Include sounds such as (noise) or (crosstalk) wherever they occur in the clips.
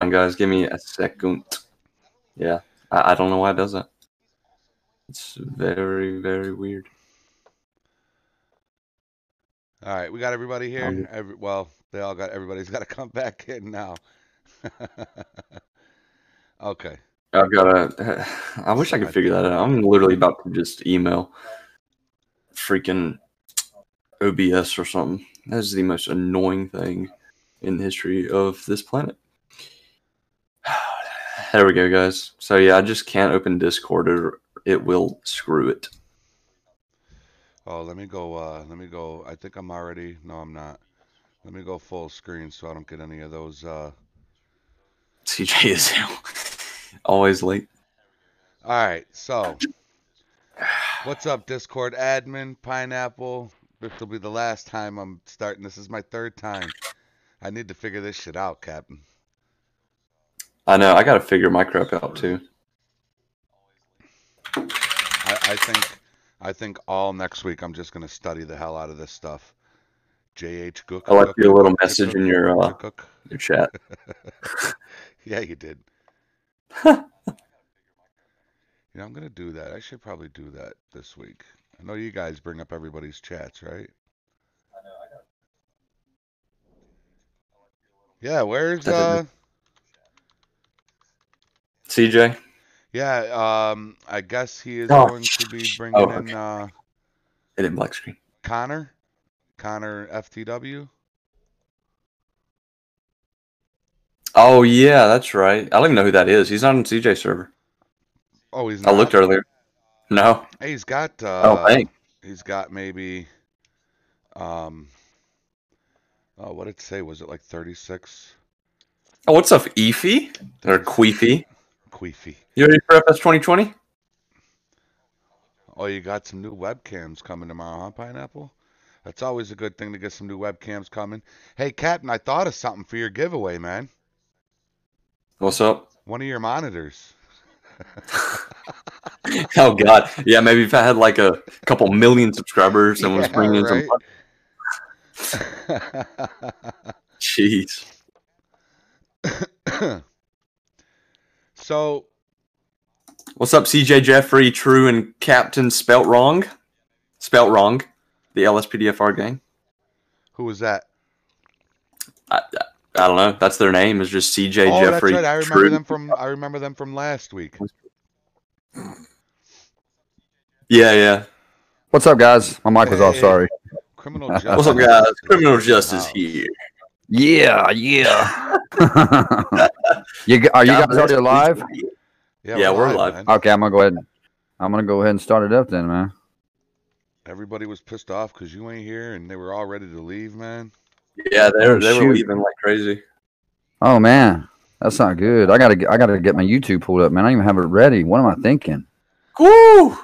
on, guys. Give me a second. Yeah, I, I don't know why it does that. It's very, very weird. All right, we got everybody here. Um, Every, well, they all got everybody's (laughs) got to come back in now. (laughs) okay. I've got to. (sighs) I wish I could figure that out. I'm literally about to just email freaking OBS or something. That is the most annoying thing in the history of this planet. (sighs) There we go, guys. So yeah, I just can't open Discord or it will screw it. (laughs) Oh, let me go. Uh, let me go. I think I'm already. No, I'm not. Let me go full screen so I don't get any of those. Uh... CJ is (laughs) always late. All right. So, what's up, Discord admin? Pineapple. This will be the last time I'm starting. This is my third time. I need to figure this shit out, Captain. I know. I got to figure my crap out too. I, I think I think all next week I'm just gonna study the hell out of this stuff. JH Gook. I left Gook, you a little Gook, message in Gook, your, Gook, uh, Gook. Your chat. Yeah, (laughs) you did. You know, I'm gonna do that. I should probably do that this week. I know you guys bring up everybody's chats, right? Yeah, where's That uh didn't- CJ. yeah, um I guess he is Oh. going to be bringing in okay. uh It did black screen. Connor? Connor FTW? Oh yeah, that's right. I don't even know who that is. He's not on CJ server. Oh, he's I looked not. earlier. Oh, No, Hey, He's got I don't uh think. he's got maybe um oh what did it say? Was it like 36? Oh, what's up, Efi or Queefy? Queefy. You ready for FS 2020? Oh, you got some new webcams coming tomorrow, huh, Pineapple? That's always a good thing to get some new webcams coming. Hey, Captain, I thought of something for your giveaway, man. What's (laughs) up? One of your monitors. (laughs) Oh God, yeah. Maybe if I had like a couple million subscribers, someone's Yeah, bringing in some. right? Jeez. So, What's up, CJ Jeffrey, True, and Captain Spelt Wrong? Spelt Wrong, the LSPDFR gang. who was that? I, I, I don't know. That's their name. Is just CJ Oh, that's Jeffrey. right. I remember True. them from I remember them from last week. Yeah, yeah. What's up, guys? My mic was off. Hey. Sorry. (laughs) Criminal What's justice. What's up, is in guys? the Criminal justice house. here. Yeah, yeah. (laughs) you g- are you guys already live? Yeah, we're live. man. Okay, I'm gonna go ahead. And, I'm gonna go ahead and start it up then, man. Everybody was pissed off because you ain't here, and they were all ready to leave, man. Yeah, they were, Oh, they were shoot. leaving like crazy. Oh man, that's not good. I gotta get- I gotta get my YouTube pulled up, man. I don't even have it ready. What am I thinking? Woo! I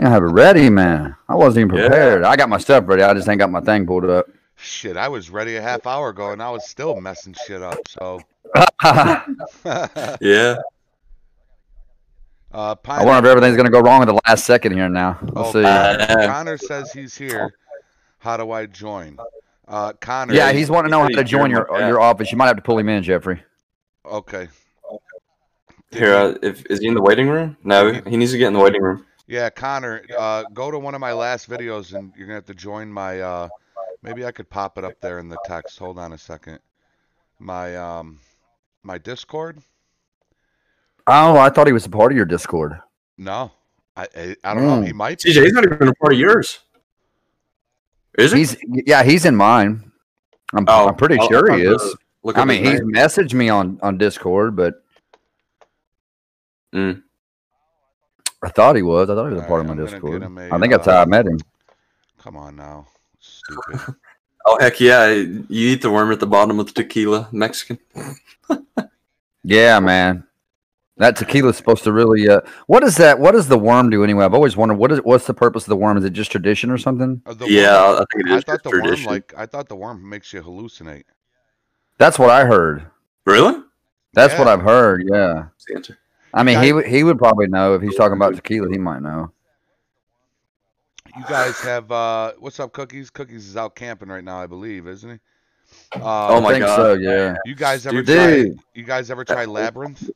don't have it ready, man. I wasn't even Yeah. prepared. I got my stuff ready. I just ain't got my thing pulled up. (laughs) Shit, I was ready a half hour ago, and I was still messing shit up. So, (laughs) I uh, Yeah. Pineapple, wonder if everything's gonna go wrong at the last second here now. Let's see. uh, Connor, Connor says he's here. How do I join? Uh, Connor. yeah, he's wanting to know how to Jeremy, join your yeah. your office. You might have to pull him in, Jeffrey. okay. Here, uh, if is he in the waiting room? No, he needs to get in the waiting room. Yeah, Connor, uh, go to one of my last videos, and you're gonna have to join my. Uh, maybe I could pop it up there in the text. Hold on a second. My um, my Discord. Oh, I thought he was a part of your Discord. No, I I, I don't know. Mm. He might be. TJ, he's not even a part of yours. Is he? He's yeah, he's in mine. I'm, Oh, I'm pretty I'll- sure I'll he have to is. Look I up mean, his he's name. messaged me on on Discord, but Mm. I thought he was. I thought he was a All part right, I'm of my gonna get Discord. him a, I think that's how uh, I met him. Come on now, stupid. Oh heck yeah! You eat the worm at the bottom of the tequila, Mexican. Yeah, man. That tequila's supposed to really. Uh, what is that? What does the worm do anyway? I've always wondered what is what's the purpose of the worm? Is it just tradition or something? Uh, the yeah, worm- I think it I is thought the tradition. worm like I thought the worm makes you hallucinate. That's what I heard. really? That's That's what Yeah. I've heard. Yeah. the answer. I mean, Yeah, he I- would he would probably know if he's talking about tequila. He might know. You guys have uh what's up, Cookies? Cookies is out camping right now, I believe, isn't he? Um, I Oh my think God. so, yeah. You guys ever try? Dude. You guys ever try labyrinth?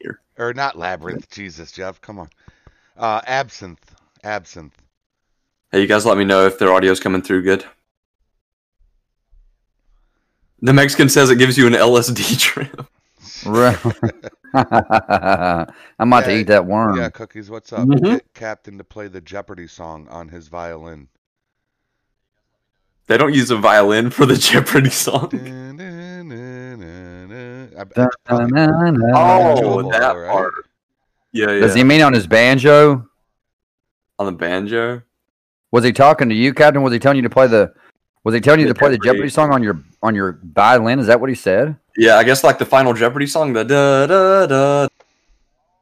Here. Or not labyrinth? Jesus, Jeff, come on. Uh, absinthe, absinthe. Hey, you guys let me know if their audio's coming through good. The Mexican says it gives you an (laughs) LSD trip. (laughs) Right. I'm about to Yeah, eat that worm. Yeah, cookies. What's up? Mhm. Get Captain to play the Jeopardy song on his violin. They don't use a violin for the (laughs) Jeopardy song. Dun-dun-dun-dun-dun. I- it's Dun, dun, (laughs) probably dun, dun. Oh, doable, that though, part. Yeah, yeah. Does he mean on his banjo? On the banjo. Was he talking to you, Captain? Was he telling you to play the? Was he telling you The to play the Jeopardy. Jeopardy song on your on your violin? Is that what he said? Yeah, I guess like the final Jeopardy song, the da da da.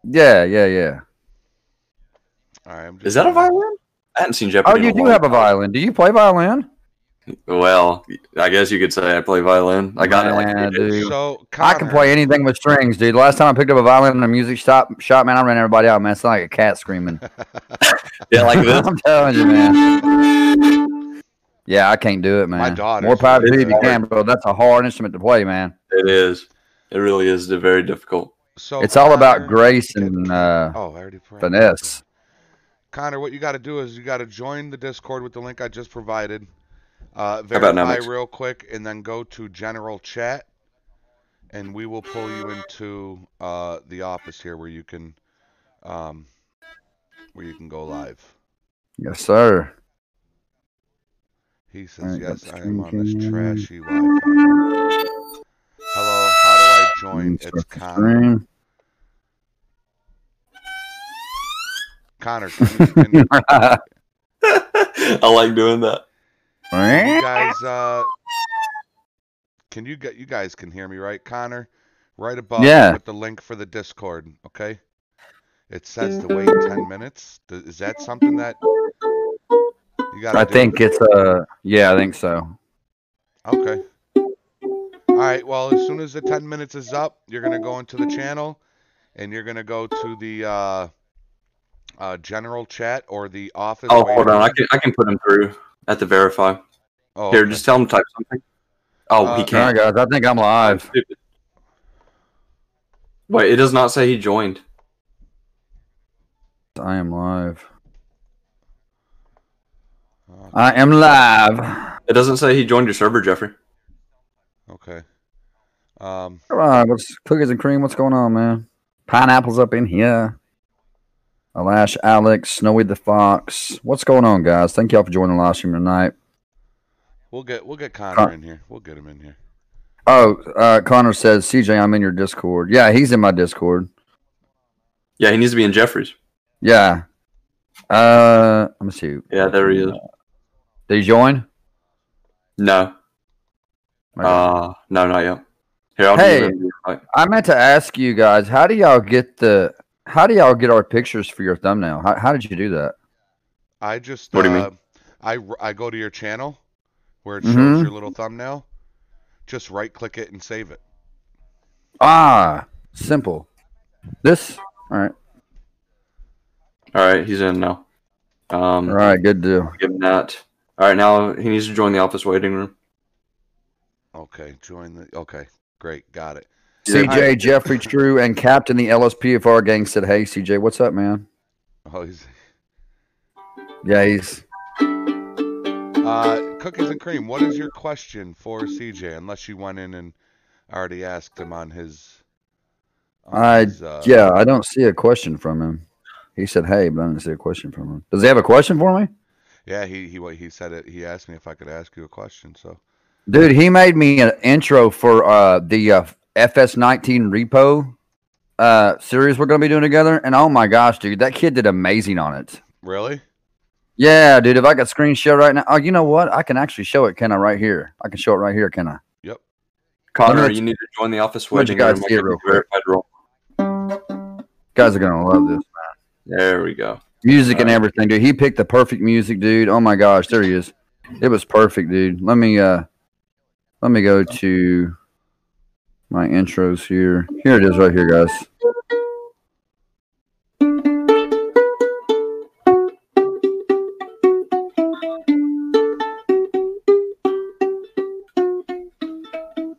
Yeah, yeah, yeah. All right, I'm just Is that a saying. violin? I hadn't seen Oh, Jeopardy. in you do long have a time. violin. Do you play violin? Well, I guess you could say I play violin. I got it like Nah, three days dude. ago. So Connor, I can play anything with strings, dude. Last time I picked up a violin in a music shop, shop man, I ran everybody out, man. It's like a cat screaming. (laughs) Yeah, like this. (laughs) I'm telling you, man. Yeah, I can't do it, man. My daughter's More power to really you if you good. can, bro. That's a hard instrument to play, man. It is. It really is very difficult. (laughs) So It's all about Connor- grace and uh, Oh, I already forgot. finesse. Connor, what you got to do is you got to join the Discord with the link I just provided. Uh, verify about now, Mitch? real quick, and then go to general chat, and we will pull you into uh, the office here where you can, um, where you can go live. Yes, sir. He All says right, yes. that's I am on this drinking. trashy Wi-Fi. Hello, how do I join? It's Start the Connor. stream. Connor, can you, can (laughs) you, (laughs) I like doing that. you guys uh can you get you guys can hear me right connor right above Yeah. with the link for the discord okay it says to wait 10 minutes Th- is that something that you got I think it's uh yeah, I think so. okay all right well as soon as the 10 minutes is up you're gonna go into the channel and you're gonna go to the uh uh general chat or the office Oh, where hold you- on. I can I can put him through at the verify. oh, Here, okay. just tell him to type something. Oh, Uh, he All right, can't. guys. I think I'm live. Stupid. Wait, it does not say he joined. I am live. Oh, I am live. It doesn't say he joined your server, Jeffrey. okay um All right, what's cookies and cream? What's going on, man? Pineapples up in here. Alash, Alex, Snowy the Fox. What's going on, guys? Thank y'all for joining the live stream tonight. We'll get we'll get Connor Con- in here. We'll get him in here. Oh, uh, Connor says, CJ, I'm in your Discord. Yeah, he's in my Discord. Yeah, he needs to be in Jeffrey's. Yeah. Uh, let me see. Yeah, there he is. Did he join? No, Okay. uh, no, not yet. Here, I'll Hey. give him the invite. I meant to ask you guys, how do y'all get the how do y'all get our pictures for your thumbnail? How, how did you do that? I just What do you mean? uh, I r- I go to your channel where it shows Mm-hmm. Mhm. your little thumbnail. Just right click it and save it. Ah, simple. This all right, All right, he's in now. Um, all right, good deal. give him that. All right, now he needs to join the office waiting room. Okay, join the okay. Great, got it. Yeah. CJ, Jeffrey, True, and Captain the LSPFR gang said, "Hey, CJ, what's up, man?" Oh, he's, Yeah, he's uh, cookies and cream. What is your question for CJ? Unless you went in and already asked him on his. on I- his, uh, yeah. I don't see a question from him. He said, "Hey," but I didn't see a question from him. Does he have a question for me, Yeah, he he what he said it. He asked me if I could ask you a question. So dude? He made me an intro for uh, the uh, FS19 repo uh, series we're gonna be doing together, and oh my gosh, dude, that kid did amazing on it. really, Yeah, dude. If I could screen share right now, oh, you know what? I can actually show it, can I? Right here, I can show it right here, can I? Connor, Let me- you need to join the office Let me waiting guys room. I see it give you real the verified role. Guys are gonna love this. There we go. Music and Uh, Alright. everything, dude. He picked the perfect music, dude. Oh my gosh, there he is. It was perfect, dude. Let me uh let me go to my intros here. Here it is right here, guys.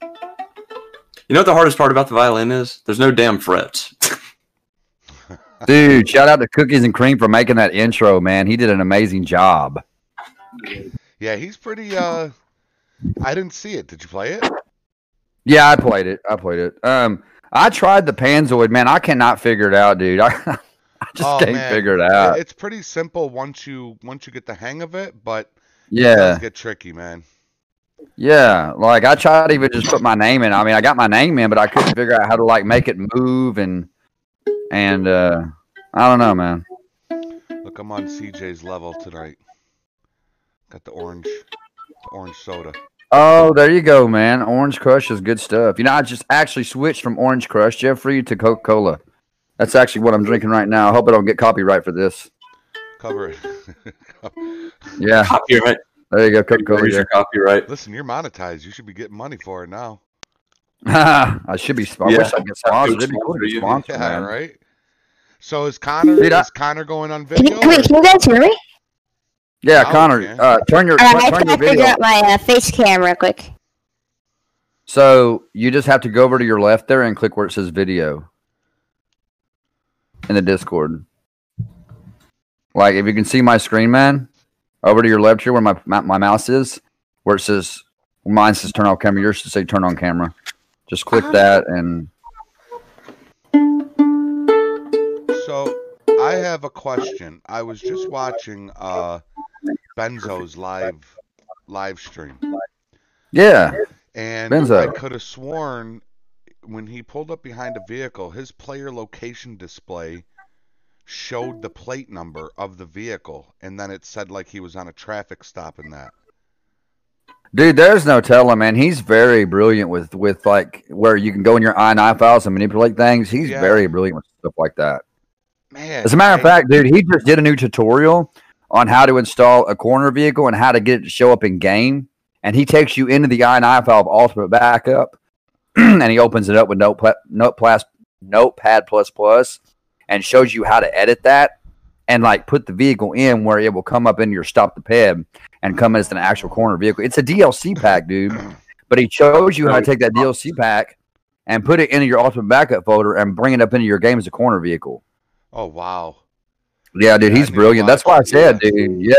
You know what the hardest part about the violin is? There's no damn frets. (laughs) Dude, shout out to Cookies and Cream for making that intro, man. He did an amazing job. Yeah, he's pretty. Uh, I didn't see it. Did you play it? Yeah, I played it. I played it. Um, I tried the Panzoid, man. I cannot figure it out, dude. (laughs) I, I just Oh, can't man. figure it out. It's pretty simple once you once you get the hang of it, but it Yeah, does get tricky, man. yeah. Like I tried to even just put my name in. I mean, I got my name in, but I couldn't figure out how to like make it move and and uh I don't know, man. Look, I'm on CJ's level tonight. Got the orange, the orange soda. Oh, there you go, man. Orange Crush is good stuff. You know, I just actually switched from Orange Crush, Jeffrey, to Coca Cola. That's actually what I'm drinking right now. I hope I don't get copyright for this. Cover it. (laughs) Yeah, copyright. there you go, Coca Go Cola. your copyright. Listen, you're monetized. You should be getting money for it now. (laughs) I should be. I Yeah. wish I could sponsor. It'd be cool to be Yeah, sponsored, Yeah, man. right. So is Connor? Dude, I- is Connor going on Can video? you, can, can you guys hear me? Yeah, Oh, Connor, yeah. Uh, turn your All right, I turn have your to video. figure out my uh, face cam real quick. So you just have to go over to your left there and click where it says video in the Discord. Like if you can see my screen, man, over to your left here where my my, my mouse is, where it says mine says turn off camera, yours should say turn on camera. Just click that and So I have a question. I was just watching uh Benzo's live live stream, yeah, and Benzo. I could have sworn when he pulled up behind a vehicle, his player location display showed the plate number of the vehicle, and then it said like he was on a traffic stop in that. dude, there's no telling, man. He's very brilliant with with like where you can go in your INI files and manipulate things. He's Yeah. very brilliant with stuff like that. Man, As a matter of I- fact, dude, he just did a new tutorial on how to install a corner vehicle and how to get it to show up in game. And he takes you into the INI file of Ultimate Backup, (clears throat) and he opens it up with Notepad, Notepad, Notepad plus plus, and shows you how to edit that and like put the vehicle in where it will come up in your stop the peb and come as an actual corner vehicle. It's a DLC pack, dude. But he shows you how to take that DLC pack and put it into your Ultimate Backup folder and bring it up into your game as a corner vehicle. Oh wow! Yeah, Yeah, dude, I he's need to brilliant. That's why I watch it, said, dude. Yeah,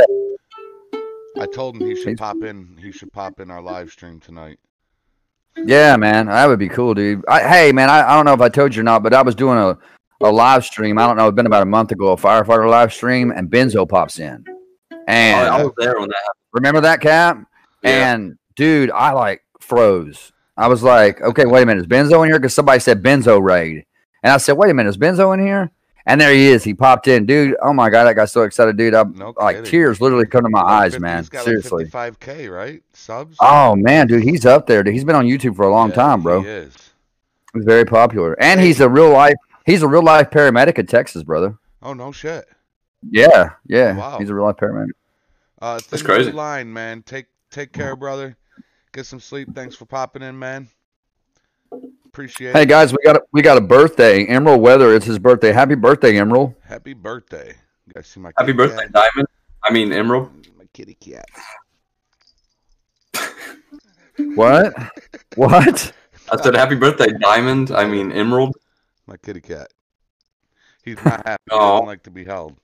I told him he should He's- pop in. He should pop in our live stream tonight. yeah, man, that would be cool, dude. I, hey, man, I, I don't know if I told you or not, but I was doing a, a live stream. I don't know, it's been about a month ago, a firefighter live stream, and Benzo pops in. Oh, And I was there when that happened. remember that cap? Yeah. And dude, I like froze. I was like, okay, wait a minute, is Benzo in here? Because somebody said Benzo raid, and I said, wait a minute, is Benzo in here? And there he is. He popped in, dude. Oh my god, I got so excited, dude. I No like Mm, kidding. tears literally come to my Like eyes, 50 man. He's got Seriously. like 55k, right? Subs. Oh man, dude, he's up there. Dude. He's been on YouTube for a long Yeah, time, bro. He is. He's very popular, and he's a real life. He's a real life paramedic in Texas, brother. Oh no shit. Yeah, yeah. Wow. He's a real life paramedic. Uh, it's the That's new crazy. line, man. Take take care, brother. Get some sleep. Thanks for popping in, man. Appreciate Hey it. guys, we got a, we got a birthday. Emerald Weather, it's his birthday. Happy birthday, Emerald. Happy birthday. You guys see my Happy kitty birthday, cat? Diamond. I mean, Emerald. My kitty cat. (laughs) What? what? I said, Happy birthday, Diamond. I mean, Emerald. My kitty cat. He's not happy. He Aw. doesn't like to be held.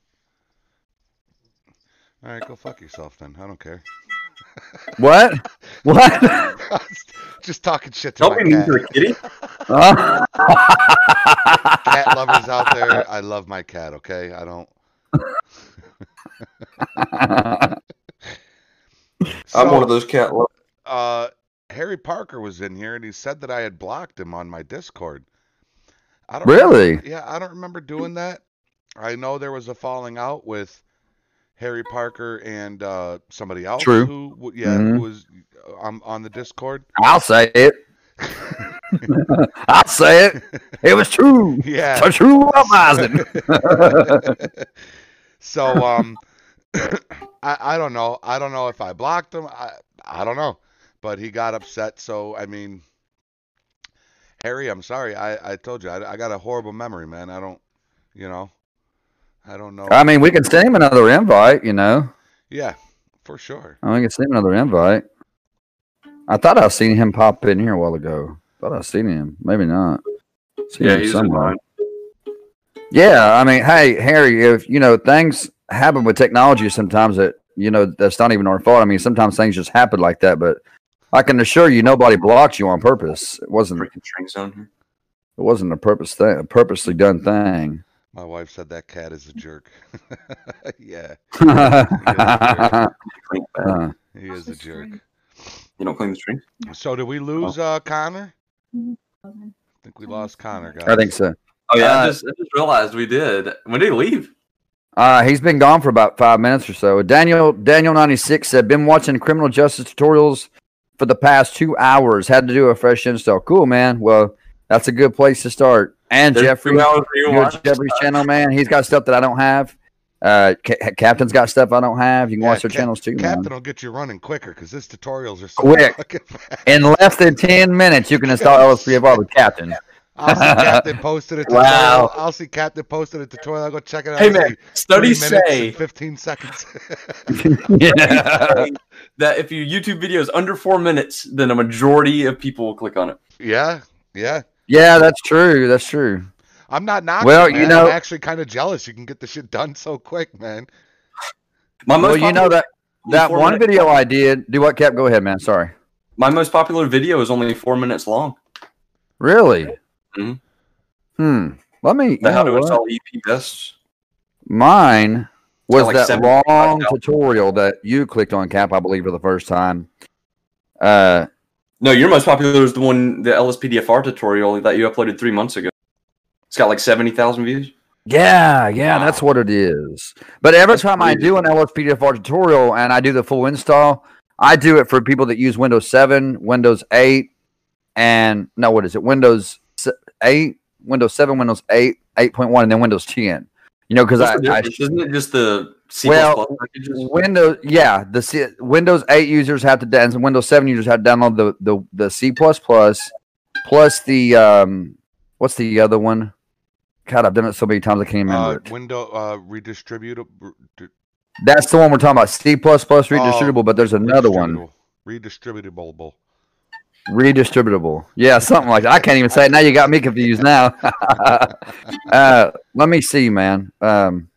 All right, go fuck yourself then. I don't care. What? What? (laughs) (laughs) Just talking shit to Don't my be mean cat. to the kitty. Oh. cat lovers (laughs) out there, I love my cat, okay? I don't. (laughs) I'm So- one of those cat lovers. uh, Harry Parker was in here and he said that I had blocked him on my Discord. I don't remember- really? yeah, I don't remember doing that. I know there was a falling out with Harry Parker and uh, somebody else True. who, w- yeah, who Mhm. Mm-hmm. was uh, um, on the Discord. (laughs) I'll say it. (laughs) I'll say it. It was true. Yeah. It's a true (laughs) uprising. so um, (coughs) I I don't know. I don't know if I blocked him. I I don't know, but he got upset. So I mean, Harry, I'm sorry. I I told you I I got a horrible memory, man. I don't, you know, I don't know. I mean, we can send him another invite, you know. yeah, for sure. I think it's another invite. I thought I seen him pop in here a while ago. Thought I seen him. Maybe not. Seen Yeah, him he's in somewhere. mine. Yeah, I mean, hey Harry, if you know things happen with technology sometimes that you know that's not even our fault. I mean, sometimes things just happen like that, but I can assure you, nobody blocked you on purpose. It wasn't. It Freaking train's down here. wasn't a purpose thing, a purposely done thing. (laughs) My wife said that cat is a jerk. (laughs) yeah, Uh, Clean it back. he is a jerk. You don't clean the train? So did we lose uh, Connor? I think we lost Connor, guys. I think so. Oh yeah, I Uh, just I just realized we did. When did he leave? Uh, he's been gone for about five minutes or so. Daniel Daniel ninety six said, "Been watching criminal justice tutorials for the past two hours. Had to do a fresh install. Cool, man. Well, that's a good place to start." And There's Jeffrey, two hours for you you to know watch. Jeffrey's channel, man. He's got stuff that I don't have. Uh, Ca- Captain's got stuff I don't have. You can Yeah, watch their Cap- channels too, man. Captain will get you running quicker because his tutorials are so Quick. fucking fast. (laughs) In less than ten minutes, you can install LSPFR with Captain. I'll see Captain posted a tutorial. Wow. I'll see Captain posted a tutorial. I'll go check it out. Hey It'll man, be studies three minutes and say 15 seconds. (laughs) yeah. that if your YouTube video is under four minutes, then a majority of people will click on it. yeah, yeah. yeah, that's true. That's true. I'm not knocking. Well, it, you man. know- I'm actually kind of jealous. You can get the shit done so quick, man. My most Well, you know popular- that that four one minute- video I did. Do what, Cap? Go ahead, man. Sorry. My most popular video is only four minutes long. Really? Mhm. Hmm. Let me. The you how know to what? install E EP vests. Mine was like that 75 long now. tutorial that you clicked on cap, I believe, for the first time. Uh, No, your most popular is the one the LSPDFR tutorial that you uploaded three months ago. It's got like seventy thousand views. yeah, yeah, that's what it is. But every That's time I weird. do an LSPDFR tutorial and I do the full install, I do it for people that use Windows 7, Windows 8, and no, what is it? Windows se- 8, Windows 7, Windows 8, 8.1, and then Windows 10. You know, because What's I, the I difference? Isn't it just the C++ Well, packages? Windows, yeah, the C, Windows 8 users have to down- and Windows 7 users have to download the the the C plus plus the um what's the other one? God, I've done it so many times I can't even Uh, remember it. window uh, redistributable. That's the one we're talking about, C plus plus Oh, redistributable, but there's another one (laughs) Redistributable. redistributable. Yeah, something like that. I can't even say it now. You got me confused now. (laughs) Oh, uh, let me see, man. Um,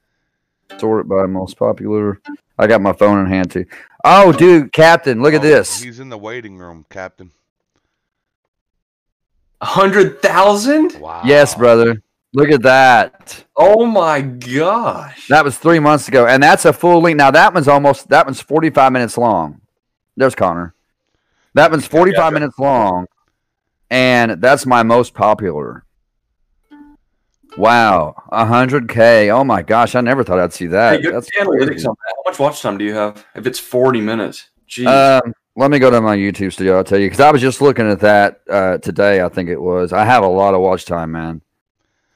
sort by most popular. I got my phone in hand too. Oh, dude, Captain, look at Oh, this. He's in the waiting room, Captain. hundred thousand? Wow. Yes, brother. Look at that. Oh my gosh! That was three months ago, and that's a full length. Now that one's almost that one's forty five minutes long. There's Connor. That one's forty five minutes long, and that's my most popular. Wow, hundred k. Oh my gosh, I never thought I'd see Hey, that. good That's analytics crazy. on that. How much watch time do you have? If it's forty minutes, jeez. Um, let me go to my YouTube studio. I'll tell you because I was just looking at that uh, today. I think it was. I have a lot of watch time, man.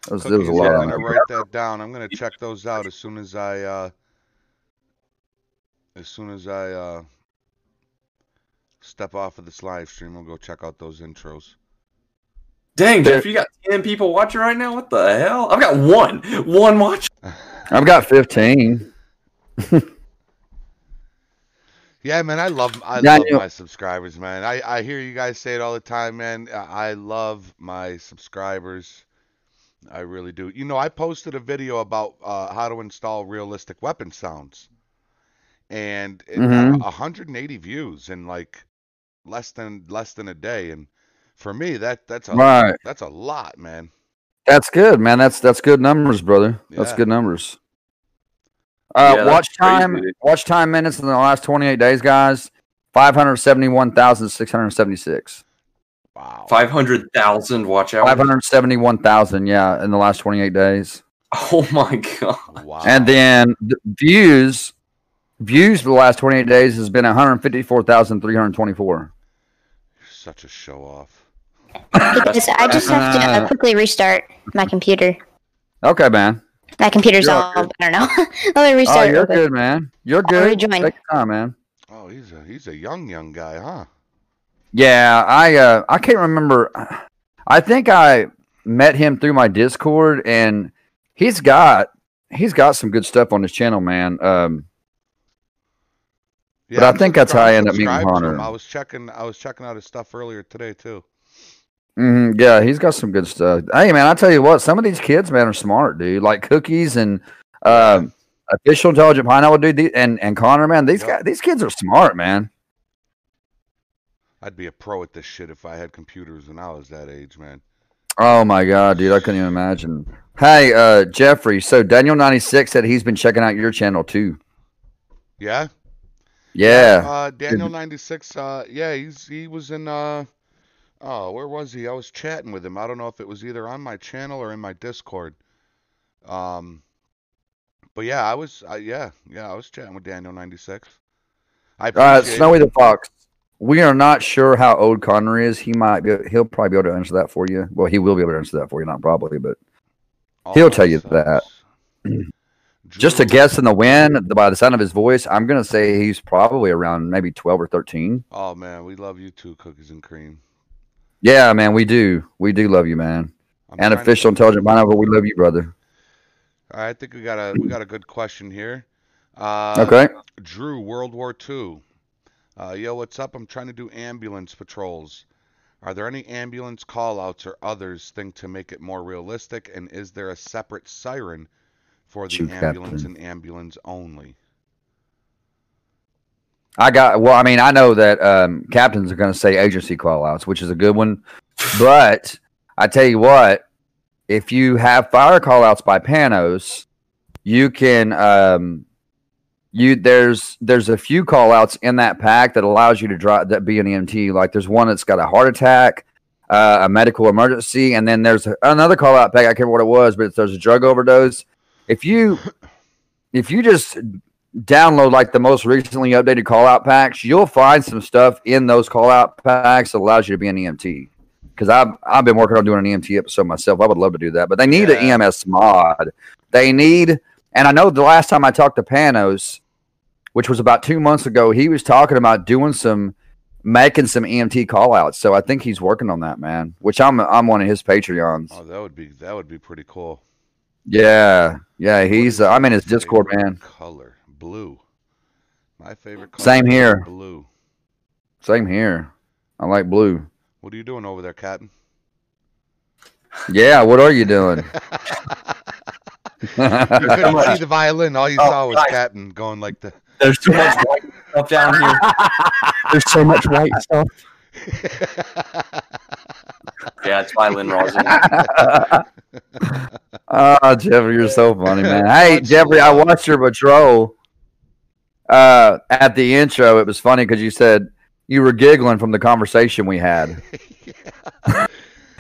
There was, there was Cookies, a yeah, lot. I'm On gonna there. write that down. I'm gonna check those out as soon as I uh, as soon as I uh, step off of this live stream. I'll go check out those intros. Dang, Jeff, you got ten people watching right now. What the hell? I've got one, one watch. I've got fifteen. Yeah, man, I love I Daniel- love my subscribers, man. I I hear you guys say it all the time, man. I I love my subscribers. I really do. You know, I posted a video about uh, how to install realistic weapon sounds, and it got Mhm. 180 views in like less than less than a day. And for me, that that's Oh. a Right. that's a lot, man. That's good, man. That's that's good numbers, brother. That's Yeah. good numbers. Uh, Yeah, that's watch time, crazy, dude. watch time minutes in the last twenty eight days, guys. Five hundred seventy one thousand six hundred seventy six. Wow. Five hundred thousand watch hours. Five hundred seventy one thousand, yeah, in the last twenty eight days. Oh my god! Wow. And then the views, views for the last twenty eight days has been one hundred fifty four thousand three hundred twenty four. You're such a show off. Because I just have to Uh. uh, quickly restart my computer. Okay, man. My computer's You're all all, I don't know. (laughs) Oh, Let me restart. you're real quick. good, man. You're I'll good. rejoin. Take your time, man. Oh, he's a he's a young young guy, huh? Yeah, I uh, I can't remember. I think I met him through my Discord, and he's got he's got some good stuff on his channel, man. Um, Yeah, I I'm think that's how subscribed- I end up meeting subscribed to him. Connor. I was checking I was checking out his stuff earlier today too. hmm yeah, he's got some good stuff. Hey, man, I tell you what, some of these kids, man, are smart, dude. Like cookies and um, official intelligent pineapple, dude. the- And and Connor, man, these Yeah. guys, these kids are smart, man. I'd be a pro at this shit if I had computers when I was that age, man. Oh my god, dude, I couldn't even imagine. Hey, uh, Jeffrey. So Daniel ninety six said he's been checking out your channel too. Yeah. Yeah. Uh, Daniel ninety six. Uh, yeah, he's he was in. Uh, oh, where was he? I was chatting with him. I don't know if it was either on my channel or in my Discord. Um, but yeah, I was. I, yeah, yeah, I was chatting with Daniel ninety six. I Uh, appreciate Snowy the fox. We are not sure how old Connor is. He might be. He'll probably be able to answer that for you. Well, he will be able to answer that for you, not probably, but all he'll my tell you subs. that. (clears throat) Just a Drew- guess in the wind by the sound of his voice, I'm gonna say he's probably around maybe twelve or thirteen. Oh man, we love you too, cookies and cream. Yeah, man, we do. We do love you, man. I'm And trying to official intelligent pineapple, we love you, brother. All right, I think we got a we got a good question here. Uh, Okay. Drew, World War II. Uh, yo, what's up? I'm trying to do ambulance patrols. Are there any ambulance call-outs or others think to make it more realistic? And is there a separate siren for the Shoot, ambulance Captain. and ambulance only? I got well, I mean, I know that um captains are gonna say agency call outs, which is a good one. But I tell you what, if you have fire call outs by Panos, you can um you there's there's a few call outs in that pack that allows you to drive that be an EMT. Like there's one that's got a heart attack, uh, a medical emergency, and then there's another call out pack. I can't remember what it was, but it's, there's a drug overdose. If you if you just download like the most recently updated call out packs, you'll find some stuff in those call out packs that allows you to be an E EMT. Because I've I've been working on doing an EMT episode myself. I would love to do that, but they need Yeah. an EMS mod. They need, and I know the last time I talked to Panos, which was about two months ago, he was talking about doing some making some E EMT call outs. So I think he's working on that, man. Which I'm I'm one of his Patreons. Oh, that would be that would be pretty cool. Yeah. Yeah, What he's is uh, I'm in your his Discord, favorite man. Color blue. My favorite color. Same is here. Blue. Same here. I like blue. What are you doing over there, Captain? Yeah, what are you doing? (laughs) You couldn't see much. the violin. All you Oh, saw was right. Captain going like the. There's too (laughs) much white stuff down here. There's so much white stuff. Yeah, it's violin rosin. (laughs) Ah, Jeffrey, you're so (laughs) funny, man. Hey, Jeffrey, I watched your patrol. Uh, at the intro, it was funny because you said you were giggling from the conversation we had.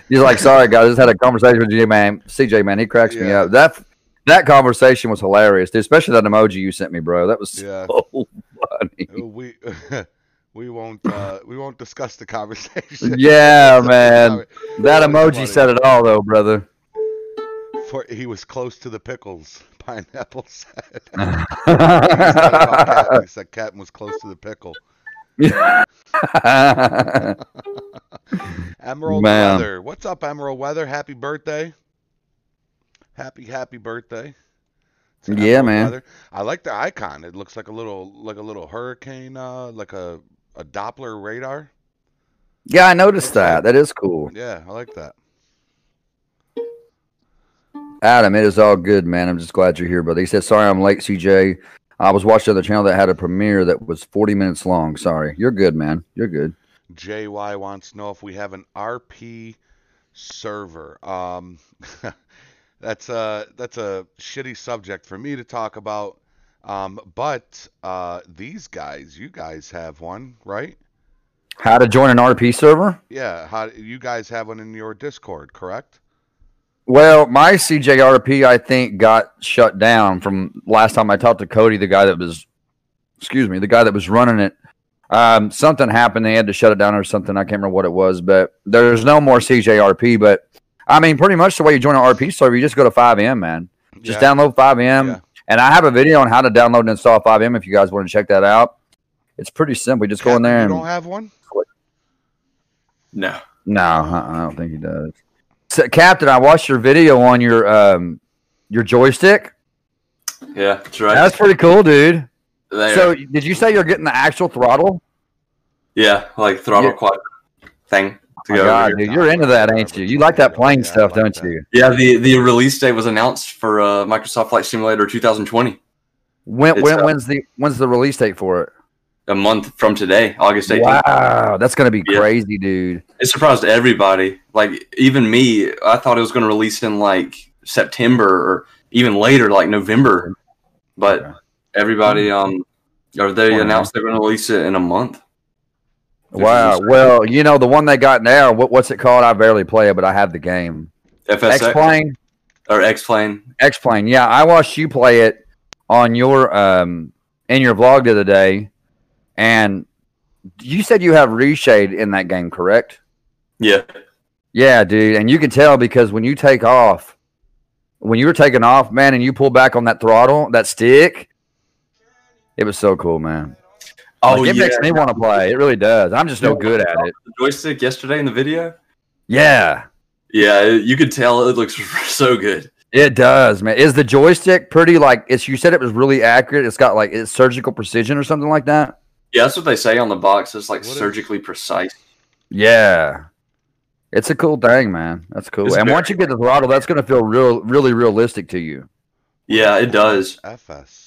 You're like, "Sorry, guys, I just had a conversation with you, man. CJ, man, he cracks me Yeah. up. That that conversation was hilarious, dude. Especially that emoji you sent me, bro. That was yeah. so (laughs) funny. Uh, we we won't uh, we won't discuss the conversation. Yeah, Sorry, man. That That was emoji funny. said it all, though, brother. For, he was close to the pickles. Pineapple said. He said about yeah. Captain, he said Captain was close to the pickle. Emerald Man. Weather. What's up, Emerald Weather? Happy birthday. Happy, happy birthday. to Yeah, Emerald man. Weather. I like the icon. It looks like a little like a little hurricane, uh, like a, a Doppler radar. (laughs) Yeah, I noticed that. That is cool. Yeah, I like that. Adam, it is all good, man. I'm just glad you're here, brother. He said, Sorry, I'm late, CJ. I was watching the channel that had a premiere that was 40 minutes long. Sorry. You're good, man. You're good. JY wants to know if we have an RP server. Um, (laughs) that's a that's a shitty subject for me to talk about. Um, but uh, these guys, you guys have one, right? How to join an RP server? Yeah, how you guys have one in your Discord, correct? Well, my CJRP, I think, got shut down from last time I talked to Cody, the guy that was, excuse me, the guy that was running it. Um, something happened. They had to shut it down or something. I can't remember what it was, but there's no more CJRP. But I mean, pretty much the way you join an RP server, you just go to 5M, man. Just Yeah. download 5M. Yeah. And I have a video on how to download and install 5M if you guys want to check that out. It's pretty simple. You just go in Captain, there You and don't have one? No. no, uh-uh, I don't think he does. So, Captain, I watched your video on your um your joystick. Yeah, that's right. That's pretty cool, dude. There. So, did you say you're getting the actual throttle? yeah, like throttle Yeah. Oh quad thing. to My go. God, over here. dude, you're into that, ain't you? You like that plane Yeah, I stuff, like don't that. you? Yeah, the, the release date was announced for uh, Microsoft Flight Simulator 2020 When, It's, when uh, when's the when's the release date for it? a month from today, August 18th. Wow, that's gonna be Yeah. crazy, dude. It surprised everybody. Like even me, I thought it was going to release in like September or even later, like November. But Okay. Hmm. everybody, um, or they Wow. announced they're going to release it in a month. There's Wow. a new- Well, you know the one they got now. What, what's it called? I barely play it, but I have the game. X FSX Plane. or X Plane. X Plane. Yeah, I watched you play it on your um in your vlog the other day, and you said you have reshade in that game, correct? Yeah, Yeah, dude, and you can tell because when you take off, when you were taking off, man, and you pull back on that throttle, that stick, it was so cool, man. Oh, Like, it yeah. makes me want to play. It really does. I'm just no good at it. the joystick yesterday in the video. Yeah, Yeah, it- you could tell it looks (laughs) so good. it does, man. Is the joystick pretty like? It's you said it was really accurate. It's got like it's surgical precision or something like that. Yeah, that's what they say on the box. It's like What is- surgically precise. Yeah, it's a cool thing, man. That's cool. It's and once you very- get the throttle, that's gonna feel real, really realistic to you. Yeah, it does. FS.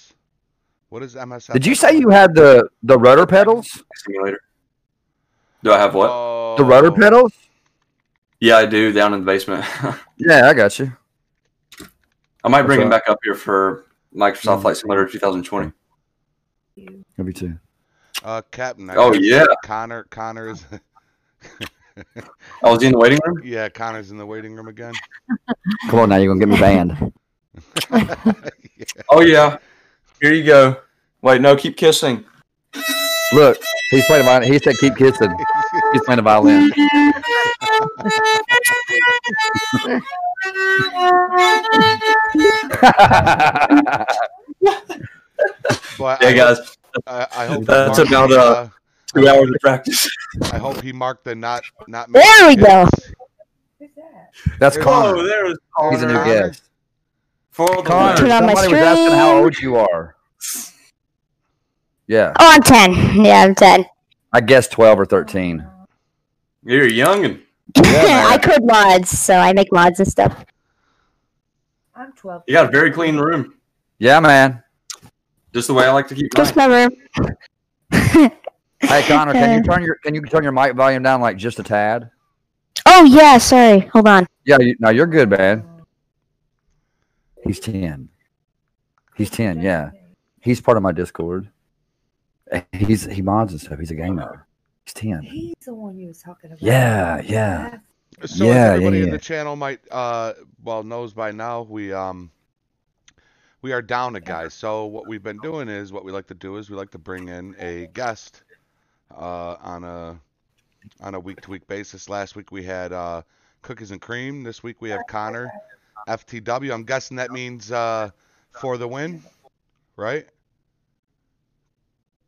What is MSF? Did you say you had the the rudder pedals? Simulator. Do I have what? The rudder Oh, pedals? Yeah, I do. Down in the basement. (laughs) Yeah, I got you. I might bring What's him back up here for Microsoft Flight Simulator 2020. Me too. Uh, Captain. I Oh, guess yeah. Connor. Connor is. (laughs) Oh, was he in the waiting room? yeah, Connor's in the waiting room again. (laughs) Come on now, you're gonna get me banned. Yeah. Oh yeah. Here you go. Wait, no, keep kissing. (laughs) Look, he's playing the violin. He said, "Keep kissing." He's playing the violin. But Hey I guys, hope- I, I hope he That's marked, about, uh, two hours of practice. I hope he marked the not not. There marked we go. hits. (laughs) That's (laughs) Connor. Oh, there's He's a new Connor. guest. For the Connor, Turn on my somebody was asking how stream. old you are. Yeah, Oh, I'm 10. Yeah, I'm 10. I guess twelve or thirteen. You're young and (laughs) man. I code mods, so I make mods and stuff. I'm 12. you got a very clean room. Yeah, man. Just the way I like to keep Just mine. my room. Hey, Connor, can you Uh, turn your can you turn your mic volume down like just a tad? Oh, yeah, sorry. Hold on. Yeah, you, no, you're good, man. He's ten. He's ten. Yeah. He's part of my Discord. He's he mods and stuff. He's a gamer. He's ten. He's the one you was talking about. Yeah, yeah. So Yeah, as yeah, everybody in yeah. the channel might uh well knows by now, we um we are down a guy. So what we've been doing is what we like to do is we like to bring in a guest uh on a on a week to week basis. Last week we had uh Cookies and Cream. This week we have Connor FTW. I'm guessing that means uh for the win, right?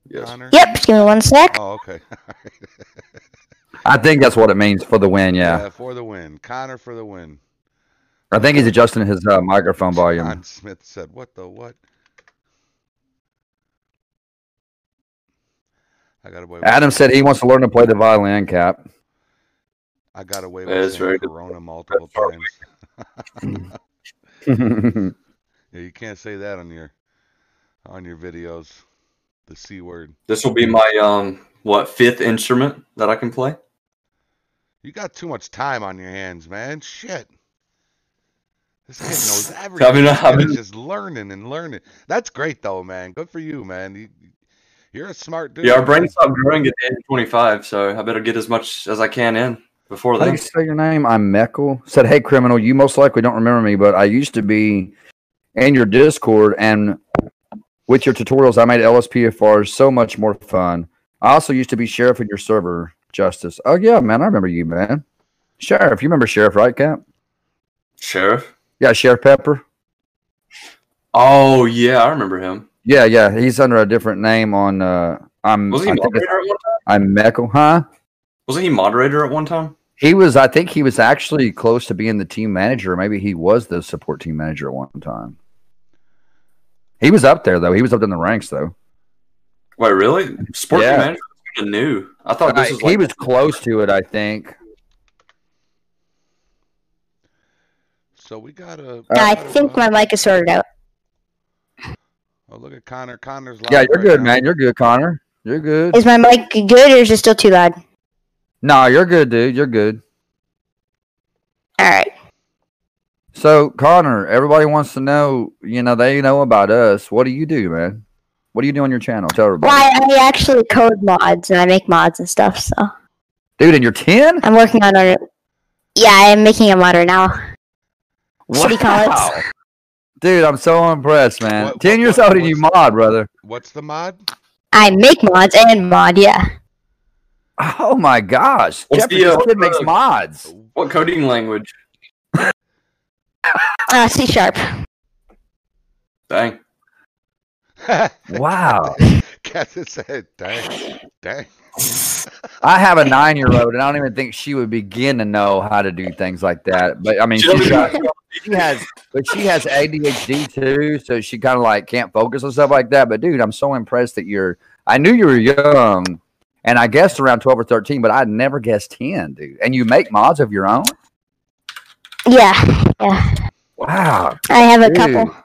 Yes. Connor? Yep, just give me one sec. Oh, okay. (laughs) I think that's what it means for the win. Yeah. yeah, for the win. Connor for the win. I think he's adjusting his uh, microphone volume. John Smith said, "What the what?" I got away. With, Adam said he wants to learn to play the violin. Cap. (laughs) I got away Yeah, with that's saying very good. Corona multiple That's all times. yeah, Yeah, you can't say that on your on your videos. The c word. This will be my um what fifth instrument that I can play. You got too much time on your hands, man. Shit. This kid knows (laughs) everything. I mean, This I kid is mean- just learning and learning. That's great though, man. Good for you, man. You, you're a smart dude. Yeah, our brain stopped growing at the age of 25, so I better get as much as I can in before How do you then. say your name? I'm Meckel. Said, hey, criminal, you most likely don't remember me, but I used to be in your Discord, and with your tutorials, I made LSPFR so much more fun. I also used to be sheriff in your server, Justice. Oh, yeah, man, I remember you, man. Sheriff, you remember Sheriff, right, Cap? Sheriff. Yeah, Sheriff Pepper. Oh yeah, I remember him. Yeah, yeah, he's under a different name on. Uh, I'm. Wasn't I he think it's- moderator at one time? I'm Meckel, huh? Wasn't he moderator at one time? He was. I think he was actually close to being the team manager. Maybe he was the support team manager at one time. He was up there though. He was up in the ranks though. Wait, really? Sports Yeah. manager? Kinda new. I thought I- this was like he was close to it. I think. So we got a. Uh, No, I think my mic is sorted out. Oh, look at Connor. Connor's live. Yeah, you're right good, now. man. You're good, Connor. You're good. Is my mic good or is it still too loud? No, you're good, dude. You're good. All right. So, Connor, everybody wants to know, you know, they know about us. What do you do, man? What do you do on your channel? Tell Well, everybody. I, I actually code mods and I make mods and stuff, so Dude, and you're 10? I'm working on a. Yeah, I am making a mod right now. City College. Dude, I'm so impressed, man. What- 10 what- years what- old and you what's- mod, brother. What's the mod? I make mods and mod, yeah. Oh, my gosh. What's Jeffrey, the, uh, this kid makes (laughs) mods. What (laughs) coding language? Uh, C sharp. Dang. Wow. Catherine said, dang, dang. I have a nine year old, and I don't even think she would begin to know how to do things like that. But I mean, She doesn't (laughs) she's got, even- she has, but she has ADHD too, so she kind of like can't focus and stuff like that. But dude, I'm so impressed that you're. I knew you were young, and I guessed around twelve or thirteen, but I'd never guessed ten, dude. And you make mods of your own. Yeah, yeah. Wow, I have a dude. couple.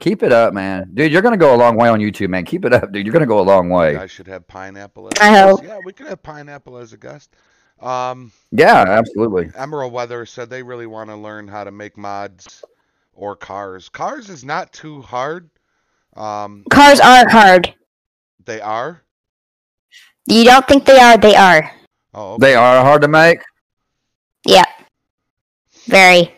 Keep it up, man. Dude, you're gonna go a long way on YouTube, man. Keep it up, dude. You're gonna go a long way. I should have pineapple as I a guest. hope. Yeah, we could have pineapple as a guest. Um, Yeah, absolutely. Emerald Weather said they really want to learn how to make mods or cars. Cars is not too hard. Um, Cars aren't hard. they are. You don't think they are, they are. Oh, okay. They are hard to make. Yeah. Very.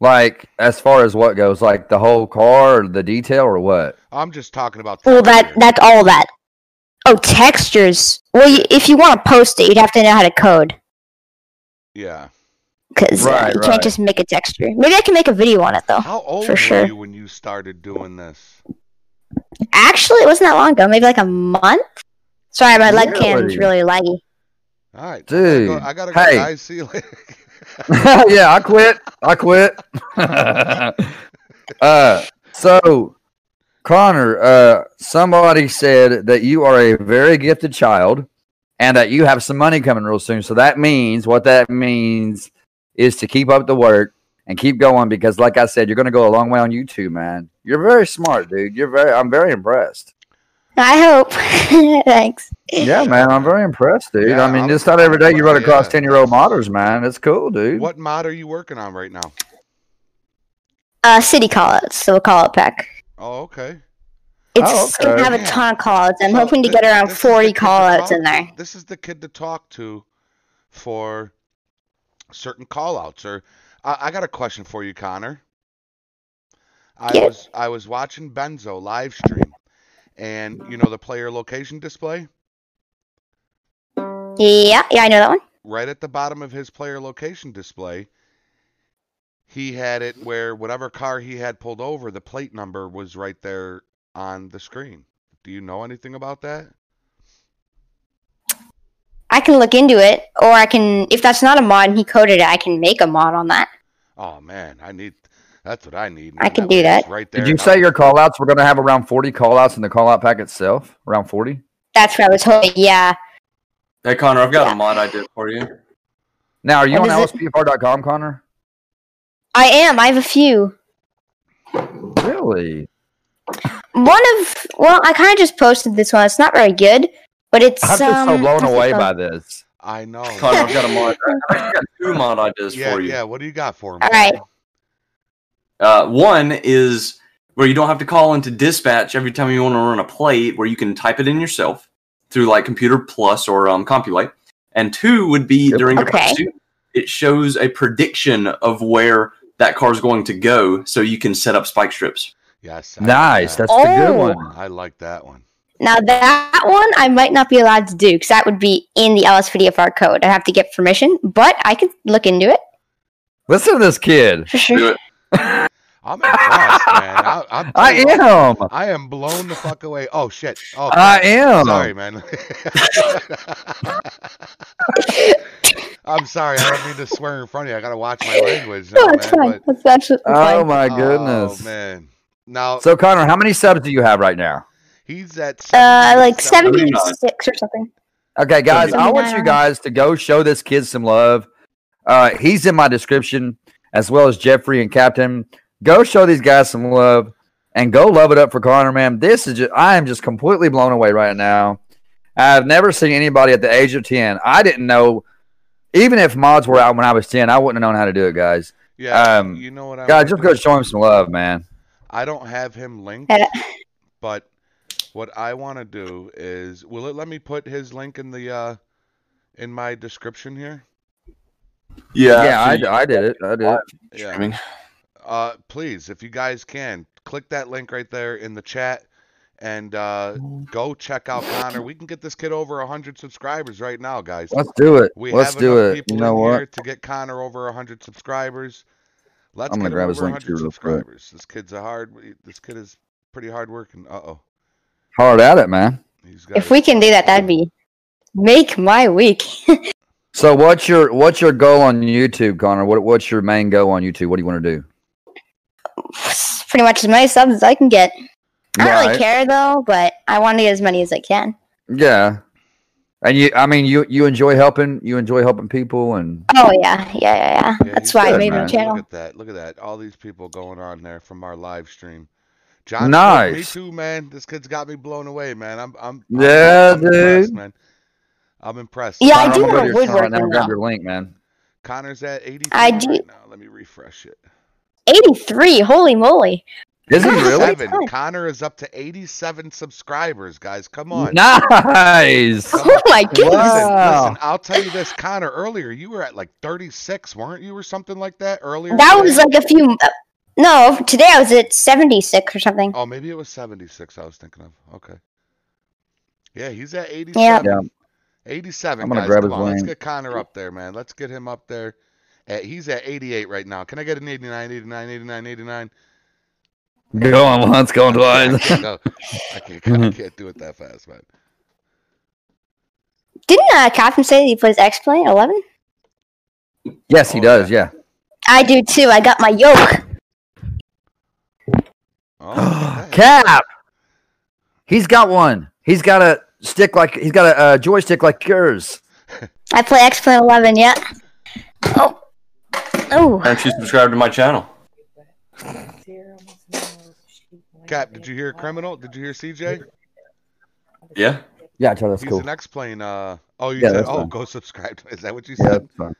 Like as far as what goes, like the whole car, or the detail, or what? I'm just talking about. Well, that texture. that's all that. Oh, textures. Well, you, if you want to post it, you'd have to know how to code Yeah. because Right, you right. can't just make a texture. Maybe I can make a video on it though. How old Oh, for were sure. you when you started doing this? Actually, it wasn't that long ago. Maybe like a month. Sorry, my leg cam's Really? really laggy. All right, Dude, I gotta go. I gotta hey. go. guys. See you (laughs) later. (laughs) yeah, I quit. I quit. uh, so, Connor, uh, somebody said that you are a very gifted child and that you have some money coming real soon. So, that means what that means is to keep up the work and keep going because, like I said, you're going to go a long way on YouTube, man. You're very smart, dude. You're very, I'm very impressed. I hope. (laughs) Thanks. Yeah, man. I'm very impressed, dude. Yeah, I mean, I'm- it's not every day you run across Yeah. 10 year old modders, man. It's cool, dude. what mod are you working on right now? Uh, city callouts. So we'll call it back. Oh, okay. It's Oh, gonna okay. have a ton of callouts. I'm So hoping to thi- get around this is the 40 kid to callouts talk- in there. This is the kid to talk to for certain callouts. Or I, I got a question for you, Connor. I Yeah. was I was watching Benzo live stream, and you know the player location display Yeah, yeah, I know that one. right at the bottom of his player location display. He had it where whatever car he had pulled over, the plate number was right there on the screen. Do you know anything about that? I can look into it, or I can. If that's not a mod and he coded it, I can make a mod on that. Oh man, I need. That's what I need. I man. can way do it's that. Right there. Did you and say I'm- your call outs were going to have around 40 call outs in the call out pack itself? Around 40? That's what I was hoping. Yeah. Hey, Connor, I've got Yeah. a mod I did for you. Now, are you What on is lspfr.com, Connor? I am. I have a few. Really? One of well, I kind of just posted this one. It's not very good, but it's. I'm just so um, blown what's it away called? by this. I (laughs) know. Connor, I've got a mod. (laughs) I've actually got two mod ideas yeah, for you. yeah. What do you got for me? All right. Uh, one is where you don't have to call into dispatch every time you want to run a plate, where you can type it in yourself through like Computer Plus or um, Compulate. And two would be Yep. during the Okay. pursuit, it shows a prediction of where that car is going to go, so you can set up spike strips. Yes. I like Nice. that. That's the good Oh. one. I like that one. Now that one I might not be allowed to do because that would be in the LSPDFR code. I have to get permission, but I could look into it Listen to this kid. for Do sure. (laughs) it. I'm impressed, man. I, I'm I blown- am. I am blown the fuck away. Oh shit. Oh. I crap. am. Sorry, (laughs) man. (laughs) I'm sorry. I don't mean to swear in front of you. I gotta watch my language. (laughs) No, now, it's man, fine. That's absolutely Oh, fine. my but- goodness. Oh man. Now So, Connor, how many subs do you have right now? he's at. Uh, like 77. 76 or something. Okay, guys, I 79. want you guys to go show this kid some love. Uh, he's in my description. as well as Jeffrey and Captain. Go show these guys some love and go love it up for Connor, man. This is just, I am just completely blown away right now. I've never seen anybody at the age of 10. I didn't know, even if mods were out when I was 10, I wouldn't have known how to do it, guys. Yeah, Um, you know what I Guys, want just to go do? show him some love, man. I don't have him linked, Uh, but what I want to do is, will it let me put his link in the uh, in my description here? Yeah, after Yeah, I, you- I did it. I did it. Yeah. streaming. Uh, please, if you guys can, click that link right there in the chat and uh, Mm. go check out Connor. We can get this kid over 100 subscribers right now, guys. Let's do it. We Let's have do enough it. people You know in what? here to get Connor over 100 subscribers. Let's I'm gonna get him grab his over link too 100 real quick. subscribers. This kid's a hard. This kid is pretty hard working. Uh oh. Hard at it, man. He's got if his we can do phone. that, that'd be make my week. (laughs) So what's your what's your goal on YouTube, Connor? What what's your main goal on YouTube? What do you want to do? Pretty much as many subs as I can get. I don't really Right. care though, but I want to get as many as I can. Yeah. And you I mean you you enjoy helping you enjoy helping people and Oh yeah, yeah, yeah, yeah. Yeah, That's he's why I good, made man. my channel. Look at that. Look at that. All these people going on there from our live stream. John, Smith, Nice. me too, man. This kid's got me blown away, man. I'm, I'm, I'm- Yeah, I'm impressed, dude. man. I'm impressed. Yeah, I Connor, do I'm gonna go have to your wood channel right now working and grab now. your link, man. Connor's at 80. I do- Right now. Let me refresh it. 83, holy moly. Is (laughs) he Yeah. really? Seven. Fine. Connor is up to 87 subscribers, guys. Come on. Nice. Come (laughs) Oh my Listen, goodness. Wow. listen, I'll tell you this, Connor. Earlier, you were at like 36, weren't you, or something like that? Earlier, That today? was like a few uh, No, today I was at 76 or something. Oh, maybe it was 76 I was thinking of. Okay. Yeah, he's at 87. Yeah. Yeah. 87. I'm gonna guys. grab Come his on, Let's link. get Connor up there, man. Let's get him up there. Uh, he's at 88 right now. Can I get an 89, 89, 89, 89? Go on once, go on I twice. can't, go. I, can't, I can't do it that fast, (gasps) man. Didn't uh, Captain say he plays X Plane 11? (laughs) yes, he Oh, does, yeah. I do too. I got my yoke. Oh, look at that. Cap. He's got one. He's got a stick like he's got a, uh joystick like yours. I play X Plane 11, yeah. Oh. Oh. Aren't you subscribed to my channel? Cap, did you hear Criminal? Did you hear CJ? Yeah. (laughs) Yeah, I tell that's he's cool. an X Plane. Uh, oh, you Yeah, said, that's oh, fine. go subscribe. (laughs) to- Is that what you Yeah, said? that's fine.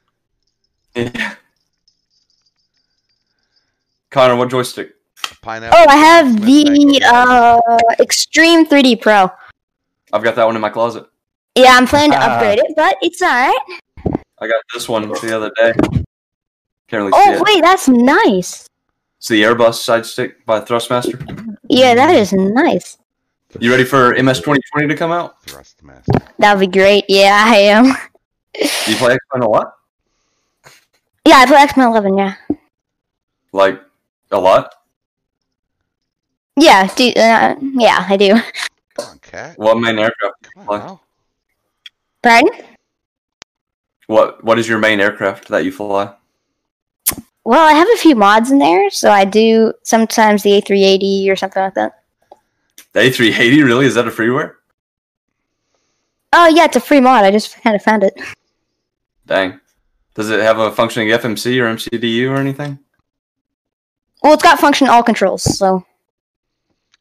Connor, what joystick? Pineapple. Oh, I Jack have Smith, thank you, the guys. uh Extreme 3D Pro. I've got that one in my closet. Yeah, I'm planning to upgrade it, but Ah. it's all right. I got this one the other day. Can't really see Oh, it. wait, that's nice. It's the Airbus side stick by Thrustmaster. Yeah, that is nice. You ready for MS 2020 to come out? Thrustmaster. That'd be great. Yeah, I am. (laughs) Do you play X-Men a lot? Yeah, I play X Men 11. Yeah, Like, a lot? yeah, do, uh, yeah, I do. Come on, Cat. What main aircraft? Come on What? now. Pardon? What What is your main aircraft that you fly? Well, I have a few mods in there, so I do sometimes the A380 or something like that. The A380, really? Is that a freeware? Oh yeah, it's a free mod. I just kind of found it. Dang. Does it have a functioning FMC or MCDU or anything? Well, it's got function all controls, so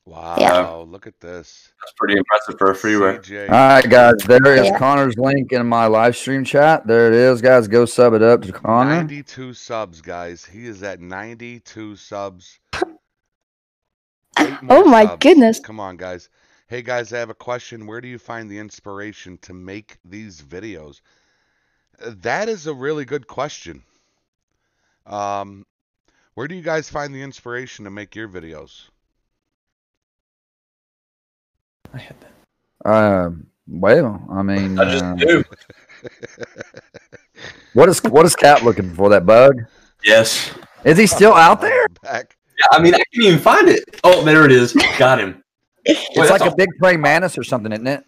Wow, look at this. That's pretty impressive for a freeware. CJ. All right, guys. There is Yeah. Connor's link in my live stream chat. There it is, guys. Go sub it up to Connor. 92 subs, guys. He is at 92 (laughs) subs. Eight more Oh my subs. goodness. Come on, guys. Hey, guys, I have a question. Where do you find the inspiration to make these videos? Uh, That is a really good question. Um, where do you guys find the inspiration to make your videos? Um, well, I mean, I just uh, do. what is what is Cap looking for? That bug? Yes. Is he still out there? Back. Yeah, I mean, I can't even find it. Oh, there it is. Got him. It's Wait, that's like a a big praying mantis or something, isn't it?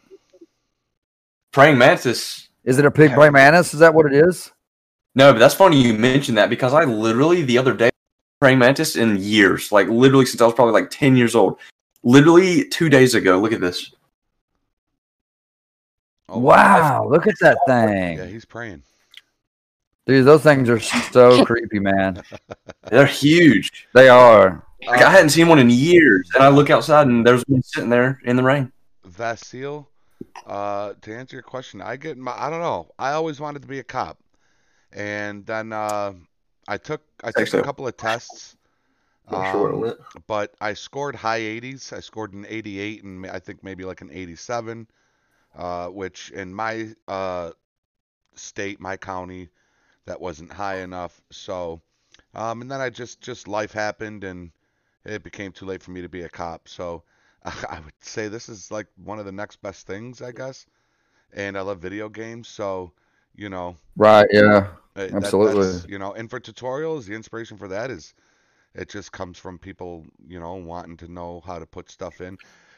praying mantis. Is it a big praying mantis? Is that what it is? No, but that's funny you mentioned that because I literally the other day praying mantis in years, like literally since I was probably like ten years old. Literally two days ago. Look at this. Oh, wow! Look at that Yeah, thing. he's praying. Dude, those things are so creepy, man. They're huge. They are. Like, Uh, I hadn't seen one in years, and I look outside and there's one sitting there in the rain. Vasil, uh, to answer your question, I get my, I don't know. I always wanted to be a cop. And then uh, I took I took a Excellent. couple of tests, um, but I scored high 80s. I scored an 88 and ma- I think maybe like an 87, uh, which in my uh, state, my county, that wasn't high enough. So, um, and then I just just life happened and it became too late for me to be a cop. So, (laughs) I would say this is like one of the next best things, I guess. And I love video games, so you know. Right, yeah. Uh, that- Absolutely. that's, you know, and for tutorials, the inspiration for that is it just comes from people, you know, wanting to know how to put stuff in.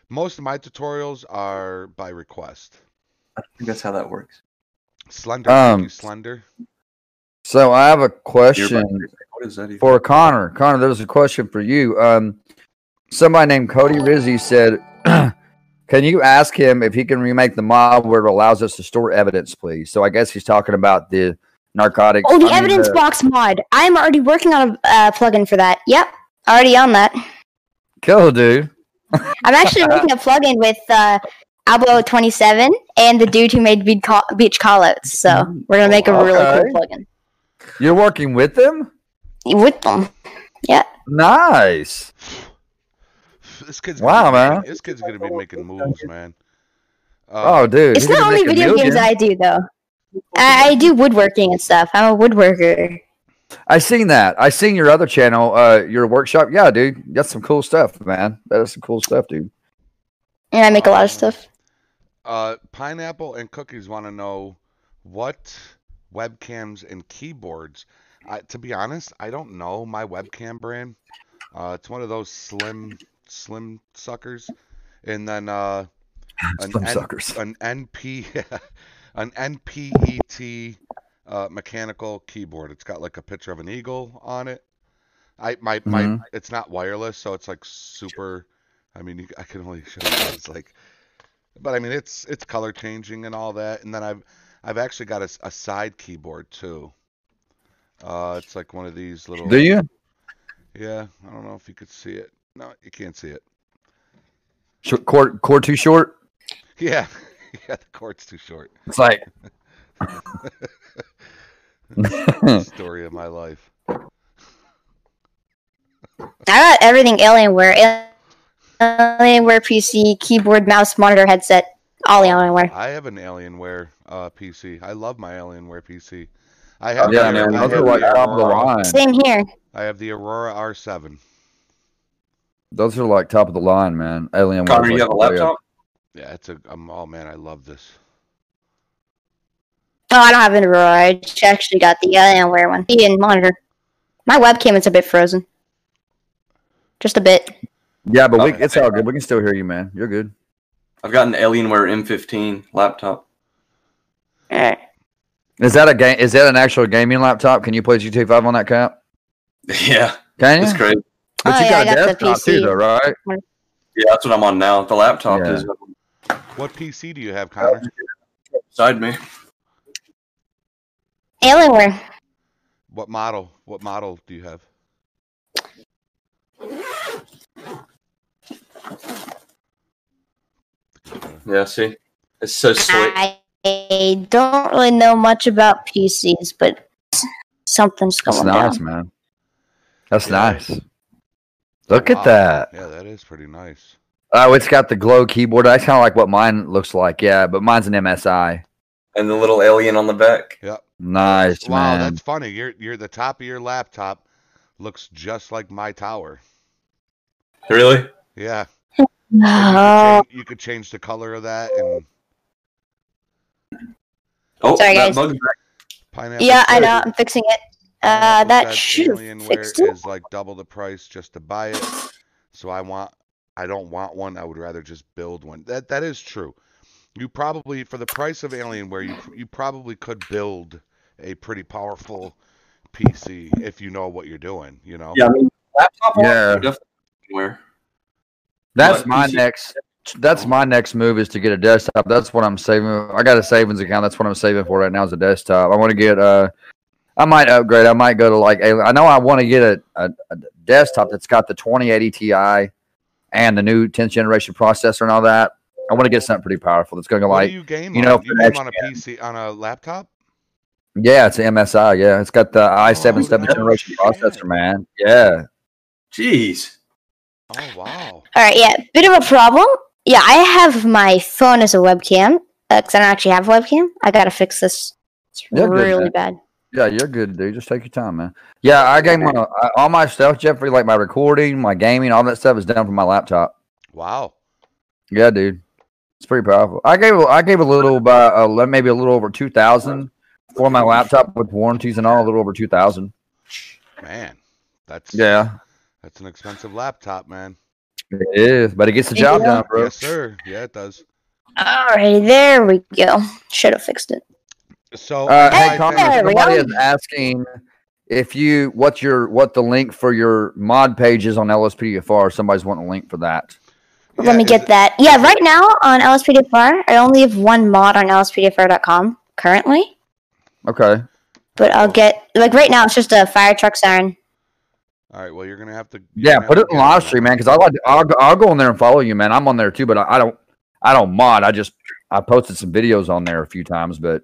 Most of my tutorials are by request. I think that's how that works. Slender, thank you, Um, Slender. (sighs) So I have a question What is that? Even? for Connor. Connor, there's a question for you. Um, somebody named Cody Rizzi said, (clears throat) "Can you ask him if he can remake the mob where it allows us to store evidence, please?" So I guess he's talking about the narcotics. Oh, the I mean, evidence uh, box mod. I'm already working on a uh, plugin for that. Yep, already on that. Cool, dude. I'm (laughs) actually making a plugin with uh, Albo27 and the dude who made Beach, call- beach Callouts. So we're gonna make a really Oh, Okay. cool plugin You're working with them. with them. Nice. This kid's gonna be Wow, making- man. This kid's gonna be making moves, man. Uh, Oh, dude. It's he's not gonna only make a video games million. I do though. I, I do woodworking and stuff. I'm a woodworker. I seen that. I seen your other channel, uh, your workshop. Yeah, dude, that's some cool stuff, man. That is some cool stuff, dude. And I make a lot of stuff. uh, Pineapple and Cookies want to know what webcams and keyboards. I, to be honest, I don't know my webcam brand. Uh, it's one of those slim, slim suckers, and then uh, an Some N- suckers. an NP, (laughs) an NPET uh, mechanical keyboard. It's got like a picture of an eagle on it. I my my Mhm. it's not wireless, so it's like super. I mean, you, I can only (laughs) show you what it's like, but I mean it's it's color changing and all that. And then I've I've actually got a, s- a side keyboard too. Uh, it's like one of these little. Do you? Yeah, I don't know if you could see it. No, you can't see it. (laughs) Short, core, core too short. Yeah, (laughs) yeah, the cord's too short. (laughs) It's like Story of my life. I got everything Alienware, Alienware PC, keyboard, mouse, monitor, headset, all Alienware. I have an Alienware uh, PC. I love my Alienware PC. I have Oh, yeah, the, man. I Those have are like the top of the Aurora, line. Same here. I have the Aurora R7. Those are like top of the line, man. Alien. oh, Connor, you have a laptop? Yeah, it's a. I'm, oh man, I love this. No, Oh, I don't have an Aurora. I j- actually got the Alienware one. He didn't monitor. My webcam is a bit frozen. Just a bit. Yeah, but we, Okay. it's all good. We can still hear you, man. You're good. I've got an Alienware M15 laptop. Alright. Is that a game? Is that an actual gaming laptop? Can you play GTA Five on that cap? (laughs) Yeah, Can it's you? great. But Oh, you yeah, got I a got the desktop too, PC. though, right? Yeah, that's what I'm on now. The laptop Yeah. is What PC do you have, Connor? beside me. Alienware. What model? What model do you have? Yeah, see, it's so slick. I I don't really know much about PCs, but something's That's going nice, down. man. That's Yeah. nice. Look Wow. at that. Yeah, that is pretty nice. Oh, it's got the glow keyboard. That's kind of like what mine looks like. Yeah, but mine's an MSI. And the little alien on the back. Nice, Wow, man. that's funny. Your your the top of your laptop looks just like my tower. Really? Yeah. Oh, Uh, You could change, you could change the color of that and Oh, Sorry, that guys. bug's back. pineapple. yeah, I Express. know. I'm fixing it. Uh, Pineapple that Fest should have Alienware fixed it. is like double the price just to buy it. So I want, I don't want one. I would rather just build one. That that is true. You probably for the price of Alienware, you you probably could build a pretty powerful PC if you know what you're doing. You know. Yeah, I mean, laptop. on, Yeah. definitely Alienware. That's But my PC next. That's my next move is to get a desktop. That's what I'm saving. I got a savings account. That's what I'm saving for right now is a desktop. I want to get. Uh, I might upgrade. I might go to like a- I know I want to get a, a, a desktop that's got the 2080 Ti and the new 10th generation processor and all that. I want to get something pretty powerful that's going to What like do you game you know, on? for You the game next on a PC on a laptop? yeah, it's an MSI. Yeah, it's got the i7 Oh, seventh no generation shit. processor, man. Yeah, Jeez. Oh wow. All right, yeah, bit of a problem. Yeah, I have my phone as a webcam because I don't actually have a webcam. I gotta fix this. It's You're good, really man. bad. yeah, you're good, dude. Just take your time, man. Yeah, I game on I, all my stuff, Jeffrey. Like my recording, my gaming, all that stuff is done from my laptop. Wow. Yeah, dude, it's pretty powerful. I gave I gave a little by uh, le- maybe a little over two thousand for my laptop with warranties and all, a little over two thousand. Man. That's Yeah, that's an expensive laptop, man. it is, but it gets the job done, bro. Yes, sir. Yeah, it does. All right, there we go. Should have fixed it. So Uh, hey, Hey, Connor, there we somebody go. is asking if you what your what the link for your mod page is on LSPDFR. Somebody's wanting a link for that. Let me get that. that. Yeah, right now on LSPDFR, I only have one mod on LSPDFR.com currently, Okay, but I'll get like right now it's just a fire truck siren. All right. Well, you're gonna have to. you're yeah, gonna put have it to in get live that. stream, man, because I like to- I'll, go- I'll go in there and follow you, man. I'm on there too, but I, I don't I don't mod. I just I posted some videos on there a few times, but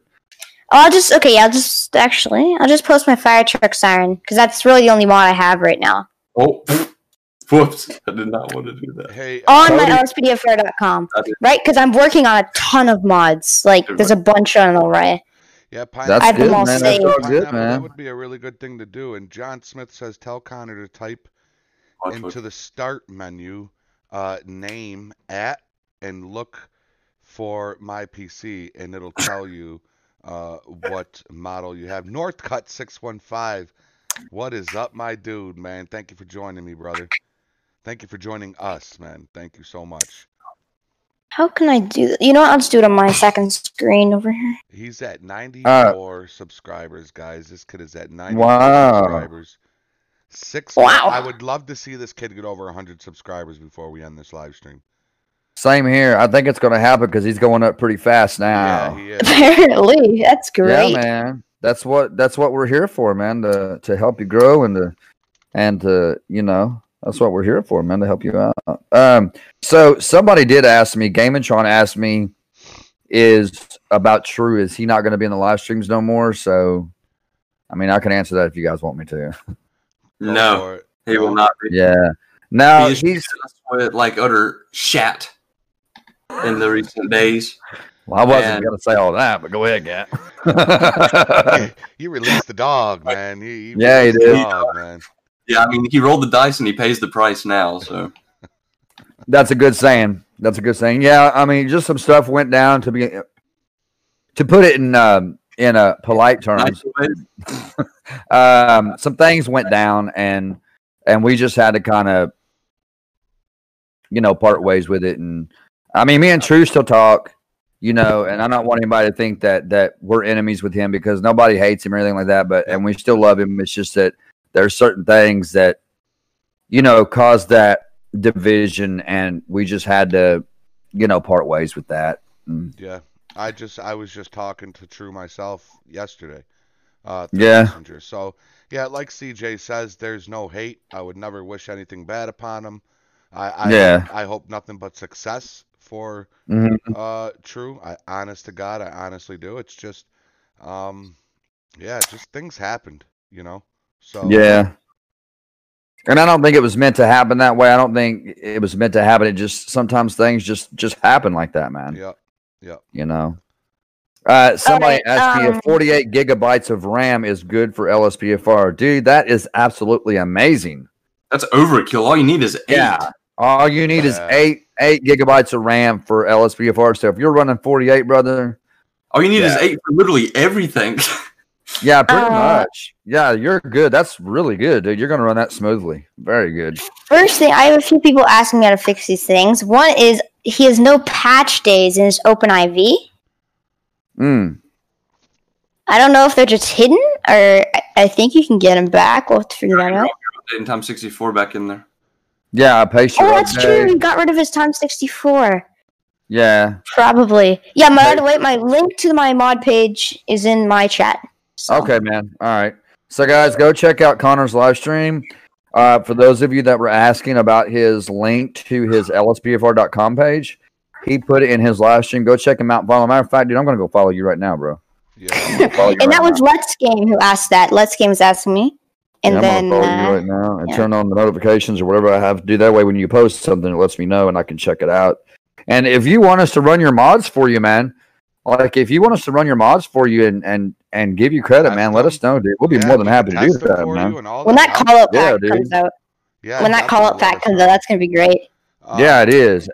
Oh, I'll just okay. Yeah, I'll just actually I'll just post my fire truck siren because that's really the only mod I have right now Oh, (laughs) whoops. I did not want to do that. Hey, uh, on my Cody- LSPDFR.com. I did- Right, because I'm working on a ton of mods. Like, there's a bunch on the array. yeah, That's I've pineapple- them all good, man. That's saved. all pineapple, good, That man. would be a really good thing to do. And John Smith says, tell Connor to type Watch what- into the start menu, uh, name at, and look for my PC, and it'll tell you, uh, what model you have. Northcut six one five. What is up, my dude, man? Thank you for joining me, brother. Thank you for joining us, man. Thank you so much. How can I do that? You know what? I'll just do it on my second screen over here. (laughs) He's at 94 Uh, subscribers, guys. This kid is at 94 Wow. subscribers. Six. Wow. I would love to see this kid get over 100 subscribers before we end this live stream. Same here. I think it's going to happen because he's going up pretty fast now. Yeah, he (laughs) is. Apparently, that's great. Yeah, man. That's what that's what we're here for, man. To to help you grow and to and to you know that's what we're here for, man. To help you out. Um. So somebody did ask me. Gamentron asked me, is about True. Is he not going to be in the live streams no more? So, I mean, I can answer that if you guys want me to. Go No, for it. he will not be. Yeah. No, he has he's. treated us with like utter shat in the recent days. Well, I wasn't Man. going to say all that, but go ahead, (laughs) Gat. Hey, you released the dog, man. You, you Yeah, he released the did. dog, man. Yeah, I mean, he rolled the dice and he pays the price now. So That's a good saying. That's a good saying. Yeah, I mean, just some stuff went down to be to put it in um, in a polite terms. nice way to Um, some things went down, and and we just had to kind of you know part ways with it. And I mean, me and True still talk, you know, and I don't want anybody to think that that we're enemies with him because nobody hates him or anything like that. But and we still love him. It's just that there's certain things that you know cause that division and we just had to you know part ways with that Mm. Yeah. I just I was just talking to True myself yesterday. Uh, through yeah Messenger. So, yeah, like CJ says, there's no hate. I would never wish anything bad upon him. I, I, Yeah. I hope nothing but success for Mhm. Uh, true. I honest to God, I honestly do. It's just, um, yeah, just things happened, you know. So yeah and i don't think it was meant to happen that way i don't think it was meant to happen it just sometimes things just just happen like that man yeah, you know uh somebody right, asked me um, if 48 gigabytes of ram is good for lspfr dude that is absolutely amazing That's overkill. All you need is eight. Yeah. All you need is Yeah. eight eight gigabytes of RAM for LSPFR stuff. If you're running 48, brother, All you need is Yeah. eight for literally everything. (laughs) yeah, pretty Uh, much. Yeah, you're good. That's really good, dude. You're gonna run that smoothly. Very good. First thing, I have a few people asking me how to fix these things. One is he has no patch days in his open IV. Mm. I don't know if they're just hidden or I, I think you can get them back. We'll have to figure that out. in time 64 back in there. Yeah, I paced you. Oh, right that's there. true. He got rid of his time 64. Yeah. Probably. Yeah, my, by Right. the way, my link to my mod page is in my chat. So. (laughs) Okay, man. All right. So, guys, go check out Connor's live stream. Uh, for those of you that were asking about his link to his lspfr.com page, he put it in his live stream. Go check him out. and Follow. Matter of fact, dude, I'm gonna go follow you right now, bro. Yeah. Follow you And that right was Let's Game who asked that. Let's Game was asking me. now. And Yeah, I'm then gonna follow uh, you right now and yeah. turn on the notifications or whatever I have to do. That way, when you post something, it lets me know and I can check it out. And if you want us to run your mods for you, man, like if you want us to run your mods for you and and and give you credit, I've man, let done- us know, dude. We'll be Yeah, more than we can happy to do test them that, for man. you and all when that I'll- call out Yeah, pack dude. comes out, yeah, when that call definitely let out pack us comes know. out, that's gonna be great. Uh, yeah, it is.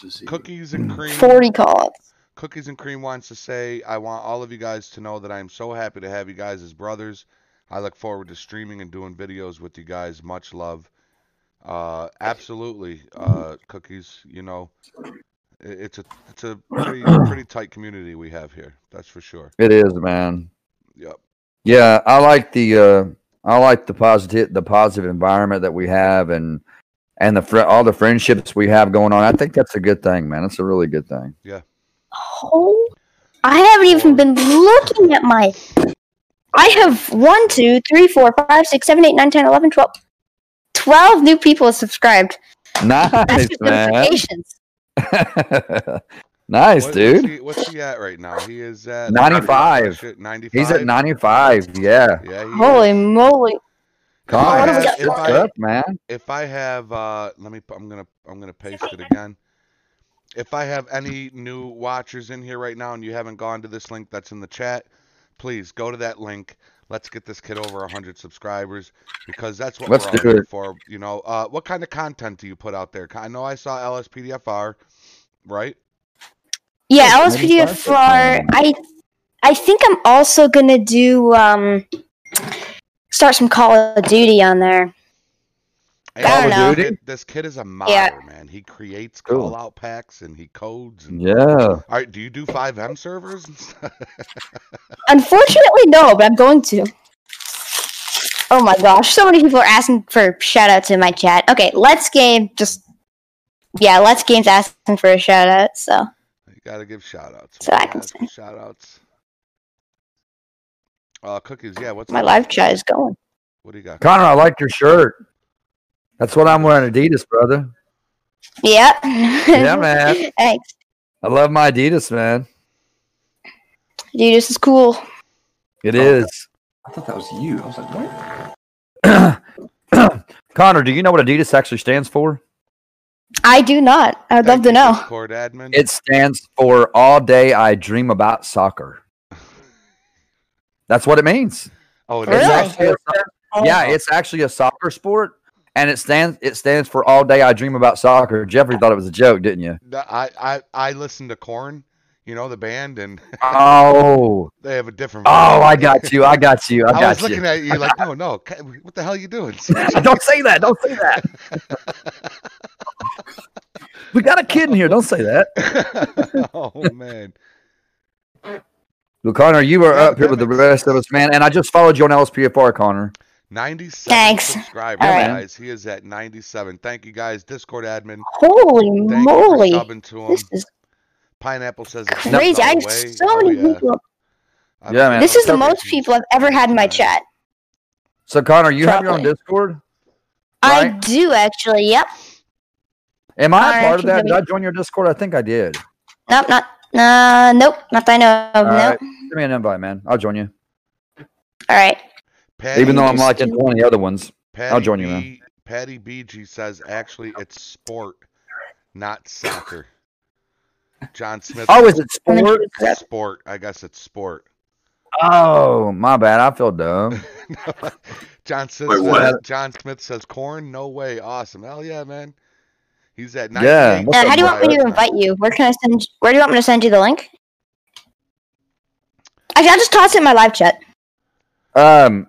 to see. Cookies (clears throat) and cream. Forty call outs. Cookies and Cream wants to say, I want all of you guys to know that I'm so happy to have you guys as brothers. I look forward to streaming and doing videos with you guys. Much love. Uh, absolutely, uh, Cookies. You know, i- it's a it's a pretty, pretty tight community we have here. That's for sure. It is, man. Yep. Yeah, I like the uh, I like the positive the positive environment that we have and and the fr- all the friendships we have going on. I think that's a good thing, man. That's a really good (laughs) thing. Oh, I haven't even been looking at my. I have one, two, three, four, five, six, seven, eight, nine, ten, eleven, twelve. Twelve new people subscribed. Nice, That's just man. notifications. What- nice, (laughs) What's dude. he, what's he at right now? He is at 95. Ninety five. He's at ninety five. Yeah, Yeah. He Holy is. moly! I God, have- that's good if I- stuff, man. if I have uh let me I'm going to I'm going to paste it again. If I have any new watchers in here right now and you haven't gone to this link that's in the chat, please go to that link. Let's get this kid over 100 subscribers because that's what Let's we're do all here it. for, you know. Uh what kind of content do you put out there? I know I saw LSPDFR, right? Yeah, Yeah, LSPDFR. 95 subscribers. I, I think I'm also gonna do um, start some Call of Duty on there. Call of this Duty? kid- This kid is a modder, man. He creates Cool. call out packs and he codes and Yeah, All right, do you do 5M servers? and stuff? Unfortunately, no, but I'm going to. Oh my gosh, so many people are asking for shout outs in my chat. Okay, let's game just yeah, let's game's asking for a shout out. So You gotta give shout outs. So I can say. shout outs. Uh, cookies, yeah, what's my up? live chat is going. What do you got? Connor, I like your shirt. That's what I'm wearing, Adidas, brother. Yep. (laughs) Yeah, man. Thanks, I love my Adidas, man. dude. This is cool. It Oh, is. I thought that was you. I was like, what? Connor, do you know what Adidas actually stands for? I do not. I would Thank love to you, know. Discord admin. It stands for All Day I Dream About Soccer. That's what it means. oh, it Really? is. It's actually a so- yeah, it's actually a soccer sport, and it stands it stands for All Day I Dream About Soccer. Jeffrey thought it was a joke, didn't you? No, I, I, I listen to Korn, you know, the band, and (laughs) Oh, they have a different. oh, version. I got you, I got you, I I was got looking you. at you like, no, no, ca- what the hell are you doing? (laughs) (laughs) Don't say that. Don't say that. We got a kid in here. Don't say that. oh man, Well, Connor, you are Yeah, up that here with the makes rest of us, man. And I just followed you on LSPFR, Connor. ninety-seven Thanks. subscribers, All right. guys. He is at ninety-seven. Thank you, guys. Discord admin, Holy thank moly! you for subbing to him. This is Pineapple says it's not crazy. I going have away. so Oh, many yeah. people. I don't Yeah, man. know This is That's the if most he's- people I've ever had in my chat. So, Connor, you have your own Probably. Discord. I Right. do actually. Yep. Am I a Connor, part of can that? Did you- I join your Discord? I think I did. Nope. Not. Uh, nope. Not that I know of. All right. nope. Give me an invite, man. I'll join you. All right. Uh, Patty Even though I'm B- like in 20 other ones. Patty join you, B, man. Patty BG says actually it's sport, not soccer. John Smith. Oh, is it And then sport? she was says up. sport? I guess it's sport. (laughs) Oh, my bad. I feel dumb. John Smith. Wait, says, what? John Smith says corn. No way. Awesome. Hell yeah, man. He's at Yeah, 98. what's Uh, how do you want me to invite you? Where can I send? Where do you want me to send you the link? Actually, I'll just toss it in my live chat. Um,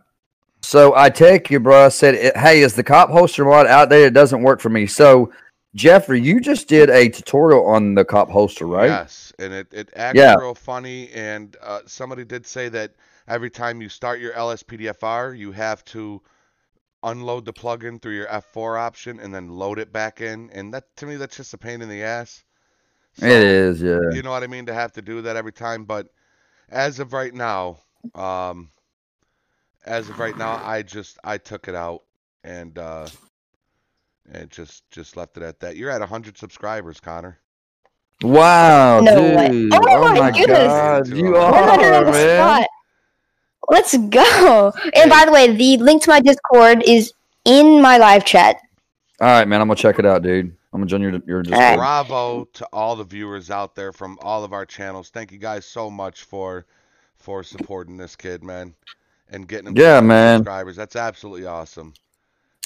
so I take you, bro. I said, eh, hey, is the cop holster mod out there? It doesn't work for me. So, Jeffrey, you just did a tutorial on the cop holster, right? Yes, and it, it acts Yeah. real funny. And uh, somebody did say that every time you start your LSPDFR, you have to unload the plugin through your F4 option and then load it back in. And that to me, that's just a pain in the ass. So, It is, yeah. You know what I mean? To have to do that every time. But as of right now, um, as of right now, I just I took it out and uh and just just left it at that. You're at 100 subscribers, Connor. Wow, No way. dude! Oh Oh my my goodness. god, you We're We're not are on the man. spot. Let's go. And by the way, the link to my Discord is in my live chat. All right, man. I'm gonna check it out, dude. I'm gonna join your your Discord. Alright. Bravo to all the viewers out there from all of our channels. Thank you guys so much for for supporting this kid, man, and getting him to Yeah, 100 man. subscribers. That's absolutely awesome.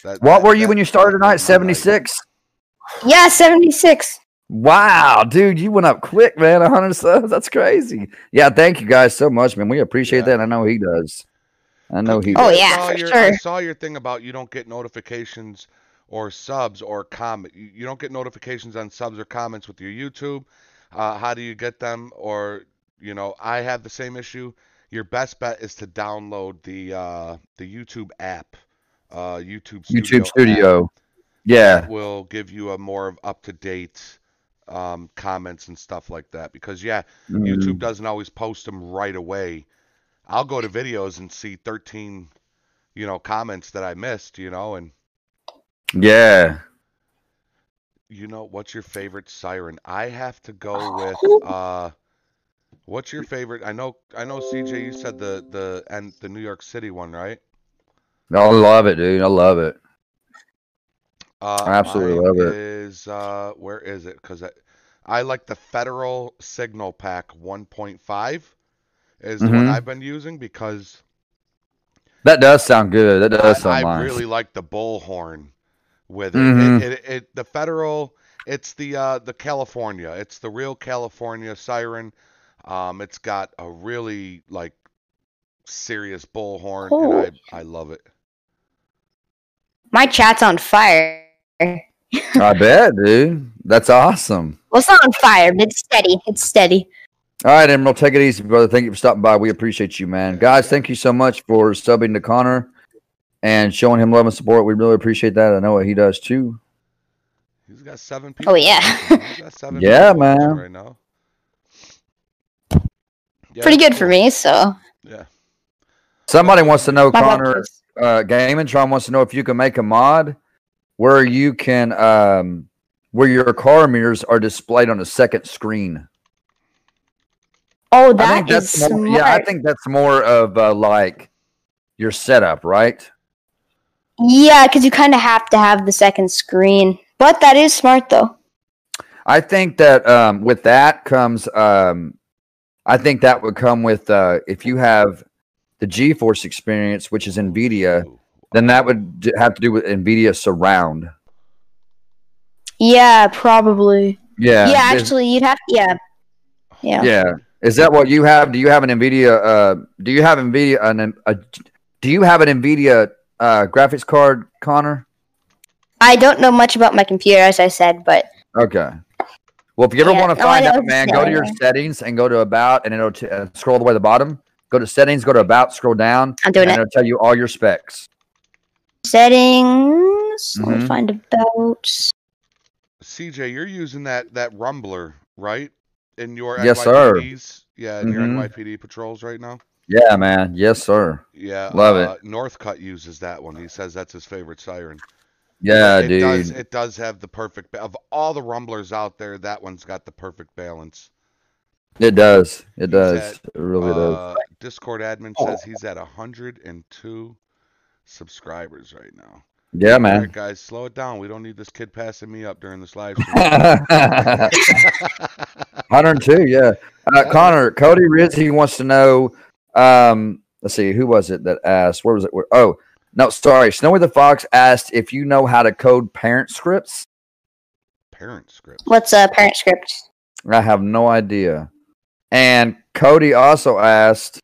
That, What that- were you that- when you started that tonight? blew my mind. 76. Yeah, 76. Wow, dude, you went up quick, man. 100 subs. That's crazy. Yeah, thank you guys so much, man. We appreciate Yeah. that. I know he does. I know he Cookie, Oh, I does. yeah, saw for your, I sure. saw your thing about you don't get notifications or subs or comment. You, you don't get notifications on subs or comments with your YouTube. Uh, how do you get them? Or you know, I have the same issue. Your best bet is to download the uh, the YouTube app, uh, YouTube Studio. YouTube app. Studio. Yeah. That will give you a more of up to date um, comments and stuff like that. Because yeah, YouTube Mm. doesn't always post them right away. I'll go to videos and see 13, you know, comments that I missed, you know, and Yeah. you know, what's your favorite siren? I have to go with (laughs) uh what's your favorite? I know I know CJ you said the the and the New York City one, right? I love it, dude. I love it. Uh I absolutely mine love it. Is uh where is it? Cuz I, I like the Federal Signal Pack 1.5 is the one Mhm. I've been using because That does sound good. That does I, sound I nice. really like the bullhorn with it. Mhm. It, it, it. The federal, it's the uh, the California. It's the real California siren. Um, it's got a really like serious bullhorn, and I I love it. My chat's on fire. I bet, dude. That's awesome. Well, it's not on fire, but it's steady. It's steady. All right, Emerald, take it easy, brother. Thank you for stopping by. We appreciate you, man. Guys, thank you so much for subbing to Connor and showing him love and support. We really appreciate that. I know what he does too. He's got seven people. Oh, yeah. watching. He's (laughs) got seven Yeah, people watching man. Right now. Yeah, Pretty that's good for cool. me, so. Yeah. Somebody wants to know, My mom Connor, is- uh, Gamentron wants to know if you can make a mod where you can um, where your car mirrors are displayed on a second screen. Oh, I that think is that's smart. more, yeah. I think that's more of uh, like your setup, right? Yeah, because you kind of have to have the second screen. But that is smart, though. I think that um, with that comes, um, I think that would come with uh, if you have the GeForce experience, which is NVIDIA, Ooh. then that would d- have to do with NVIDIA surround. Yeah, probably. Yeah, yeah, is- actually, you'd have. Yeah. Yeah. yeah. Is that what you have? Do you have an NVIDIA? Uh, do you have NVIDIA? An, a, do you have an NVIDIA uh, graphics card, Connor? I don't know much about my computer, as I said, but Okay. Well, if you ever Yeah. want to Oh, I find know out, it's man, go to your there. settings and go to about, and it'll t- uh, scroll all the way to the bottom. Go to settings, go to about, scroll down, I'm doing and it. it'll tell you all your specs. Settings. Let me Mhm. find about. CJ, you're using that that Rumbler, right? In your Yes, sir. NYPD's, yeah, in your Mhm. NYPD patrols right now. Yeah, man. Yes, sir. Yeah, Love it. uh, Northcutt uses that one. He says that's his favorite siren. Yeah, it dude. does. It does have the perfect ba- of all the rumblers out there. That one's got the perfect balance. It does. It He's does. It really does. Uh, Discord admin says he's at 102 subscribers right now. Yeah, All man. right, guys, slow it down. We don't need this kid passing me up during this live (laughs) stream. (laughs) 102, yeah. Uh, Connor, Cody Rizzi wants to know. Um, let's see, who was it that asked? Where was it? Where, oh, no, sorry. Snowy the Fox asked if you know how to code parent scripts. Parent script. What's a parent script? I have no idea. And Cody also asked,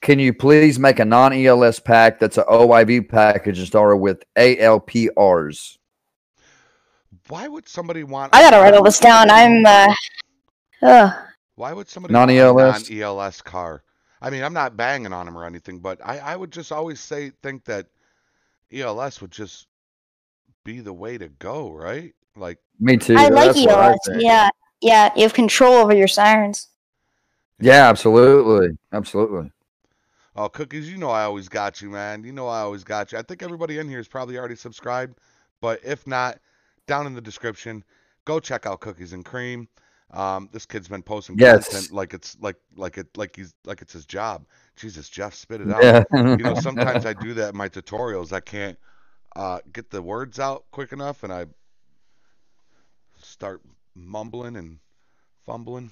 can you please make a non ELS pack that's an OIV package and started with ALPRs? Why would somebody want? I a gotta write all non- this down. I'm. uh Ugh. Why would somebody want a Non-ELS? non-ELS car? I mean, I'm not banging on him or anything, but I, I would just always say think that ELS would just be the way to go, right? Like, Me too. I like That's what I ELS. think. yeah, yeah. You have control over your sirens. Yeah, absolutely. Absolutely. Oh, cookies, you know I always got you, man. You know I always got you. I think everybody in here is probably already subscribed, but if not, down in the description, go check out Cookies and Cream. Um, this kid's been posting Yes. content like it's like like it like he's like it's his job. Jesus, Jeff, spit it out. Yeah. You (laughs) know, sometimes I do that in my tutorials. I can't uh, get the words out quick enough, and I start mumbling and fumbling.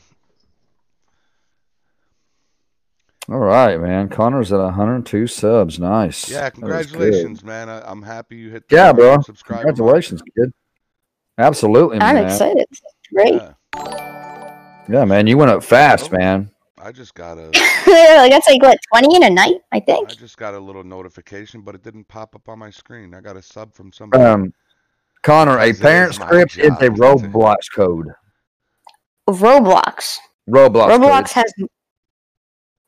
All right, man. Connor's at 102 subs. Nice. Yeah, That was good. congratulations, man. I, I'm happy you hit. the Yeah, bro. Subscribe. Congratulations, kid. Absolutely, I'm man. excited. Great. Yeah, Yeah, man. You went up fast, man. I just got a. (laughs) like that's like what twenty in a night, I think. I just got a little notification, but it didn't pop up on my screen. I got a sub from somebody. Um, Connor, a Because it parent is my script is job, isn't a it? Roblox code. Roblox. Roblox. Roblox Code. has.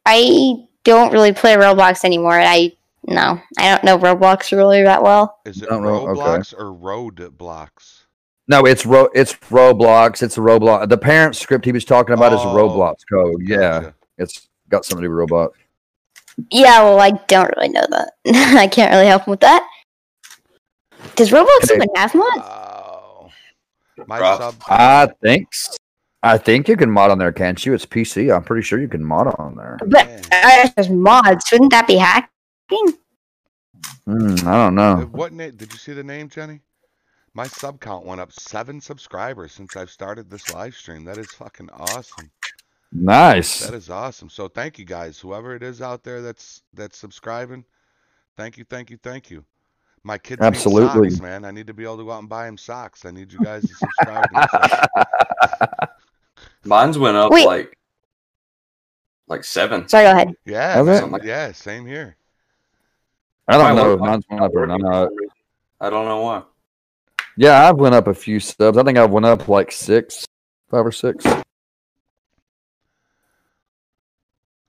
I don't really play Roblox anymore. and I no, I don't know Roblox really that well. Is it don't know, okay. Roblox or Road Blocks? No, it's Ro- it's Roblox. It's a Roblox. The parent script he was talking about is a Oh, Roblox code. Yeah, Gotcha. it's got something to do with Roblox. Yeah, well, I don't really know that. (laughs) I can't really help him with that. Does Roblox Okay. even have mods? Uh, Wow. My Rough. sub. I think s- I think you can mod on there, can't you? It's PC. I'm pretty sure you can mod on there. Man. But uh, there's mods. Shouldn't that be hacking? Hmm, I don't Uh, know. What name? Did you see the name, Jenny? My sub count went up seven subscribers since I've started this live stream. That is fucking awesome. Nice. That is awesome. So thank you guys, whoever it is out there that's that's subscribing. Thank you, thank you, thank you. My kids Absolutely. need socks, man. I need to be able to go out and buy them socks. I need you guys to subscribe. to me. So- (laughs) Mine's went up Wait. like like seven. Sorry, go ahead. yeah, Okay. man, yeah, same here. I My don't know if Roblox mine's went up or not. I don't know why. Yeah, I've went up a few subs. I think I've went up like six, five or six.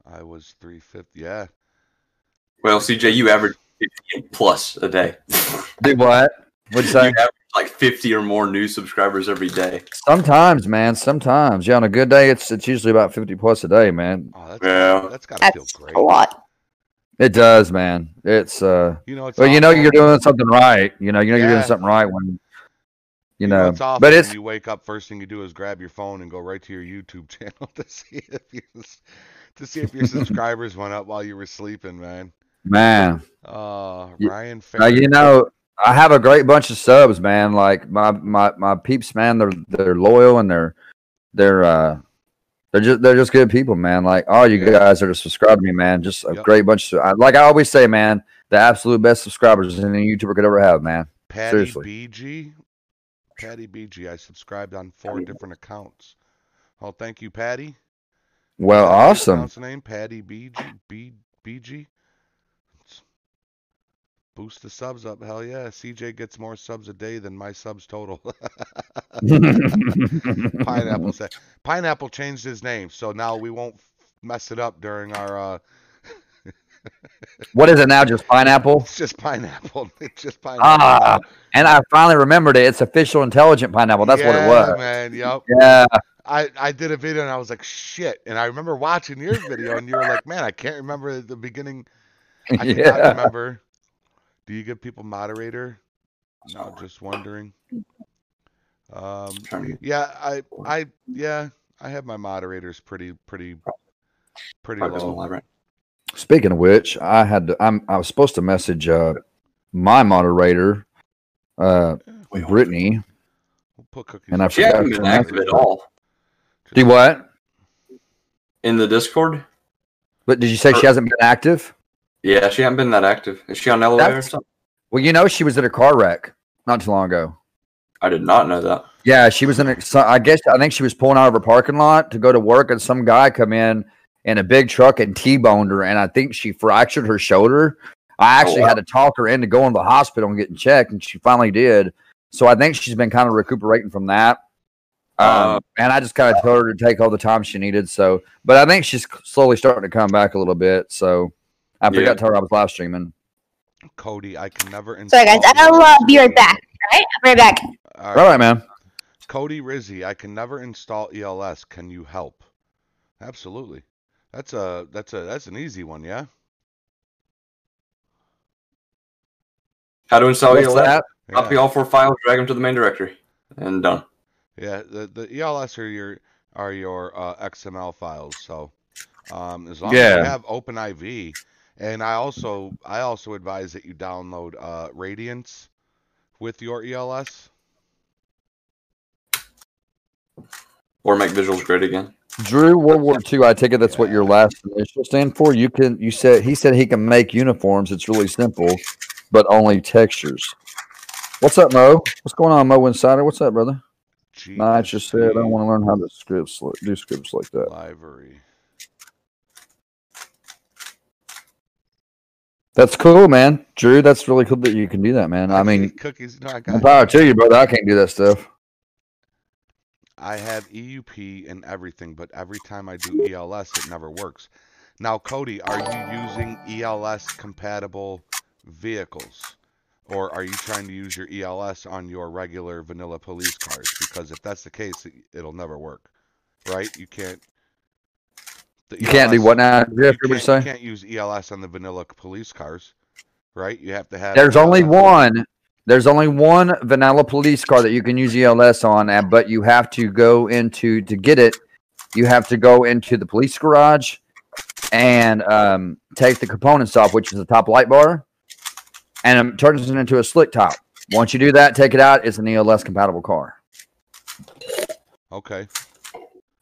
I was three fifty. Yeah, Well, CJ, you average 50 plus a day. (laughs) Do what? What'd you you say? average like 50 or more new subscribers every day. Sometimes, man. Sometimes. Yeah, on a good day, it's it's usually about fifty plus a day, man. oh, that's Yeah. that's gotta feel That's great. a lot. It does, man. It's uh. You know, it's Well, you know awful. you're doing something right. You know, you know you're Yeah. doing something right when you know. it's awful but when it's you wake up first thing you do is grab your phone and go right to your YouTube (laughs) channel to see if you, to see (laughs) if your subscribers went up while you were sleeping, man. man. Uh, Ye- Ryan Fair. Now, you know, I have a great bunch of subs, man. Like my my my peeps, man. They're they're loyal and they're they're uh they're just they're just good people, man. Like all you Yeah. guys that are subscribed to me, man. Just a Yep. great bunch. Of, I, like I always say, man, the absolute best subscribers any YouTuber could ever have, man. Patty seriously. BG. Patty BG. I subscribed on four different accounts. Oh, thank you, Patty. Well, Is that how you Oh, awesome. pronounce the name Patty BG. B, BG. It's- Boost the subs up. Hell yeah. CJ gets more subs a day than my subs total. (laughs) Pineapple said Pineapple changed his name, so now we won't f- mess it up during our uh (laughs) (laughs) What is it now? Just pineapple. it's just pineapple. (laughs) It's just pineapple. Ah, now. and I finally remembered it. It's official intelligent pineapple. That's what Yeah, it was. Man, yep. Yeah, I, I did a video and I was like, shit. And I remember watching your video and you were like, man, I can't remember the beginning. (laughs) I cannot yeah. remember. Do you give people moderator? No, just wondering. Um, yeah, I I yeah, I have my moderators pretty pretty pretty Probably doesn't low. elaborate. Speaking of which, I had to, I'm I was supposed to message uh my moderator, uh Eh. Wait, Brittany, We'll put cookies and I up. She forgot. hasn't been to message active at her. all Do what? in the Discord. But did you say she hasn't been active? Yeah, she hasn't been that active. Is she on elevator or That's- something? Well, you know she was at a car wreck not too long ago. I did not know that. Yeah, she was in. A, so I guess I think she was pulling out of her parking lot to go to work, and some guy come in in a big truck and t-boned her, and I think she fractured her shoulder. I actually Oh, wow. had to talk her into going to the hospital and getting checked, and she finally did. So I think she's been kind of recuperating from that. Um, Uh, and I just kind of told her to take all the time she needed. So, but I think she's slowly starting to come back a little bit. So I forgot Yeah. to tell her I was live streaming. Cody, I can never E Sorry, guys. insult I'll you. uh, be right back. All right, I'll be right back. All All right. right, man. Cody Rizzi, I can never install E ELS. Can you help? Absolutely. That's a that's a that's an easy one, yeah. How to install What's ELF? that? Copy Yeah, all four files, drag them to the main directory, and done. yeah, the, the ELS are your are your uh, XML files. So um, as long as you Yeah. have OpenIV, and I also I also advise that you download uh, Radiance with your E ELS. Or make visuals great again. Drew, World War II. I take it that's what your Yeah. last initial stand for. You can. You said he said he can make uniforms. It's really simple, but only textures. What's up, Mo? What's going on, Mo Insider? What's up, brother? Nah, I just said I GSC want to learn how to scripts li- do scripts like that. library. That's cool, man. Drew, that's really cool that you can do that, man. I mean, cookies. No, I got I'm power to you, brother. I can't do that stuff. I have E EUP and everything, but every time I do ELS, it never works. Now, Cody, are you using ELS compatible vehicles? Or are you trying to use your ELS on your regular vanilla police cars? Because if that's the case, it- it'll never work. Right? You can't. the You can't do ELS what now? Did you You hear what can't, you you say? can't use ELS on the vanilla police cars, right? You have E to have. There's only ELS. one. There's only one vanilla police car that you can use ELS on, and- but you have to go into to get it. You have to go into the police garage and um, take the components off, which is the top light bar, and it turns it into a slick top. Once you do that, take it out. It's an ELS compatible car. Okay.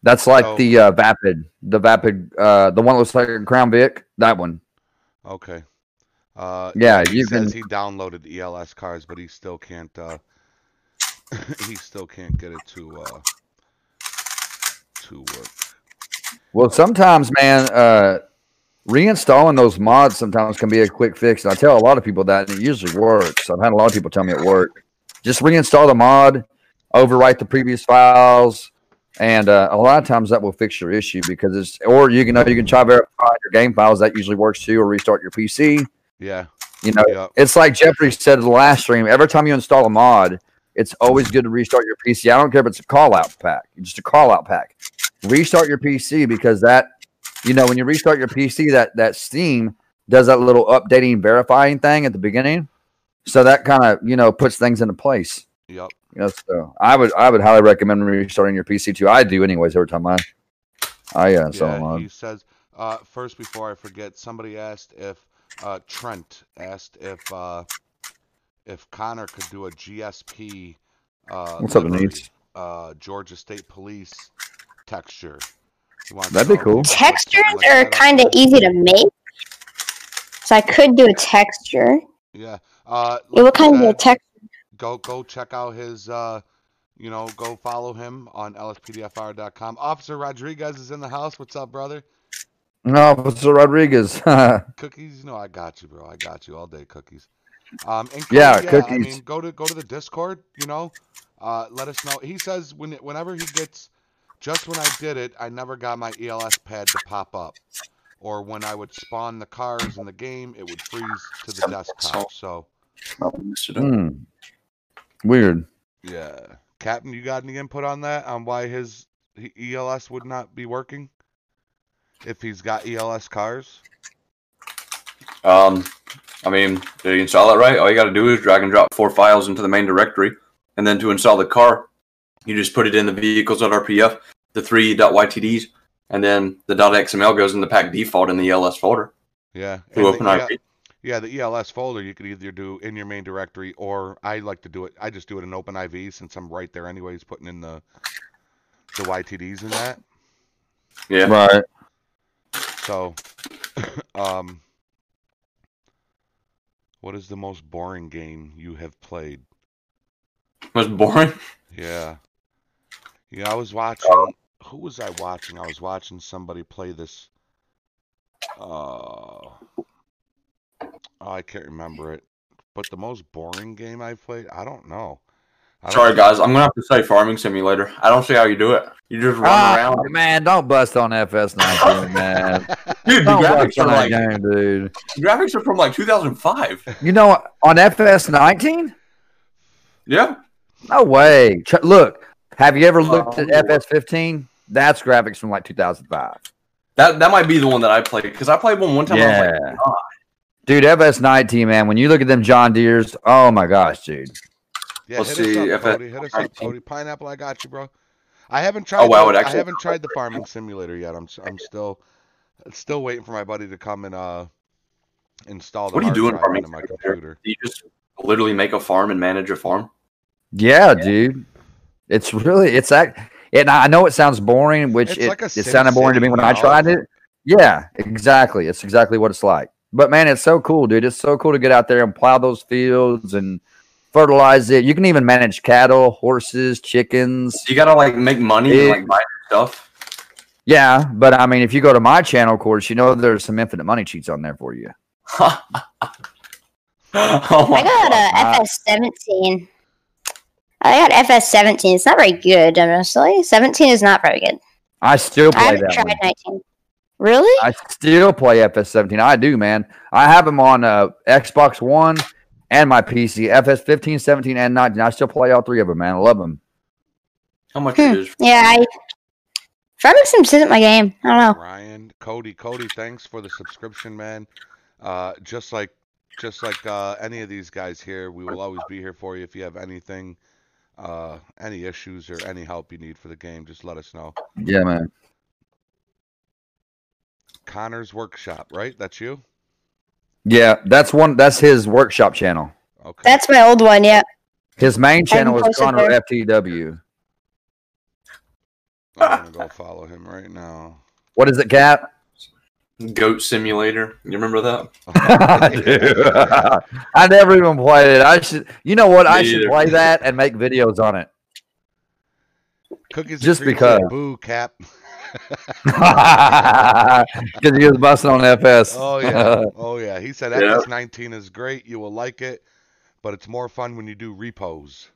That's like So- the uh, Vapid, the Vapid, uh, the one that looks like a Crown Vic. That one. Okay. Uh, Yeah, He you says can. he downloaded E ELS cars, but he still can't. Uh, (laughs) he still can't get it to uh, to work. Well, sometimes, man, uh, reinstalling those mods sometimes can be a quick fix. And I tell a lot of people that, and it usually works. I've had a lot of people tell me it worked. Just reinstall the mod, overwrite the previous files, and uh, a lot of times that will fix your issue because it's. Or you can you can try verify your game files. That usually works too, or restart your PC. Yeah. You know, Yeah. It's like Jeffrey said in the last stream. Every time you install a mod, it's always good to restart your PC. I don't care if it's a call out pack, just a call out pack. Restart your PC because that, you know, when you restart your PC, that that Steam does that little updating verifying thing at the beginning. So that kind of you know puts things into place. Yep. You know, so I would I would highly recommend restarting your PC too. I do anyways every time I I uh, install a yeah. mod. He says uh, first before I forget, somebody asked if uh, Trent asked if uh, if Connor could do a GSP. Uh, What's up, livery, Denise? Uh, Georgia State Police texture. He wants to That'd be know if you cool. could put Textures something like are e- that up kind of there. easy to make, so I could do a texture. Yeah. Uh, Yeah, what like I kind of said, a texture? go go check out his uh you know go follow him on lspdfr.com officer rodriguez is in the house what's up brother No, Officer Rodriguez. (laughs) cookies no i got you bro i got you all day cookies um and Yeah, Cody, i Cookies. mean go to go to the discord you know uh let us know he says when it- whenever he gets just when i did it i never got my els pad to pop up or when i would spawn the cars in the game it would freeze to the desktop so Oh, I messed it up. Hmm. Weird. Yeah. Captain, you got any input on that? On why his he- ELS would not be working? If he's got ELS cars? Um, I mean, to install it right, all you got to do is drag and drop four files into the main directory, and then to install the car, you just put it in the vehicles.rpf, the three .ytds, and then the .xml goes in the pack default in the ELS folder. Yeah. Through and the OpenIV, E- yeah, the ELS folder you could either do in your main directory or I like to do it. I just do it in OpenIV since I'm right there anyways, putting in the the YTDs in that. yeah, Right. So, (laughs) um, what is the most boring game you have played? was boring. Yeah. Yeah, I was watching. Who was I watching? I was watching somebody play this. Uh, oh, I can't remember it. But the most boring game I played, I don't know. I don't Sorry, think- guys, I'm gonna have to say Farming Simulator. I don't see how you do it. You just run Ah, around. man, don't bust (laughs) on FS19, man. Dude, the Don't graphics bust are on like that game, dude. graphics are from like 2005. You know, on FS19? Yeah, No way. Ch- look, have you ever looked Oh, at Lord. FS15? That's graphics from like 2005. that that might be the one that I played because I played one one time. I was like, Yeah. Dude, FS19, man, when you look at them John Deere's, oh my gosh, dude. (laughs) Yeah, Let's hit see us up, if I- Cody. Hit us up, Cody. Pineapple, I got you, bro. I haven't tried. Oh, wow, the, it actually- I haven't tried the farming simulator yet. I'm s- I'm still still waiting for my buddy to come and uh install the. What are you hard doing drive farming into my simulator? computer? You just literally make a farm and manage a farm. Yeah, dude. It's really, it's that. And I know it sounds boring, which It's it, like a it Sim sounded boring to City me when I now. tried it. Yeah, exactly. It's exactly what it's like. But man, it's so cool, dude. It's so cool to get out there and plow those fields and fertilize it. You can even manage cattle, horses, chickens. You gotta like make money and Yeah. like buy new stuff. (laughs) Yeah, but I mean, if you go to my channel, of course, you know there's some infinite money cheats on there for you. oh my I God. got a FS seventeen. I got FS seventeen. It's not very good, honestly. Seventeen is not very good. I still I play haven't that. tried one. nineteen. Really? I still play FS17. I do, man. I have them on uh, Xbox One and my PC. FS15, 17, and 19. I still play all three of them, man. I love them. How much Hmm. it is? Yeah, I Farming Sims isn't my game. I don't know. Ryan, Cody, Cody, thanks for the subscription, man. Uh, just like, just like uh, any of these guys here, we will always be here for you if you have anything, uh, any issues or any help you need for the game. Just let us know. Yeah, man. Connor's Workshop, right? That's you. Yeah, that's one. That's his workshop channel. Okay. That's my old one, yeah. His main channel is posted Connor there. FTW. I'm gonna go follow him right now. What is it, Cat? Goat Simulator. You remember that? I do. (laughs) I never even played it. I should. You know what? I Me should either. play that and make videos on it. (laughs) Cookies and Just cream because. said, boo cap. (laughs) Because he was busting on FS. oh (laughs) yeah, oh yeah. He said Yeah. FS19 is great. You will like it, but it's more fun when you do repos.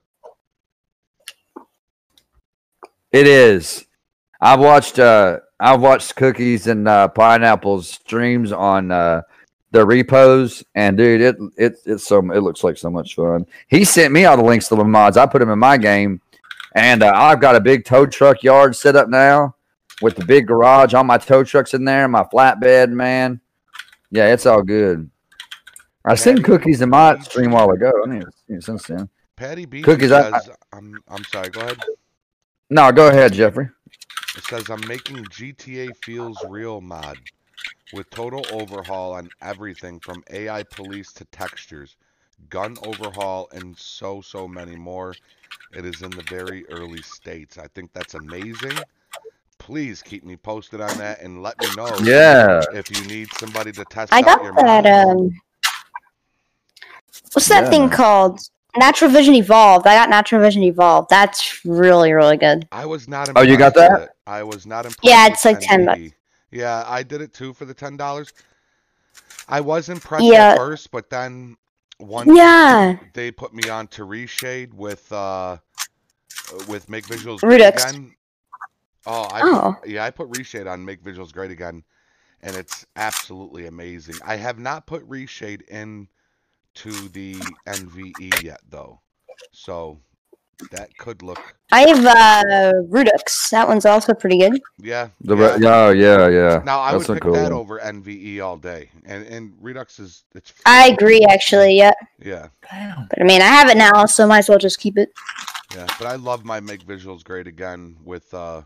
It is. I've watched uh I've watched cookies and uh, pineapples streams on uh the repos and dude it it it's so it looks like so much fun. He sent me all the links to the mods. I put them in my game and uh, I've got a big tow truck yard set up now with the big garage, all my tow trucks in there, my flatbed, man. Yeah, it's all good. I sent cookies in my stream a while ago. I mean, since then. Patty B Cookies, I- I- says, I'm I'm sorry. Go ahead. No, go ahead, Jeffrey. It says I'm making GTA feels real mod with total overhaul on everything from AI police to textures, gun overhaul, and so so many more. It is in the very early states. I think that's amazing. Please keep me posted on that and let me know Yeah. if you need somebody to test I out got your that. mod. Um, what's that Yeah, thing man. called? Natural Vision Evolved. I got Natural Vision Evolved. That's really, really good. I was not impressed. Oh, you got with it. I was not impressed. Yeah, with it's like 10 bucks. 1080. Yeah, I did it too for the ten dollars. I was impressed Yeah. at first, but then once Yeah, they put me on to reshade with uh with make visuals Redux. great again. Oh, I Oh. Put, yeah, I put reshade on make visuals great again, and it's absolutely amazing. I have not put reshade in to the NVE yet though, so that could look I have uh, Rudux. That one's also pretty good. yeah The yeah. re- yeah, yeah, yeah. Now I That's would a pick cool that one. over NVE all day, and and Redux is it's free. I agree, actually. Yeah, yeah but I mean, I have it now, so might as well just keep it. yeah. But I love my make visuals great again with uh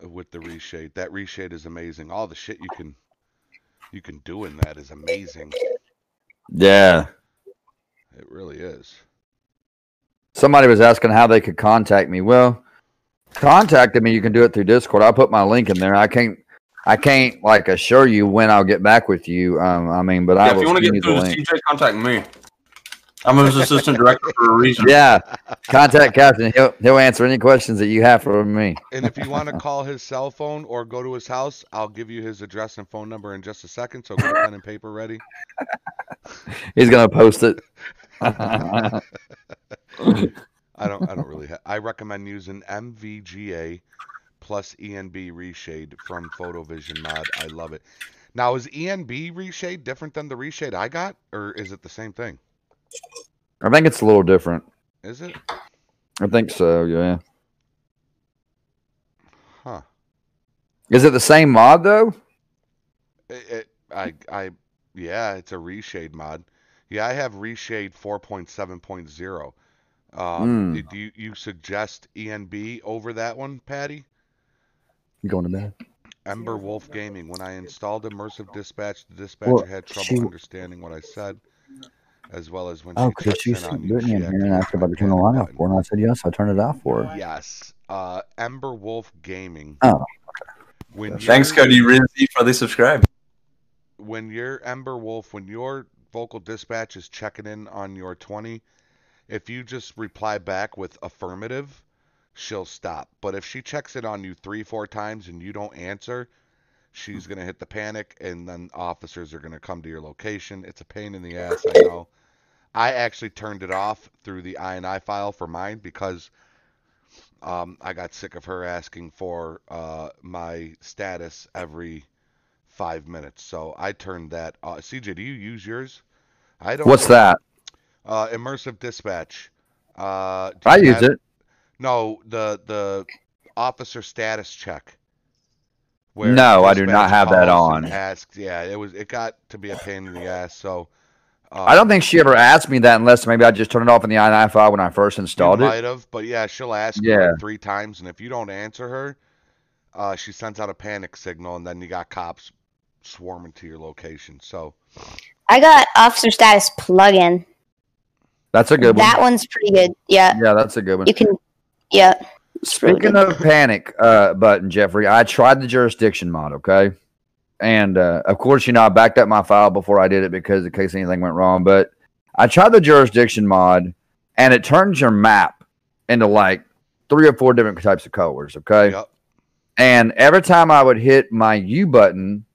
with the reshade. That reshade is amazing. All the shit you can you can do in that is amazing. Yeah. It really is. Somebody was asking how they could contact me. Well, contacting me, you can do it through Discord. I put my link in there. I can't, I can't like assure you when I'll get back with you. Um, I mean, but I Yeah, if will you want to send you get the through the link. CJ, contact me. I'm his assistant director for a reason. Yeah, contact Captain. He'll he'll answer any questions that you have for me. And if you want (laughs) to call his cell phone or go to his house, I'll give you his address and phone number in just a second. So get a pen and paper ready. He's gonna post it. (laughs) I don't. I don't really. Ha- I recommend using MVGA plus ENB reshade from PhotoVision Mod. I love it. Now, is ENB reshade different than the reshade I got, or is it the same thing? I think it's a little different. Is it? I think so. Yeah. Huh. Is it the same mod though? It, it, I. I. Yeah, it's a reshade mod. Yeah, I have reshade 4.7.0. Um, Mm. did you you suggest ENB over that one, Patty? You going to bed? Ember Wolf Gaming. When I installed Immersive Dispatch, the dispatcher Well, had trouble she- understanding what I said, as well as when Oh, she because types she in on sent you, Brittany she in here and activates asked if my I could turn the panic light off button. for her, and I said yes. I turned it off for her. Yes, uh, Ember Wolf Gaming. Oh, okay. When Thanks, you're- Cody Rizzi, for the subscribe. when your Ember Wolf, when your vocal dispatch is checking in on your 20, if you just reply back with affirmative, she'll stop. But if she checks it on you three, four times and you don't answer, she's going to hit the panic and then officers are going to come to your location. It's a pain in the ass, I know. I actually turned it off through the INI file for mine because um, I got sick of her asking for uh, my status every five minutes. So I turned that. Uh, CJ, do you use yours? I don't. What's that? Uh, immersive dispatch. Uh, do I you use have- it. No, the the officer status check. No, I do not dispatch have that calls and on. Asks, yeah, it was it got to be a pain in the ass. So uh, I don't think she ever asked me that unless maybe I just turned it off in the INI file when I first You installed it. might have, but yeah, she'll ask you Yeah. three times, and if you don't answer her, uh, she sends out a panic signal, and then you got cops swarming to your location. So I got officer status plugin. That's a good That one. one's pretty good. Yeah, Yeah, that's a good one. you can. Yeah. It's really Speaking good. of panic uh, button, Jeffrey, I tried the jurisdiction mod, okay? And uh, of course, you know, I backed up my file before I did it because in case anything went wrong. But I tried the jurisdiction mod, and it turns your map into like three or four different types of colors, okay? yep, And every time I would hit my U button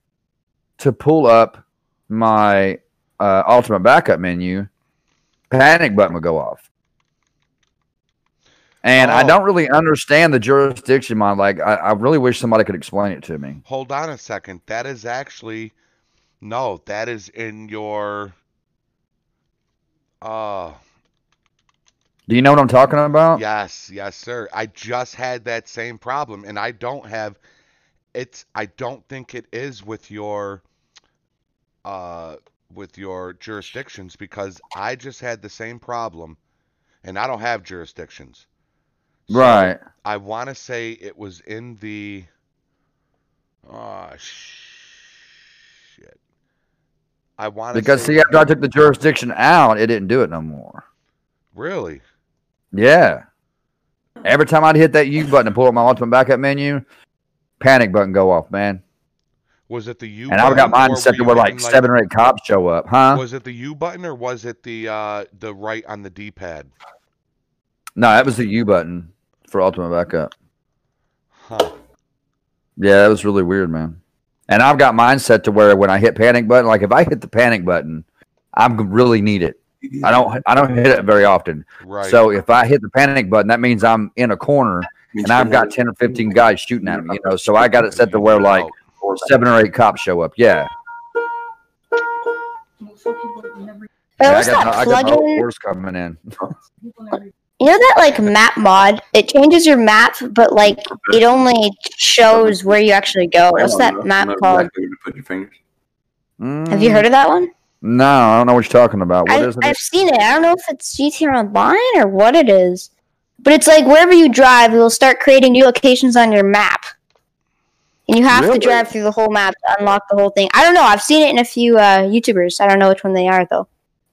to pull up my uh, ultimate backup menu, panic button would go off. And I Oh. don't really understand the jurisdiction mod. Like, I, I really wish somebody could explain it to me. hold on a second. That is actually no, that is in your uh Do you know what I'm talking about? Yes, yes, sir. I just had that same problem, and I don't have it's I don't think it is with your uh with your jurisdictions because I just had the same problem and I don't have jurisdictions. So Right. I want to say it was in the oh shit. I want to Because, say see, after I took the jurisdiction out, it didn't do it no more. really. Yeah. Every time I'd hit that U button to pull up my ultimate backup menu, panic button go off, man. Was it the U And I've button got mine or set were to you where hitting, like seven or eight cops show up, huh? Was it the U button or was it the uh the right on the D pad? No, that was the U button for ultimate backup. Huh. Yeah, that was really weird, man. And I've got mine set to where when I hit panic button, like if I hit the panic button, I'm g- really need it. I don't I don't hit it very often. Right. So if I hit the panic button, that means I'm in a corner and I've got ten or fifteen guys shooting at me, you know. So I got it set to where like seven or eight cops show up. Yeah. So people never, But Yeah, what's I got, my- I got that my plugin? horse coming in. people never. You know that like map mod? It changes your map, but like it only shows where you actually go. What's that map called? Have you Mm. heard of that one? No, I don't know what you're talking about. What I, is it? I've seen it. I don't know if it's GTA Online or what it is, but it's like wherever you drive, it'll start creating new locations on your map, and you have Really? to drive through the whole map to unlock the whole thing. I don't know. I've seen it in a few uh, YouTubers. I don't know which one they are though.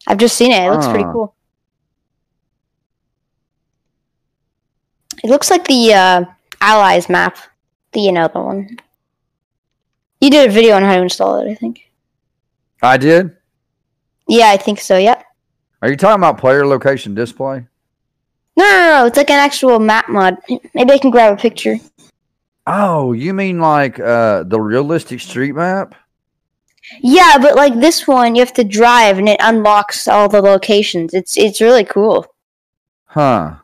I've just seen it. It looks pretty Ah. cool. It looks like the uh, Allies map, the you know the one. You did a video on how to install it, I think. I did. Yeah, I think so. Yep. Are you talking about player location display? No, no, no. It's like an actual map mod. Maybe I can grab a picture. Oh, you mean like uh the realistic street map? Yeah, but like this one, you have to drive, and it unlocks all the locations. It's it's really cool. Huh.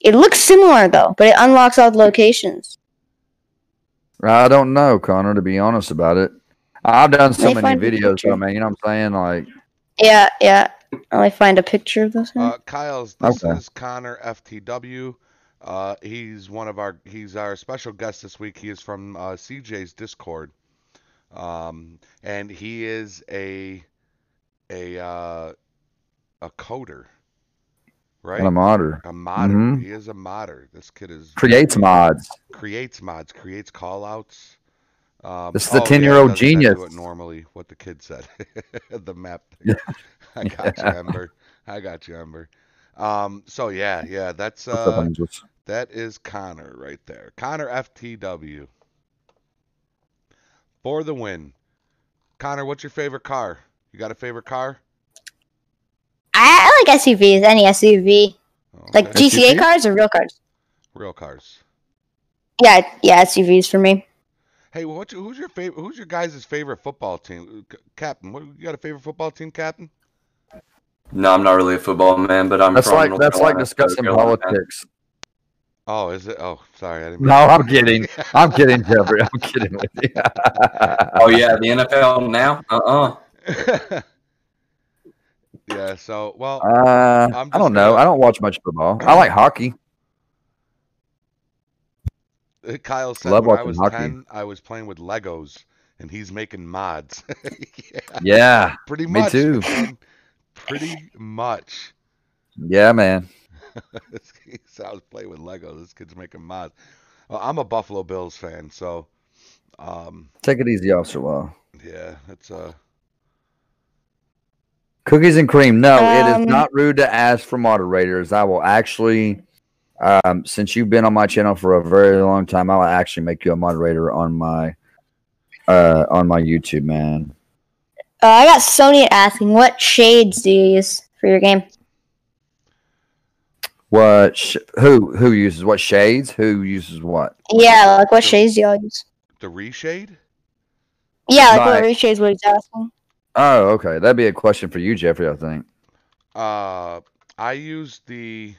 It looks similar though, but it unlocks all the locations. I don't know, Connor, to be honest about it. I- I've done so Let many me find the videos picture. on man, you know what I'm saying? Like Yeah, yeah. Let me find a picture of this. One. Uh, Kyle's. This Okay. is Connor FTW. Uh, he's one of our. He's our special guest this week. He is from uh, CJ's Discord. um, and he is a a uh, a coder, right? And a modder. A modder. Mhm. He is a modder. This kid is Creates mods. creates mods, creates callouts. Um, This is the oh, yeah, 10-year-old doesn't kinda do genius. it normally, what the kid said, (laughs) the (laughs) map. Yeah. Thing. I got you, Ember. I got you, Ember. Um, so yeah, yeah, that's What's up, uh, Angels? that is Connor right there. Connor FTW for the win. Connor, what's your favorite car? You got a favorite car? I, I like SUVs, any SUV. Like Oh, Okay. GTA SUV? cars or real cars? real cars. Yeah, yeah, SUVs for me. Hey, well, what's your, who's your favorite? Who's your guys' favorite football team, C- Captain? What, you got a favorite football team, Captain? No, I'm not really a football man, but I'm. That's from like North that's like Carolina, so discussing Carolina. politics. Oh, is it? Oh, sorry, I didn't. mean- No, I'm kidding. I'm kidding, Jeffrey. I'm kidding with you. Oh yeah, the NFL now. Uh uh (laughs) yeah. So, well, Uh, I'm I don't just know. gonna- I don't watch much football. I like hockey. Uh, Kyle said love when I watching was hockey. ten, I was playing with Legos, and he's making mods. (laughs) yeah, Yeah, pretty me much. too. man. Pretty much. (laughs) yeah, man. this kid, so I was playing with Legos. This kid's making mods. Well, I'm a Buffalo Bills fan, so, um, Take it easy, Officer Law. yeah, it's uh, Cookies and cream. No, it Um, is not rude to ask for moderators. I will actually, um, since you've been on my channel for a very long time, I will actually make you a moderator on my, uh, on my YouTube, man. Uh, I got Sony asking, what shades do you use for your game? What? Sh- who? Who uses what shades? Who uses what? Yeah, like what shades do y'all use? the reshade. Yeah, like Right. what shades what he's asking. Oh, okay. That'd be a question for you, Jeffrey. I think. Uh, I use the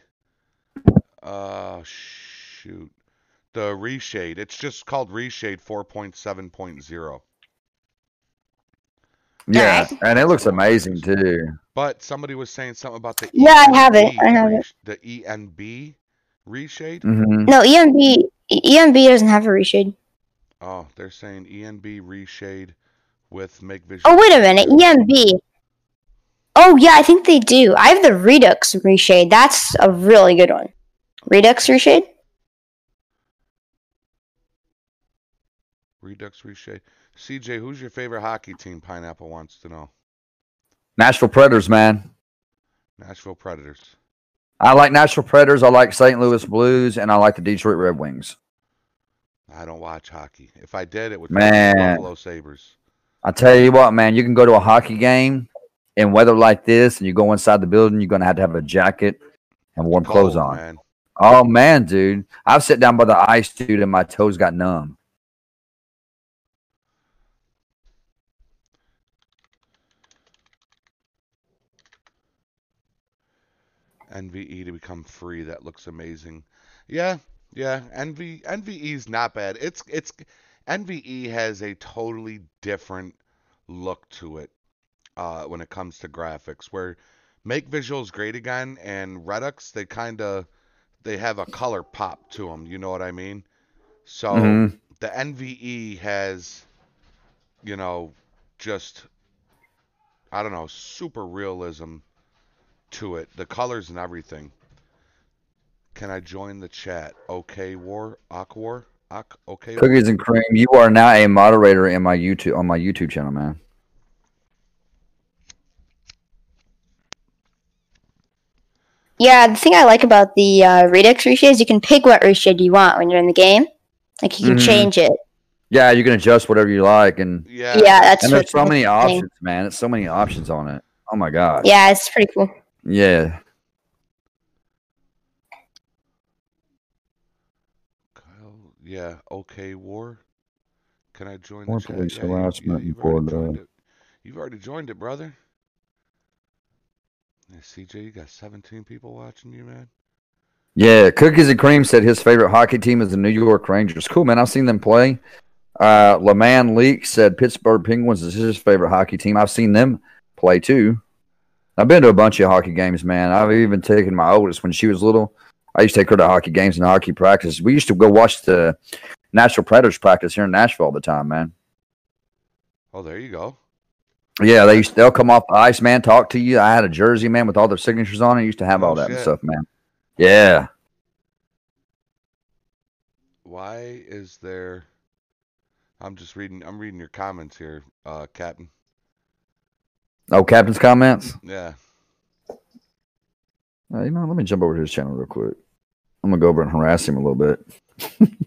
uh shoot the reshade. It's just called reshade 4.7.0. Yeah, Alright. and it looks amazing too. But somebody was saying something about the E Yeah, I have it. ENB I have it. Mm. resh- The ENB E reshade. hmm No, E EMB, EMB E doesn't have a reshade. Oh, they're saying ENB reshade with make vision. Oh, wait a minute, EMB. Oh, yeah, I think they do. I have the Redux reshade. That's a really good one. Redux reshade? Redux reshade. CJ, who's your favorite hockey team? Pineapple wants to know. Nashville Predators, man. Nashville Predators. I like Nashville Predators. I like St. Louis Blues, and I like the Detroit Red Wings. I don't watch hockey. If I did, it would be Man. Buffalo Sabres. I tell you what, man, you can go to a hockey game in weather like this, and you go inside the building, you're gonna have to have a jacket and warm clothes Cold, on. man. Oh man, dude, I've sat down by the ice, dude, and my toes got numb. NVE E to become free. That looks amazing. Yeah, yeah. E, NV NVE's not bad. It's it's NVE has a totally different look to it uh, when it comes to graphics. Where Make Visuals Great Again and Redux, they kind of they have a color pop to them. You know what I mean? So Mhm. the NVE has, you know, just I don't know, super realism to it, the colors and everything. Can I join the chat? Okay, War, Aqu War, Ak, okay. War? Cookies and cream, you are now a moderator in my YouTube on my YouTube channel, man. Yeah, the thing I like about the uh, Redux reshade is you can pick what reshade you want when you're in the game. Like you can Mhm. change it. Yeah, you can adjust whatever you like, and Yeah. Yeah, that's and what- there's so many that's the thing. options, man. It's so many options on it. Oh my god. Yeah, it's pretty cool. Yeah. Kyle, yeah. Okay, War. Can I join War the chat? police Yeah, you- harassment you've already report, uh, joined it. You've already joined it, brother. Yeah, CJ, you got 17 people watching you, man. Yeah, Cookies and Cream said his favorite hockey team is the New York Rangers. Cool, man. I've seen them play. Uh, LeMan Leak said Pittsburgh Penguins is his favorite hockey team. I've seen them play too. I've been to a bunch of hockey games, man. I've even taken my oldest when she was little. I used to take her to hockey games and hockey practice. We used to go watch the Nashville Predators practice here in Nashville all the time, man. Oh, there you go. Yeah, they used they'll come off the ice, man. Talk to you. I had a jersey, man, with all their signatures on it. Used to have all Oh, that shit. stuff, man. Yeah, Why is there? I'm just reading. I'm reading your comments here, uh, Captain. Oh, captain's comments. Yeah. Uh, you know, let me jump over to his channel real quick. I'm gonna go over and harass him a little bit.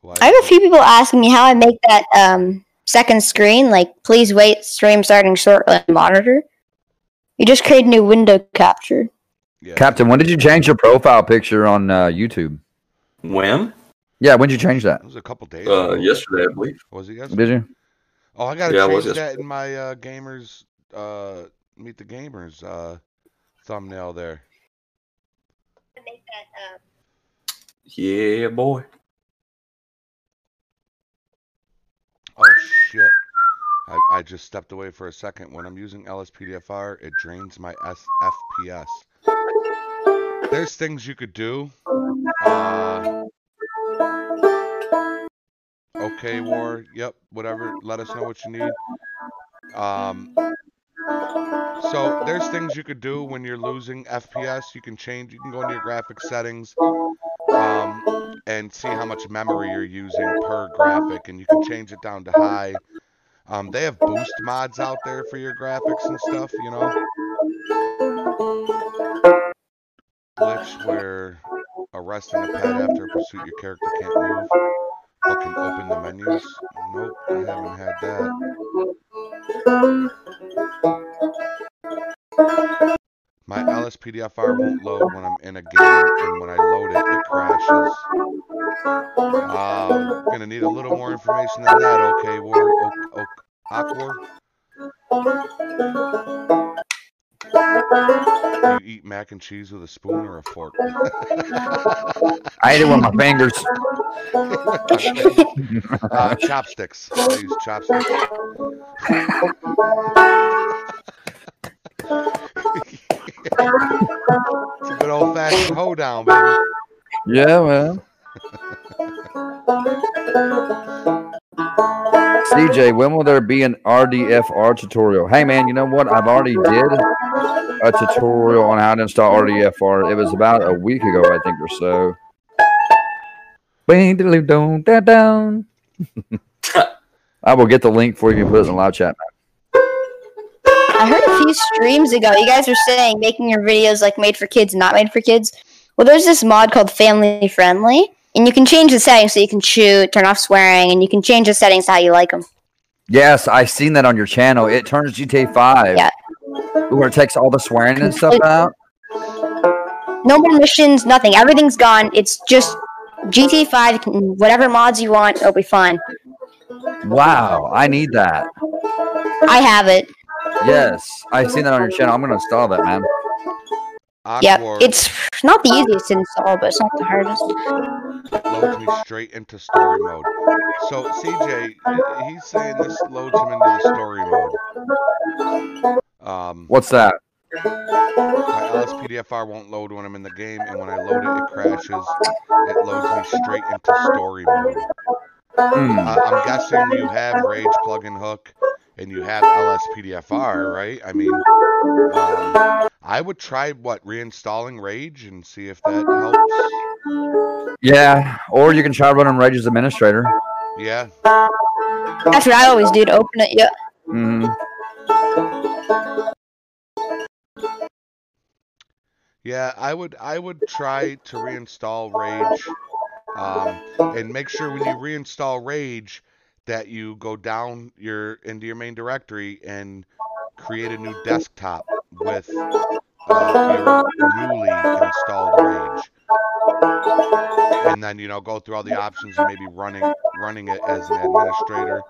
Why I have is a there- few people asking me how I make that um, second screen. Like, please wait, stream starting shortly. Monitor. You just create a new window capture. Yeah. Captain, when did you change your profile picture on uh, YouTube? When? Yeah, when did you change that? It was a couple days Uh, ago. yesterday, I believe. Was it yesterday? Did you? Oh, I gotta Yeah, it change was that yesterday. in my uh, gamers uh, meet the gamers uh, thumbnail there. Yeah, boy. Oh shit! I, I just stepped away for a second. When I'm using LSPDFR, it drains my S- FPS. There's things you could do. Uh, okay, War. Yep, whatever. Let us know what you need. Um, so there's things you could do when you're losing FPS. You can change. You can go into your graphics settings. Um, and see how much memory you're using per graphic, and you can change it down to high. Um, they have boost mods out there for your graphics and stuff, you know. Glitch where arresting a pet after a pursuit your character can't move, but can open the menus. Nope, I haven't had that. My LSPDFR won't load when I'm in a game, and when I load it, it crashes. Um, gonna need a little more information than that, okay, War Oak Oak Aqua. You eat mac and cheese with a spoon or a fork? I ate it with my fingers. uh, chopsticks. I use chopsticks. (laughs) it's a good old fashioned hoedown, baby. Yeah, well. CJ, when will there be an RDFR tutorial? Hey, man, you know what? I've already did a tutorial on how to install RDFR. It was about a week ago, I think, or so. Bing, diddly, dong, da, dong. I will get the link for you and put it in the live chat. I heard a few streams ago, you guys were saying making your videos like made for kids, not made for kids. Well, there's this mod called Family Friendly, and you can change the settings so you can shoot, turn off swearing, and you can change the settings how you like them. Yes, I've seen that on your channel. It turns GTA 5 Yeah. where it takes all the swearing and stuff Completely. out. No more missions, nothing. Everything's gone. It's just GTA 5, can- whatever mods you want, it'll be fine. Wow, I need that. I have it. Yes, I've seen that on your channel. I'm gonna install that, man. Yeah, Aqua it's not the easiest to install, but it's not the hardest. loads me straight into story mode. So CJ, uh, he's saying this loads him into the story mode. Um, What's that? my LSPDFR won't load when I'm in the game, and when I load it, it crashes. It loads me straight into story mode. Hmm. I- I'm guessing you have Rage Plug and Hook, and you have LSPDFR, right? I mean, um, I would try what reinstalling Rage and see if that helps. Yeah, or you can try running Rage as administrator. Yeah, That's what I always do to open it. Yeah. Mhm. Yeah, I would I would try to reinstall Rage, um, and make sure when you reinstall Rage that you go down your into your main directory and create a new desktop with uh, your newly installed Rage, and then you know go through all the options and maybe running running it as an administrator.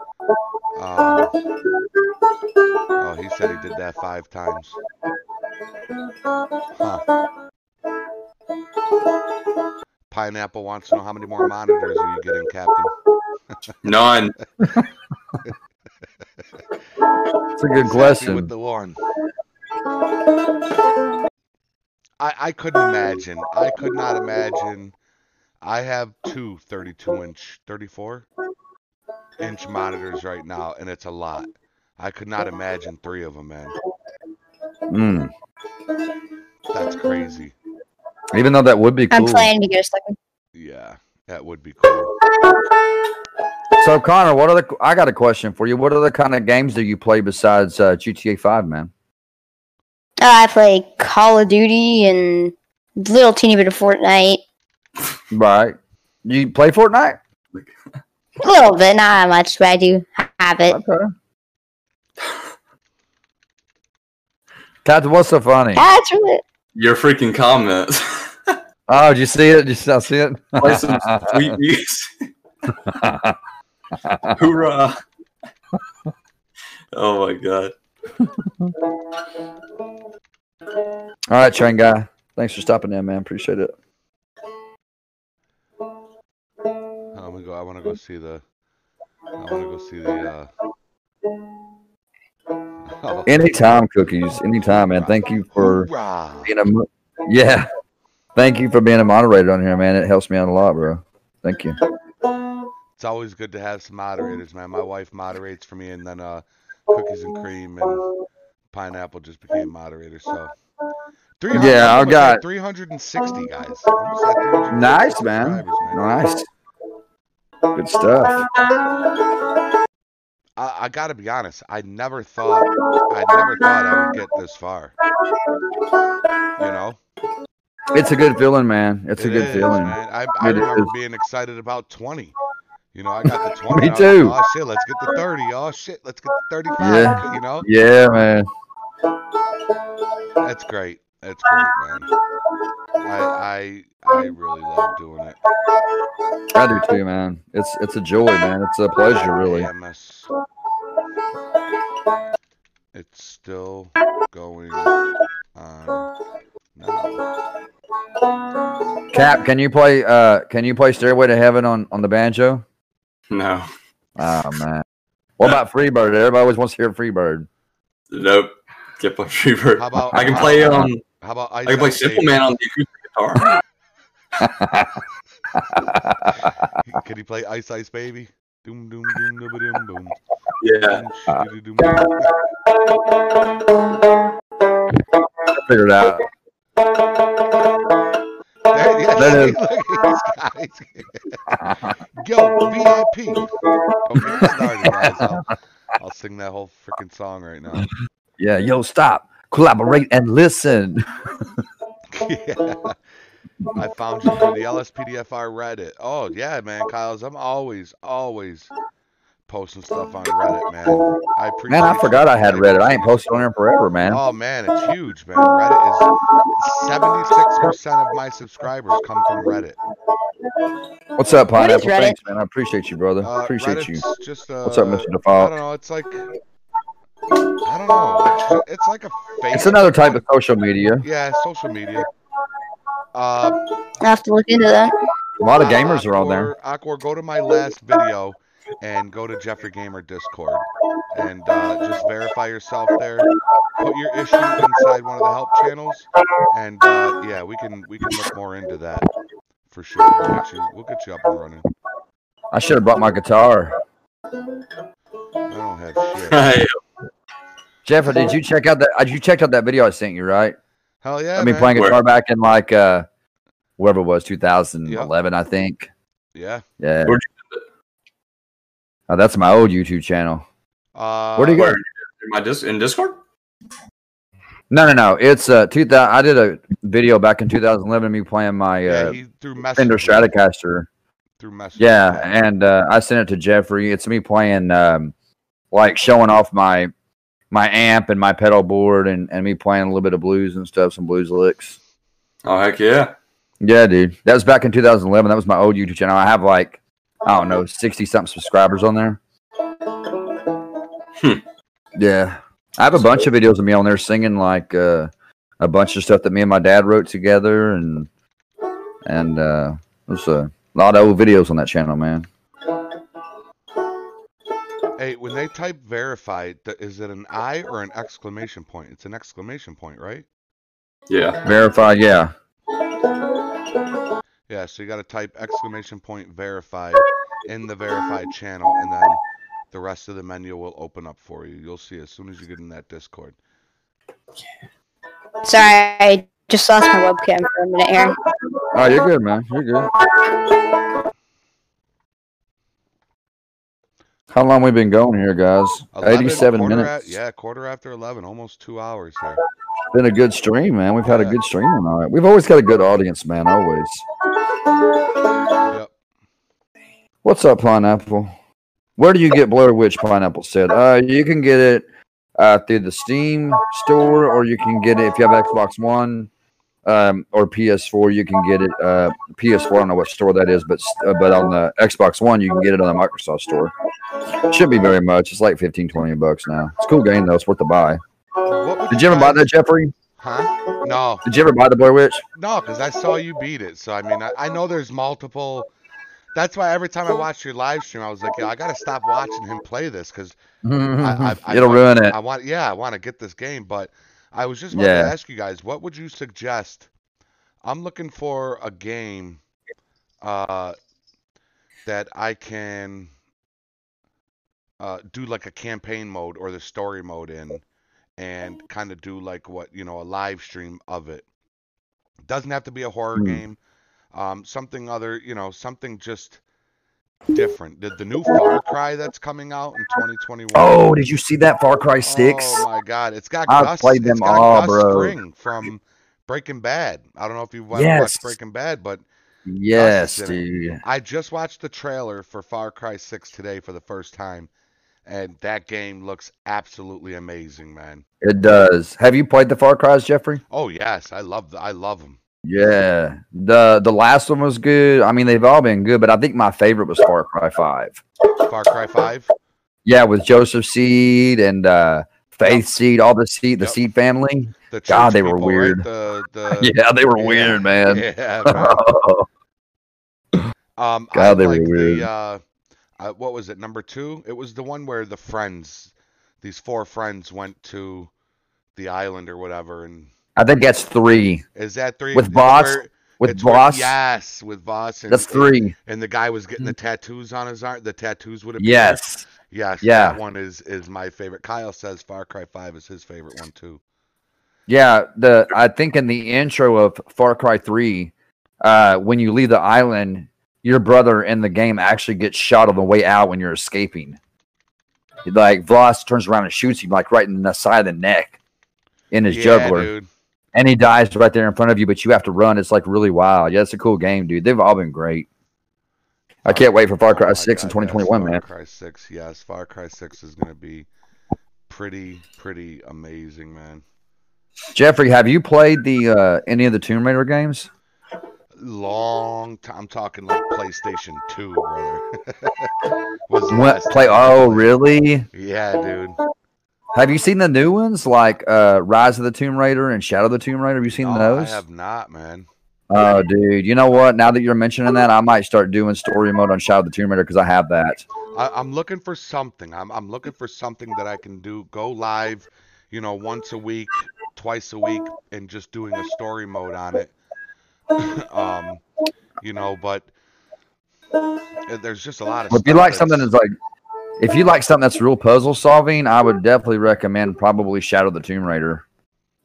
Um, oh, he said he did that five times. Huh. Pineapple wants to know how many more monitors are you getting, Captain? Nine. It's a good He's happy With question. the one. I, I couldn't imagine. I could not imagine. I have two 32 inch, 34? inch monitors right now, and it's a lot. I could not imagine three of them, man. Mm. That's crazy. Even though that would be I'm cool. planning to get a second. Yeah, that would be cool. So Connor, what are the? I got a question for you. What other kind of games do you play besides uh, GTA Five, man? Uh, I play Call of Duty and little teeny bit of Fortnite. Right. You play Fortnite? A little bit, not much, but I do have it. Okay. Captain, what's so funny? That's really Your freaking comments. Oh, did you see it? Did you still see it? Play some sweet music. Hoorah. oh my god. All right, train guy. Thanks for stopping in, man. Appreciate it. I'm gonna Uh, go. I want to go see the. I want to go see the. Uh... (laughs) Oh. Anytime, cookies. Anytime, man. Thank you for Hoorah. being a. mo- Yeah. Thank you for being a moderator on here, man. It helps me out a lot, bro. Thank you. It's always good to have some moderators, man. My wife moderates for me, and then uh, cookies and cream and pineapple just became moderator. So, 300 Yeah, I almost at got- 360 guys. Almost at 360 Nice, man. subscribers, man. Nice. Good stuff. I, I gotta be honest. I never thought. I never thought I would get this far. You know, It's a good feeling, man. It's a It good is, feeling. Man. I, I It remember is. being excited about 20. You know, I got (laughs) the 20. Me I was like, too. oh shit, let's get to 30. Oh shit, let's get to 35. Yeah. You know, Yeah, man. That's great. That's great, man. I I I really love doing it. I do too, man. It's it's a joy, man. It's a pleasure, really. AMS. It's still going on now. Cap, can you play? Uh, can you play Stairway to Heaven on on the banjo? No. Oh man. What about Freebird? Everybody always wants to hear Freebird. (laughs) Nope. Get my fever. How about I can play um How about Ice I can play Ice Simple Baby? Man on the acoustic guitar. Can you play Ice Ice Baby? Doom doom doom doom doom doom. (laughs) yeah. Doom, shoo, doo, doo, doom. Figure it out. There, yeah, That see, (laughs) look, he's got- Yo, VIP. Don't get me started, guys. I'll, I'll sing that whole freaking song right now. (laughs) Yeah, yo, stop. Collaborate and listen. (laughs) yeah. I found you through the LSPDFR Reddit. Oh yeah, man, Kyle's. I'm always, always posting stuff on Reddit, man. I appreciate. Man, I you. forgot I had Reddit. I ain't posted on there forever, man. Oh man, it's huge, man. Reddit is 76% of my subscribers come from Reddit. What's up, What is Pineapple? Reddit? Thanks, man. I appreciate you, brother. Uh, appreciate Reddit's you. Just uh, What's up, Mr. I don't Default? know. It's like I don't know. It's, ju- it's like a fake. It's another type of social media. Yeah, social media. Uh, I have to look into that. A lot of Uh, gamers are on there. Akor- Akor, go to my last video and go to Jeffrey Gamer Discord and uh, just verify yourself there. Put your issue inside one of the help channels, and uh, yeah, we can we can look more into that for sure. We'll get you, we'll get you up and running. I should have brought my guitar. I don't have shit. (laughs) Right. Jeffrey, did you check out that? uh, You checked out that video I sent you, right? Hell yeah! I mean, man. playing Where? guitar back in like uh, wherever it was, 2011, I think. Yeah. Yeah. Where'd Oh, that's my old YouTube channel. Uh, Where do you go? Where? In my dis- in Discord? No, no, no. It's uh, 2000. I did a video back in 2011 of me playing my Yeah, uh, he through message. Fender Stratocaster. Through message. Yeah, and uh, I sent it to Jeffrey. It's me playing, um, like showing off my my amp and my pedal board, and and me playing a little bit of blues and stuff, some blues licks. Oh heck yeah. Yeah, dude. That was back in 2011. That was my old YouTube channel. I have like I don't know 60 something subscribers on there. Hmm. Yeah, I have a bunch of videos of me on there singing like uh, a bunch of stuff that me and my dad wrote together, and and uh, there's a lot of old videos on that channel, man. Hey, when they type verify, th- is it an I or an exclamation point? It's an exclamation point, right? Yeah. Verify, yeah. Yeah, so you got to type exclamation point verify in the verify channel and then the rest of the menu will open up for you. You'll see as soon as you get in that Discord. Sorry, I just lost my webcam for a minute here. Oh, you're good, man. You're good. How long we been going here, guys? 11, 87 quarter minutes. a- yeah, quarter after 11, almost two hours here. Been a good stream, man. We've had Yeah. a good stream tonight. We've always got a good audience, man. Always. Yep. What's up, pineapple? Where do you get Blair Witch? Pineapple said. Uh, you can get it uh, through the Steam store, or you can get it if you have Xbox One um, or PS4. You can get it uh, PS4. I don't know what store that is, but uh, but on the Xbox One, you can get it on the Microsoft store. Should be very much. It's like 15, 20 bucks now. It's a cool game though. It's worth the buy. What would Did you ever buy guys- that, Jeffrey? Huh? No, Did you ever buy the Blair Witch? no, because I saw you beat it. So I mean, I, I know there's multiple. That's why every time I watched your live stream, I was like, yo, I gotta stop watching him play this because I- I- I- It'll ruin it. I want, yeah, I want to get this game, but I was just wanting to Yeah. ask you guys, what would you suggest? I'm looking for a game uh, that I can uh, do like a campaign mode or the story mode in, and kind of do like what you know a live stream of it. Doesn't have to be a horror Hmm. game. Um, something other, you know, something just different. The, the new Far Cry that's coming out in 2021. Oh, did you see that Far Cry Six? Oh my god, it's got I've Gus. played them it's got all, Gus bro. Spring from Breaking Bad. I don't know if you watched Yes. Breaking Bad, but yes, Gus is in it. dude. I just watched the trailer for Far Cry 6 today for the first time, and that game looks absolutely amazing, man. It does. Have you played the Far Cries, Jeffrey? Oh yes, I love the, I love them. Yeah. The the last one was good. I mean, they've all been good, but I think my favorite was Far Cry Five. Far Cry 5. Yeah, with Joseph Seed and uh Faith Seed, all the Seed, the Yep. Seed family. The God, church they were people, right? weird. The, the, (laughs) yeah, they were yeah, weird, man. yeah, man. Um, I God, they were like weird. the uh, uh, what was it? Number two. It was the one where the friends, these four friends, went to the island or whatever. And (laughs) I think that's three is that three? With It's Voss? where- with it's where- Boss. yes, with Voss. And, that's three. And the guy was getting the tattoos on his arm. The tattoos would appear. Yes. Yes. Yeah. That one is is my favorite. Kyle says Far Cry Five is his favorite one too. Yeah, the I think in the intro of Far Cry 3, uh, when you leave the island, your brother in the game actually gets shot on the way out when you're escaping. Like Voss turns around and shoots him like right in the side of the neck in his yeah, juggler. dude. And he dies right there in front of you, but you have to run. It's like really wild. Yeah, it's a cool game, dude. They've all been great. I can't wait for Far Oh Cry my 6 in God, yes, 2021, Far man. Cry Six. Yes, Far Cry Six is gonna be pretty pretty amazing, man. Jeffrey, have you played the uh, any of the Tomb Raider games? long time. I'm talking like PlayStation 2, brother. (laughs) Was the What, last play? time I Oh, played. really? Yeah, dude. Have you seen the new ones like uh, Rise of the Tomb Raider and Shadow of the Tomb Raider? Have you seen No, Oh, I those? have not, man. Oh, dude. You know what? Now that you're mentioning that, I might start doing story mode on Shadow of the Tomb Raider because I have that. I, I'm looking for something. I'm I'm looking for something that I can do. Go live, you know, once a week, twice a week, and just doing a story mode on it. (laughs) um, you know, but uh, there's just a lot of. If you stuff like something that's like, if you like something that's real puzzle solving, I would definitely recommend probably Shadow of the Tomb Raider,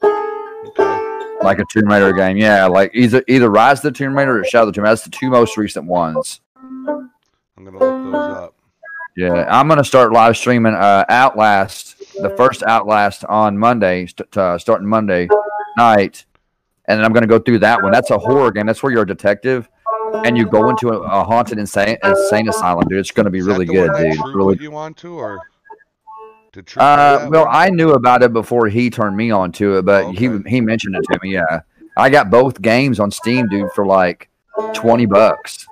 okay. like a Tomb Raider game. Yeah, like either either Rise of the Tomb Raider or Shadow of the Tomb. Raider. That's the two most recent ones. I'm gonna look those up. Yeah, I'm gonna start live streaming uh, Outlast, the first Outlast on Monday, st- uh, starting Monday night, and then I'm gonna go through that one. That's a horror game. That's where you're a detective and you go into a, a haunted insane insane asylum, dude. It's gonna be Is really that the one good, that dude. True Really. put you on to, or did True? Uh, well, I. I knew about it before he turned me on to it, but Okay. he he mentioned it to me. Yeah, I got both games on Steam, dude, for like twenty bucks.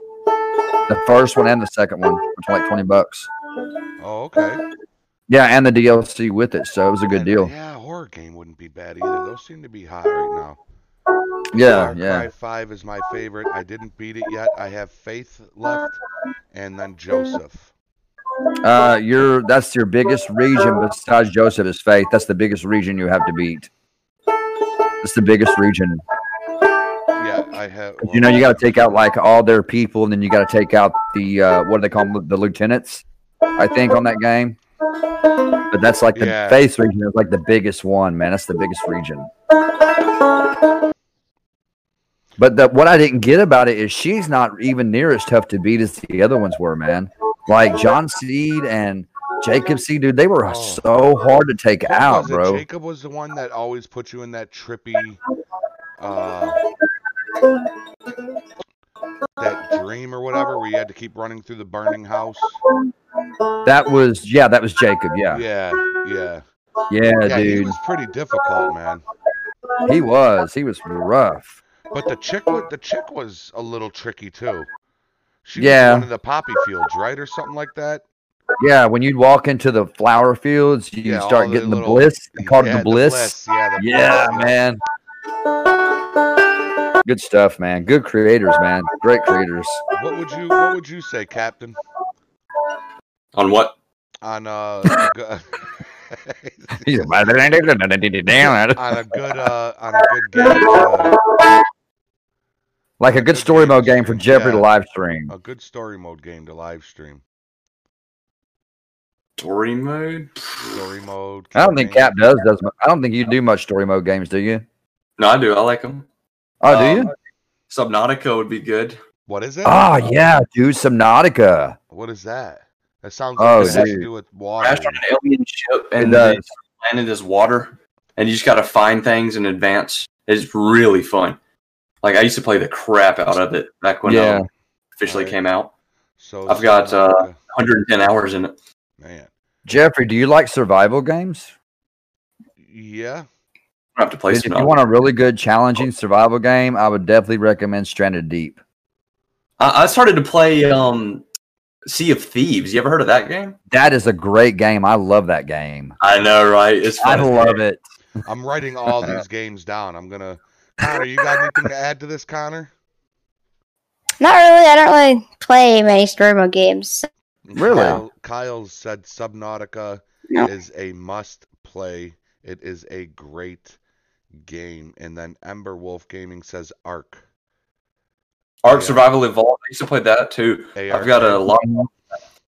The first one and the second one for like twenty bucks. Oh, okay. Yeah, and the DLC with it, so it was a good And, deal. Yeah, horror game wouldn't be bad either. Those seem to be hot right now. Yeah, Far yeah. Cry 5 is my favorite. I didn't beat it yet. I have Faith left, and then Joseph. Uh, your that's your biggest region besides Joseph is faith. That's the biggest region you have to beat. That's the biggest region. Yeah, I have. You know, you got to take out like all their people, and then you got to take out the uh, what do they call them? The lieutenants. I think, on that game. But that's like the Yeah. face region is like the biggest one, man. That's the biggest region. But the, what I didn't get about it is she's not even near as tough to beat as the other ones were, man. Like John Seed and Jacob Seed, dude, they were Oh. so hard to take What out, was it? bro. Jacob was the one that always put you in that trippy, uh, that dream or whatever, where you had to keep running through the burning house. That was, yeah, that was Jacob. Yeah. Yeah, yeah, Yeah, yeah. He dude. was pretty difficult, man. He was. He was rough. But the chick, wa- the chick was a little tricky too. She Yeah. was one of the poppy fields, right, or something like that. Yeah, when you'd walk into the flower fields, you Yeah, all start the getting the little- bliss. They called Yeah, it the bliss. Yeah, the Yeah, bliss, man. Good stuff, man. Good creators, man. Great creators. What would you What would you say, Captain? On what? On uh, a (laughs) good, He's like, "Damn it." on a good uh, on a good game, uh, like a good story mode game for Jeffrey to Yeah. live stream. a good story mode game to live stream. Story mode? Story mode. I don't think Cap campaign. does. Does mu- I don't think you do much story mode games, do you? No, I do. I like them. Oh, Uh, do you? Subnautica would be good. What is it? Oh yeah, dude. Subnautica. What is that? That sounds Oh, like it has to dude. do with water. Crash on an alien ship It and does. the planet is water, and you just got to find things in advance. It's really fun. Like I used to play the crap out of it back when Yeah. um, officially Right. came out. So I've got, uh, Subnautica. 110 hours in it. man. Jeffrey, do you like survival games? Yeah. I don't have to play If you Subnautica. want a really good, challenging survival game, I would definitely recommend Stranded Deep. I, I started to play um, Sea of Thieves. You ever heard of that game? That is a great game. I love that game. I know, right? It's I fun. love it. I'm writing all these games down. I'm gonna. Connor, you got anything to add to this, Connor? Not really. I don't really play many story mode games. Really? Kyle, Kyle said Subnautica No. is a must play. It is a great game. And then Ember Wolf Gaming says Ark. Ark Yeah. Survival Evolved. I used to play that too. I've got a lot,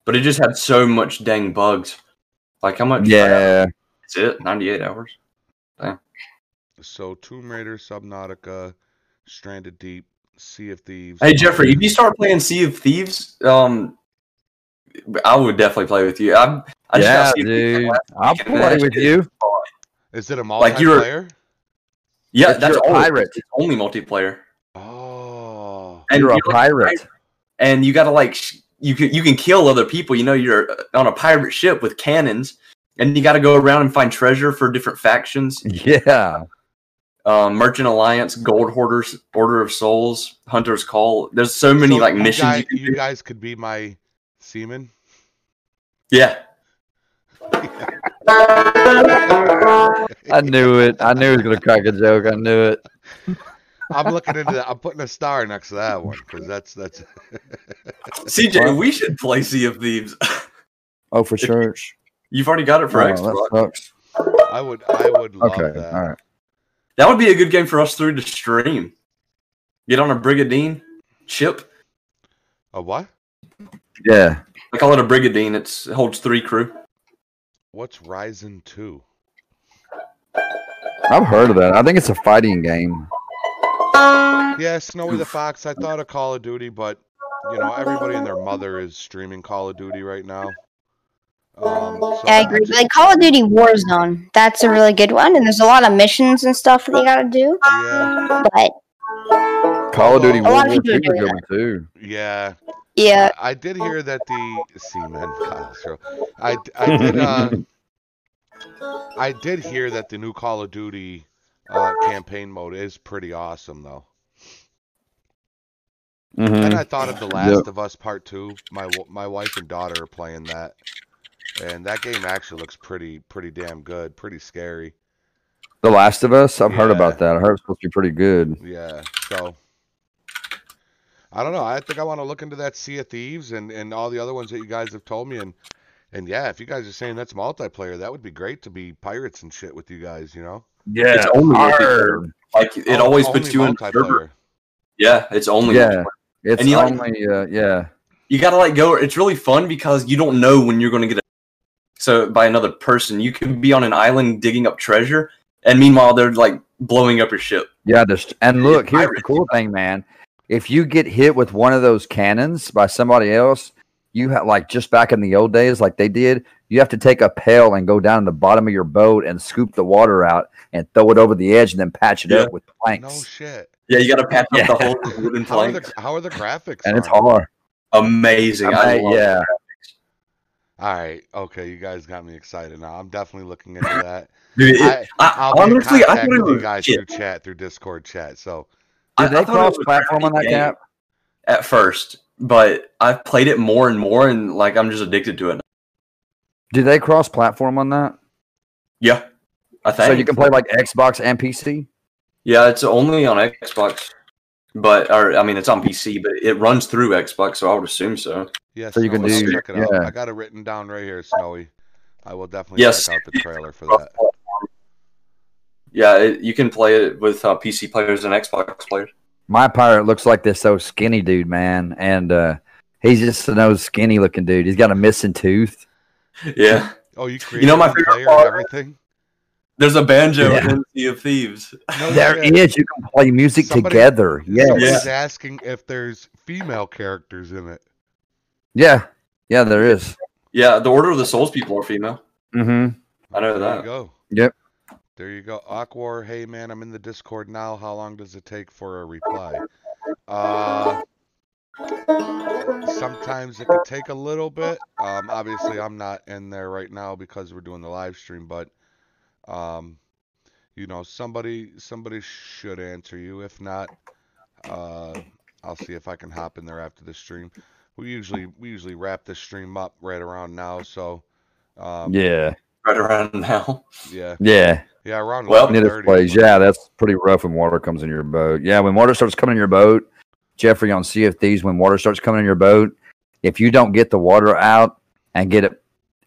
but it just had so much dang bugs. Like how much? Yeah. That's it. 98 hours. So Tomb Raider, Subnautica, Stranded Deep, Sea of Thieves. Hey Jeffrey, if you start playing Sea of Thieves, um, I would definitely play with you. I'm, I just yeah, got Sea of Thieves dude. last- I'll weekend, play man. with you. Is it a multiplayer? Like you were- Yeah, that's you're a all. pirate. It's only multiplayer, Oh. and You're a you're like- pirate. and you gotta like sh- you can you can kill other people. You know, you're uh, on a pirate ship with cannons, and you gotta go around and find treasure for different factions. (laughs) Yeah. Um, Merchant Alliance, Gold Hoarders, Order of Souls, Hunter's Call. There's so many Oh. So like you missions. guy- you can you do. guys could be my seaman. Yeah, I knew it. I knew he was going to crack a joke. I knew it. I'm looking into that. I'm putting a star next to that one because that's that's. (laughs) CJ, we should play Sea of Thieves. (laughs) Oh, for If you- sure. You've already got it for Oh, Xbox. that sucks. I would I would love Okay. that. All right. That would be a good game for us three to stream. Get on a Brigadine ship. A what? Yeah. I call it a Brigadine. It's, it holds three crew. What's Ryzen two? I've heard of that. I think it's a fighting game. Yeah, Snowy the Fox. I thought of Call of Duty, but you know everybody and their mother is streaming Call of Duty right now. Um, so I agree. just- Like Call of Duty Warzone, that's a really good one, and there's a lot of missions and stuff that you gotta do. yeah, But Call of Oh, Duty A lot World of War II is people are a doing good one, too. yeah. yeah, I I did hear that the seaman. God, so- I I did. Uh, I did hear that the new Call of Duty uh, campaign mode is pretty awesome, though. Then I thought of The Last of Us Part Two. My w- my wife and daughter are playing that, and that game actually looks pretty pretty damn good, pretty scary. The Last of Us. I've heard Yeah. about that. I heard it's supposed to be pretty good. Yeah. So I don't know. I think I want to look into that Sea of Thieves and and all the other ones that you guys have told me. And and yeah, if you guys are saying that's multiplayer, that would be great to be pirates and shit with you guys. You know, Yeah. It's only multiplayer. Like it Oh, always only puts you in the server. multiplayer. Yeah, it's only Yeah. It's And you like- only, uh, yeah. you gotta like go. It's really fun because you don't know when you're gonna get. A- so by another person, you could be on an island digging up treasure, and meanwhile they're like blowing up your ship. Yeah, there's and look, here's the pirates. cool thing, man. If you get hit with one of those cannons by somebody else, you have like just back in the old days, like they did, you have to take a pail and go down to the bottom of your boat and scoop the water out and throw it over the edge and then patch it Yeah. up with planks. No shit. Yeah, you gotta patch Yeah. up the whole (laughs) wooden How are, planks. the, how (laughs) are the graphics? and it's on it? hard. Amazing. I, I- love yeah. All right. Okay, you guys got me excited now. I'm definitely looking into that. Dude, (laughs) it- I, I- I'll be in honestly, I contact thought it with you was guys shit. through chat, through Discord chat. So Do I- I they thought it cross was a platform on that crappy game cap? at first, but I've played it more and more, and like I'm just addicted to it. Do they cross platform on that? Yeah, I think So you can play like Xbox and PC? Yeah, it's only on Xbox, but or I mean, it's on PC, but it runs through Xbox, so I would assume so. yes, So you can I'll do- check it out. yeah. I got it written down right here, Snowy. I will definitely Yes. check out the trailer for that. Yeah, it, you can play it with uh, PC players and Xbox players. My pirate looks like this so skinny dude, man. And uh he's just an old skinny looking dude. He's got a missing tooth. Yeah, (laughs) Oh, you created You know my the favorite player part- and everything. there's a banjo Yeah. in Sea of Thieves. No There shit. is. You can play music Somebody- together. Yes. Somebody's asking if there's female characters in it. Yeah. Yeah, there is. Yeah, the Order of the Souls people are female. Mm-hmm. I know There you that. go. Yep. There you go. Aquar, hey man, I'm in the Discord now. How long does it take for a reply? Uh sometimes it can take a little bit. Um obviously I'm not in there right now because we're doing the live stream, but um you know, somebody somebody should answer you. If not, uh I'll see if I can hop in there after the stream. We usually we usually wrap the stream up right around now, so um Yeah. Right around (laughs) now. yeah. Yeah. Yeah, around Well, In other 11:30 place. is when- Yeah, that's pretty rough when water comes in your boat. Yeah, when water starts coming in your boat, Jeffrey on Sea of Thieves, when water starts coming in your boat, if you don't get the water out and get it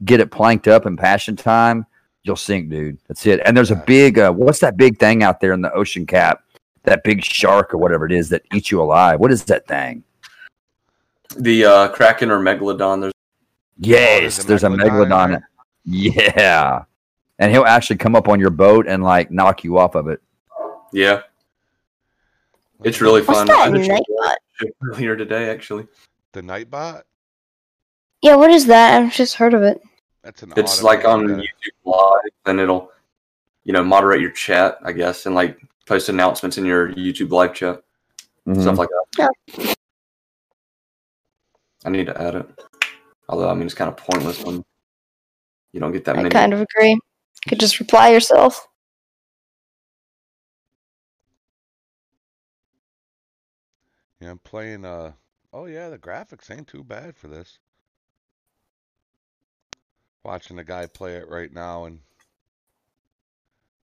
get it planked up in passion time, you'll sink, dude. That's it. And there's a Yeah. big uh, what's that big thing out there in the ocean cap? That big shark or whatever it is that eats you alive. What is that thing? The uh, Kraken or Megalodon. There's Yes, Oh, there's a megalodon. in there? Yeah. And he'll actually come up on your boat and like knock you off of it. yeah, it's really (laughs) What's fun. that I just- Nightbot? Earlier today, actually, the Nightbot. Yeah, what is that? I've just heard of it. That's an. it's like on automated- YouTube Live, and it'll, you know, moderate your chat, I guess, and like post announcements in your YouTube live chat. Mm-hmm. stuff like that. I need to add it. Although I mean, it's kind of pointless when you don't get that I many. kind of agree. You could just reply yourself. Yeah, I'm playing. Uh, oh yeah, the graphics ain't too bad for this. Watching the guy play it right now, and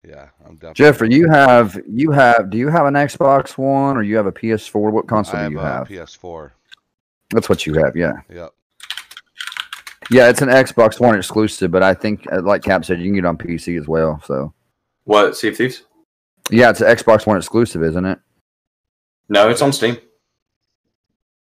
yeah, I'm definitely. Jeffrey, you have you have do you have an Xbox One or you have a PS4? What I console have do you a have? PS4. That's what you have, yeah. Yep. Yeah, it's an Xbox One exclusive, but I think uh, like Cap said, you can get it on PC as well. So What Sea of Thieves? yeah, it's an Xbox One exclusive, isn't it? No, it's on Steam.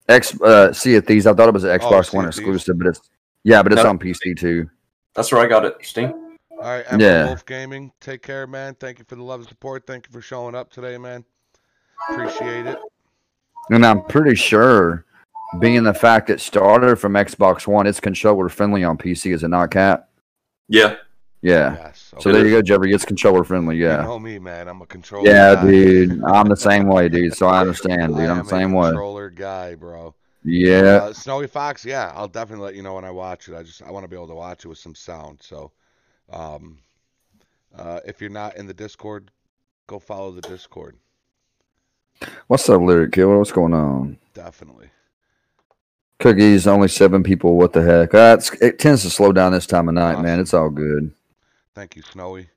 X uh Sea of Thieves. I thought it was an Xbox Oh, Sea One of Thieves. exclusive, but it's yeah, but it's No. on PC too. That's where I got it. Steam. All right, Emperor Yeah. Wolf Gaming, take care, man. Thank you for the love and support. Thank you for showing up today, man. Appreciate it. And I'm pretty sure being the fact it started from Xbox One, it's controller friendly on PC, is it not Cap? Yeah, Yeah. Yes. So okay. there you go, Jeffrey. It's controller friendly, You yeah. know me, man. I'm a Oh, controller. Yeah, guy. dude. I'm the same way, dude. So I understand, I dude. I'm am the a same way. Controller guy, bro. Yeah. Uh, Snowy Fox, yeah, I'll definitely let you know when I watch it. I just I want to be able to watch it with some sound. So, um, uh, if you're not in the Discord, go follow the Discord. What's up, Lyric Killer? What's going on? Definitely. Cookies, only seven people. What the heck? Uh, it's, it tends to slow down this time of night, man. It's all good. Thank you, Snowy.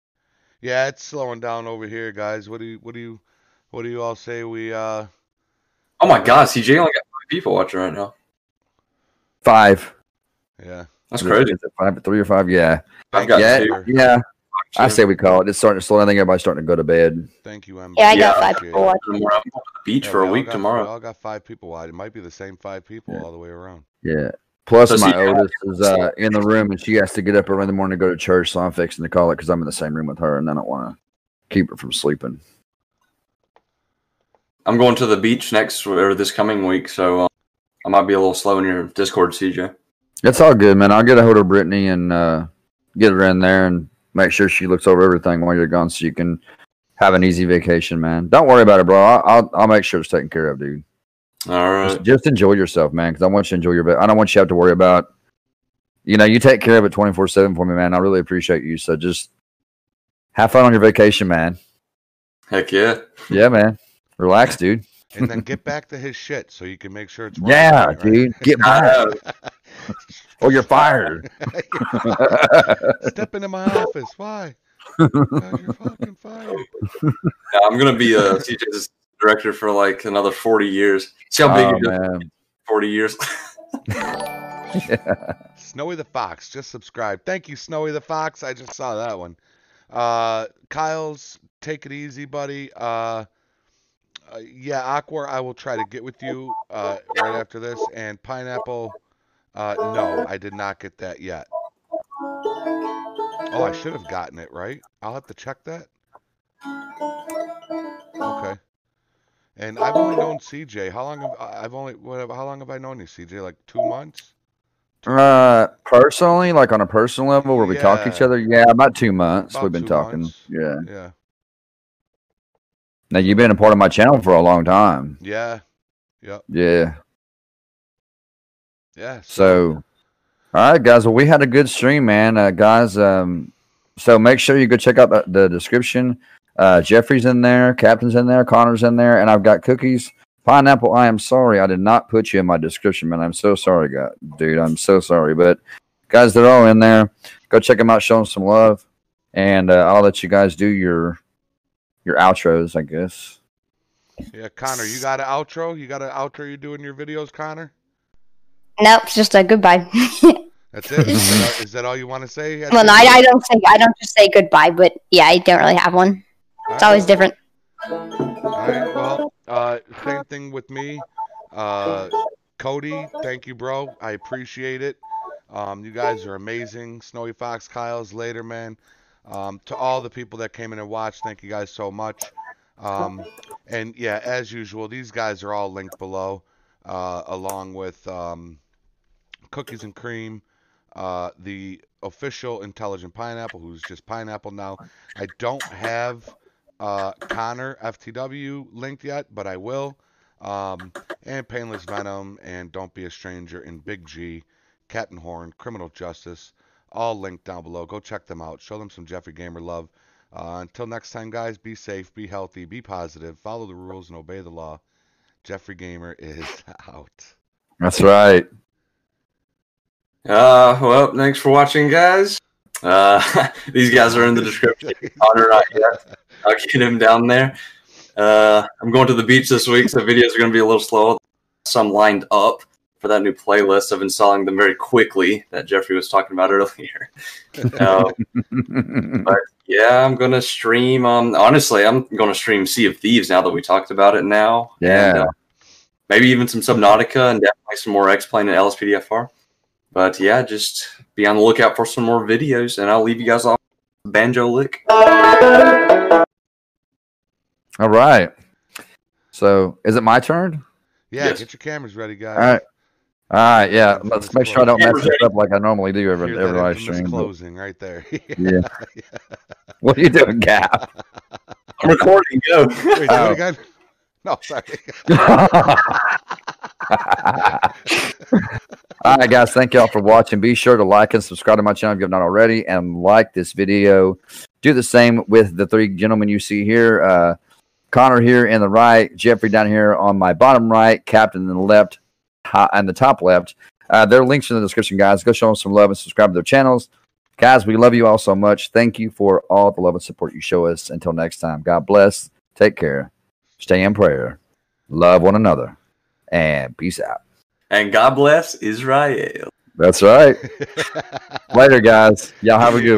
Yeah, it's slowing down over here, guys. What do you what do you what do you all say we uh Oh my God, CJ only got five people watching right now. Five. yeah. That's crazy. Is it five, three or five? Yeah. I've got yeah. two. Yeah. I say we call it. It's starting to slow. down. I think everybody's starting to go to bed. Thank you, Emily. Yeah, I got got five Appreciate people it. watching. We're out on the beach Yeah, for we a all week got- We tomorrow. all got five people. Wide. It might be the same five people Yeah. all the way (laughs) around. Yeah. Plus, So, my see, oldest is uh, in the room, and she has to get up early in the morning to go to church. So I'm fixing to call it because I'm in the same room with her, and I don't want to keep her from sleeping. I'm going to the beach next or this coming week, so um, I might be a little slow in your Discord, CJ. It's all good, man. I'll get a hold of Brittany and uh, get her in there and make sure she looks over everything while you're gone, so you can have an easy vacation, man. Don't worry about it, bro. I'll I'll, I'll make sure it's taken care of, dude. All Just, right. just enjoy yourself, man. Because I want you to enjoy your. va- I don't want you to have to worry about. You know, you take care of it twenty four seven for me, man. I really appreciate you. So just have fun on your vacation, man. Heck yeah. Yeah, man. Relax, dude. And then get back to his shit so you can make sure it's working Yeah, right, right? dude. Get back, (laughs) (laughs) or you're (laughs) fired. Step into my office. (laughs) Why? 'Cause you're fucking fired. Yeah, I'm gonna be (laughs) a CJ's director for like another 40 years. See how big Oh, you do man. 40 years. (laughs) Snowy the Fox just subscribed. Thank you, Snowy the Fox. I just saw that one. Uh, Kyle's, take it easy, buddy. Uh, uh, yeah, Aqua, I will try to get with you uh, right after this. And Pineapple, uh, no, I did not get that yet. Oh, I should have gotten it, right? I'll have to check that. Okay. And I've only known CJ. How long have I- I've only what, have- how long have I known you, CJ? Like two months? Uh, personally, like on a personal level, where we talk to each Yeah. other, yeah, about two months About we've been two talking. months. Yeah. Yeah. Now you've been a part of my channel for a long time. Yeah. Yeah. Yeah. So, all right, guys. Well, we had a good stream, man. Uh, guys, um, so make sure you go check out the, the description. Uh, Jeffrey's in there, Captain's in there, Connor's in there, and I've got cookies. Pineapple, I am sorry. I did not put you in my description, man. I'm so sorry, guy, dude. I'm so sorry. But, guys, they're all in there. Go check them out. Show them some love. And uh, I'll let you guys do your your outros, I guess. yeah, Connor, you got an outro? You got an outro you do in your videos, Connor? Nope, it's just a goodbye. (laughs) That's it. is, that all, is that all you want to say? at the well, no, I, end? I don't say I don't just say goodbye, but yeah, I don't really have one. All It's always right. different. All right. Well, uh, same thing with me. Uh, Cody, thank you, bro. I appreciate it. Um, you guys are amazing. Snowy Fox, Kyle's, later, man. Um, to all the people that came in and watched, thank you guys so much. Um, and yeah, as usual, these guys are all linked below, uh, along with um, Cookies and Cream, uh, the official Intelligent Pineapple, who's just Pineapple now. I don't have uh, Connor FTW linked yet, but I will. Um, and Painless Venom and Don't Be a Stranger and Big G, Cat and Horn, Criminal Justice, all linked down below. Go check them out. Show them some Jeffrey Gamer love. Uh, until next time, guys, be safe, be healthy, be positive, follow the rules, and obey the law. Jeffrey Gamer is (laughs) out. That's right. Uh, well, thanks for watching, guys. Uh, (laughs) these guys are in the (laughs) description. Connor, not yet. I'll get him down there. Uh, I'm going to the beach this week, so videos are going to be a little slow. Some lined up for that new playlist. I've been installing them very quickly that Jeffrey was talking about (laughs) earlier. Um, yeah, I'm going to stream. Um, honestly, I'm going to stream Sea of Thieves now that we talked about it now. Yeah. And, uh, maybe even some Subnautica and definitely some more X Plane and LSPDFR. But yeah, just be on the lookout for some more videos, and I'll leave you guys off with banjo lick. (laughs) All right. So, is it my turn? Yeah, Yes. get your cameras ready, guys. All right. All right. Ah, Yeah. Infamous Let's make sure I don't mess closing. this up like I normally do every Hear every that live infamous stream. but- closing right there. (laughs) Yeah. (laughs) What are you doing, Gap? I'm recording. Go. Wait, do Oh. it again? (laughs) No, sorry. (laughs) (laughs) All right, guys. Thank y'all for watching. Be sure to like and subscribe to my channel if you have not already, and like this video. Do the same with the three gentlemen you see here. Uh, Connor here in the right, Jeffrey down here on my bottom right, Captain in the left, hi- and the top left. Uh, their links are in the description, guys. Go show them some love and subscribe to their channels. Guys, we love you all so much. Thank you for all the love and support you show us. Until next time, God bless. Take care. Stay in prayer. Love one another. And peace out. And God bless Israel. That's right. Later, guys. Y'all have a good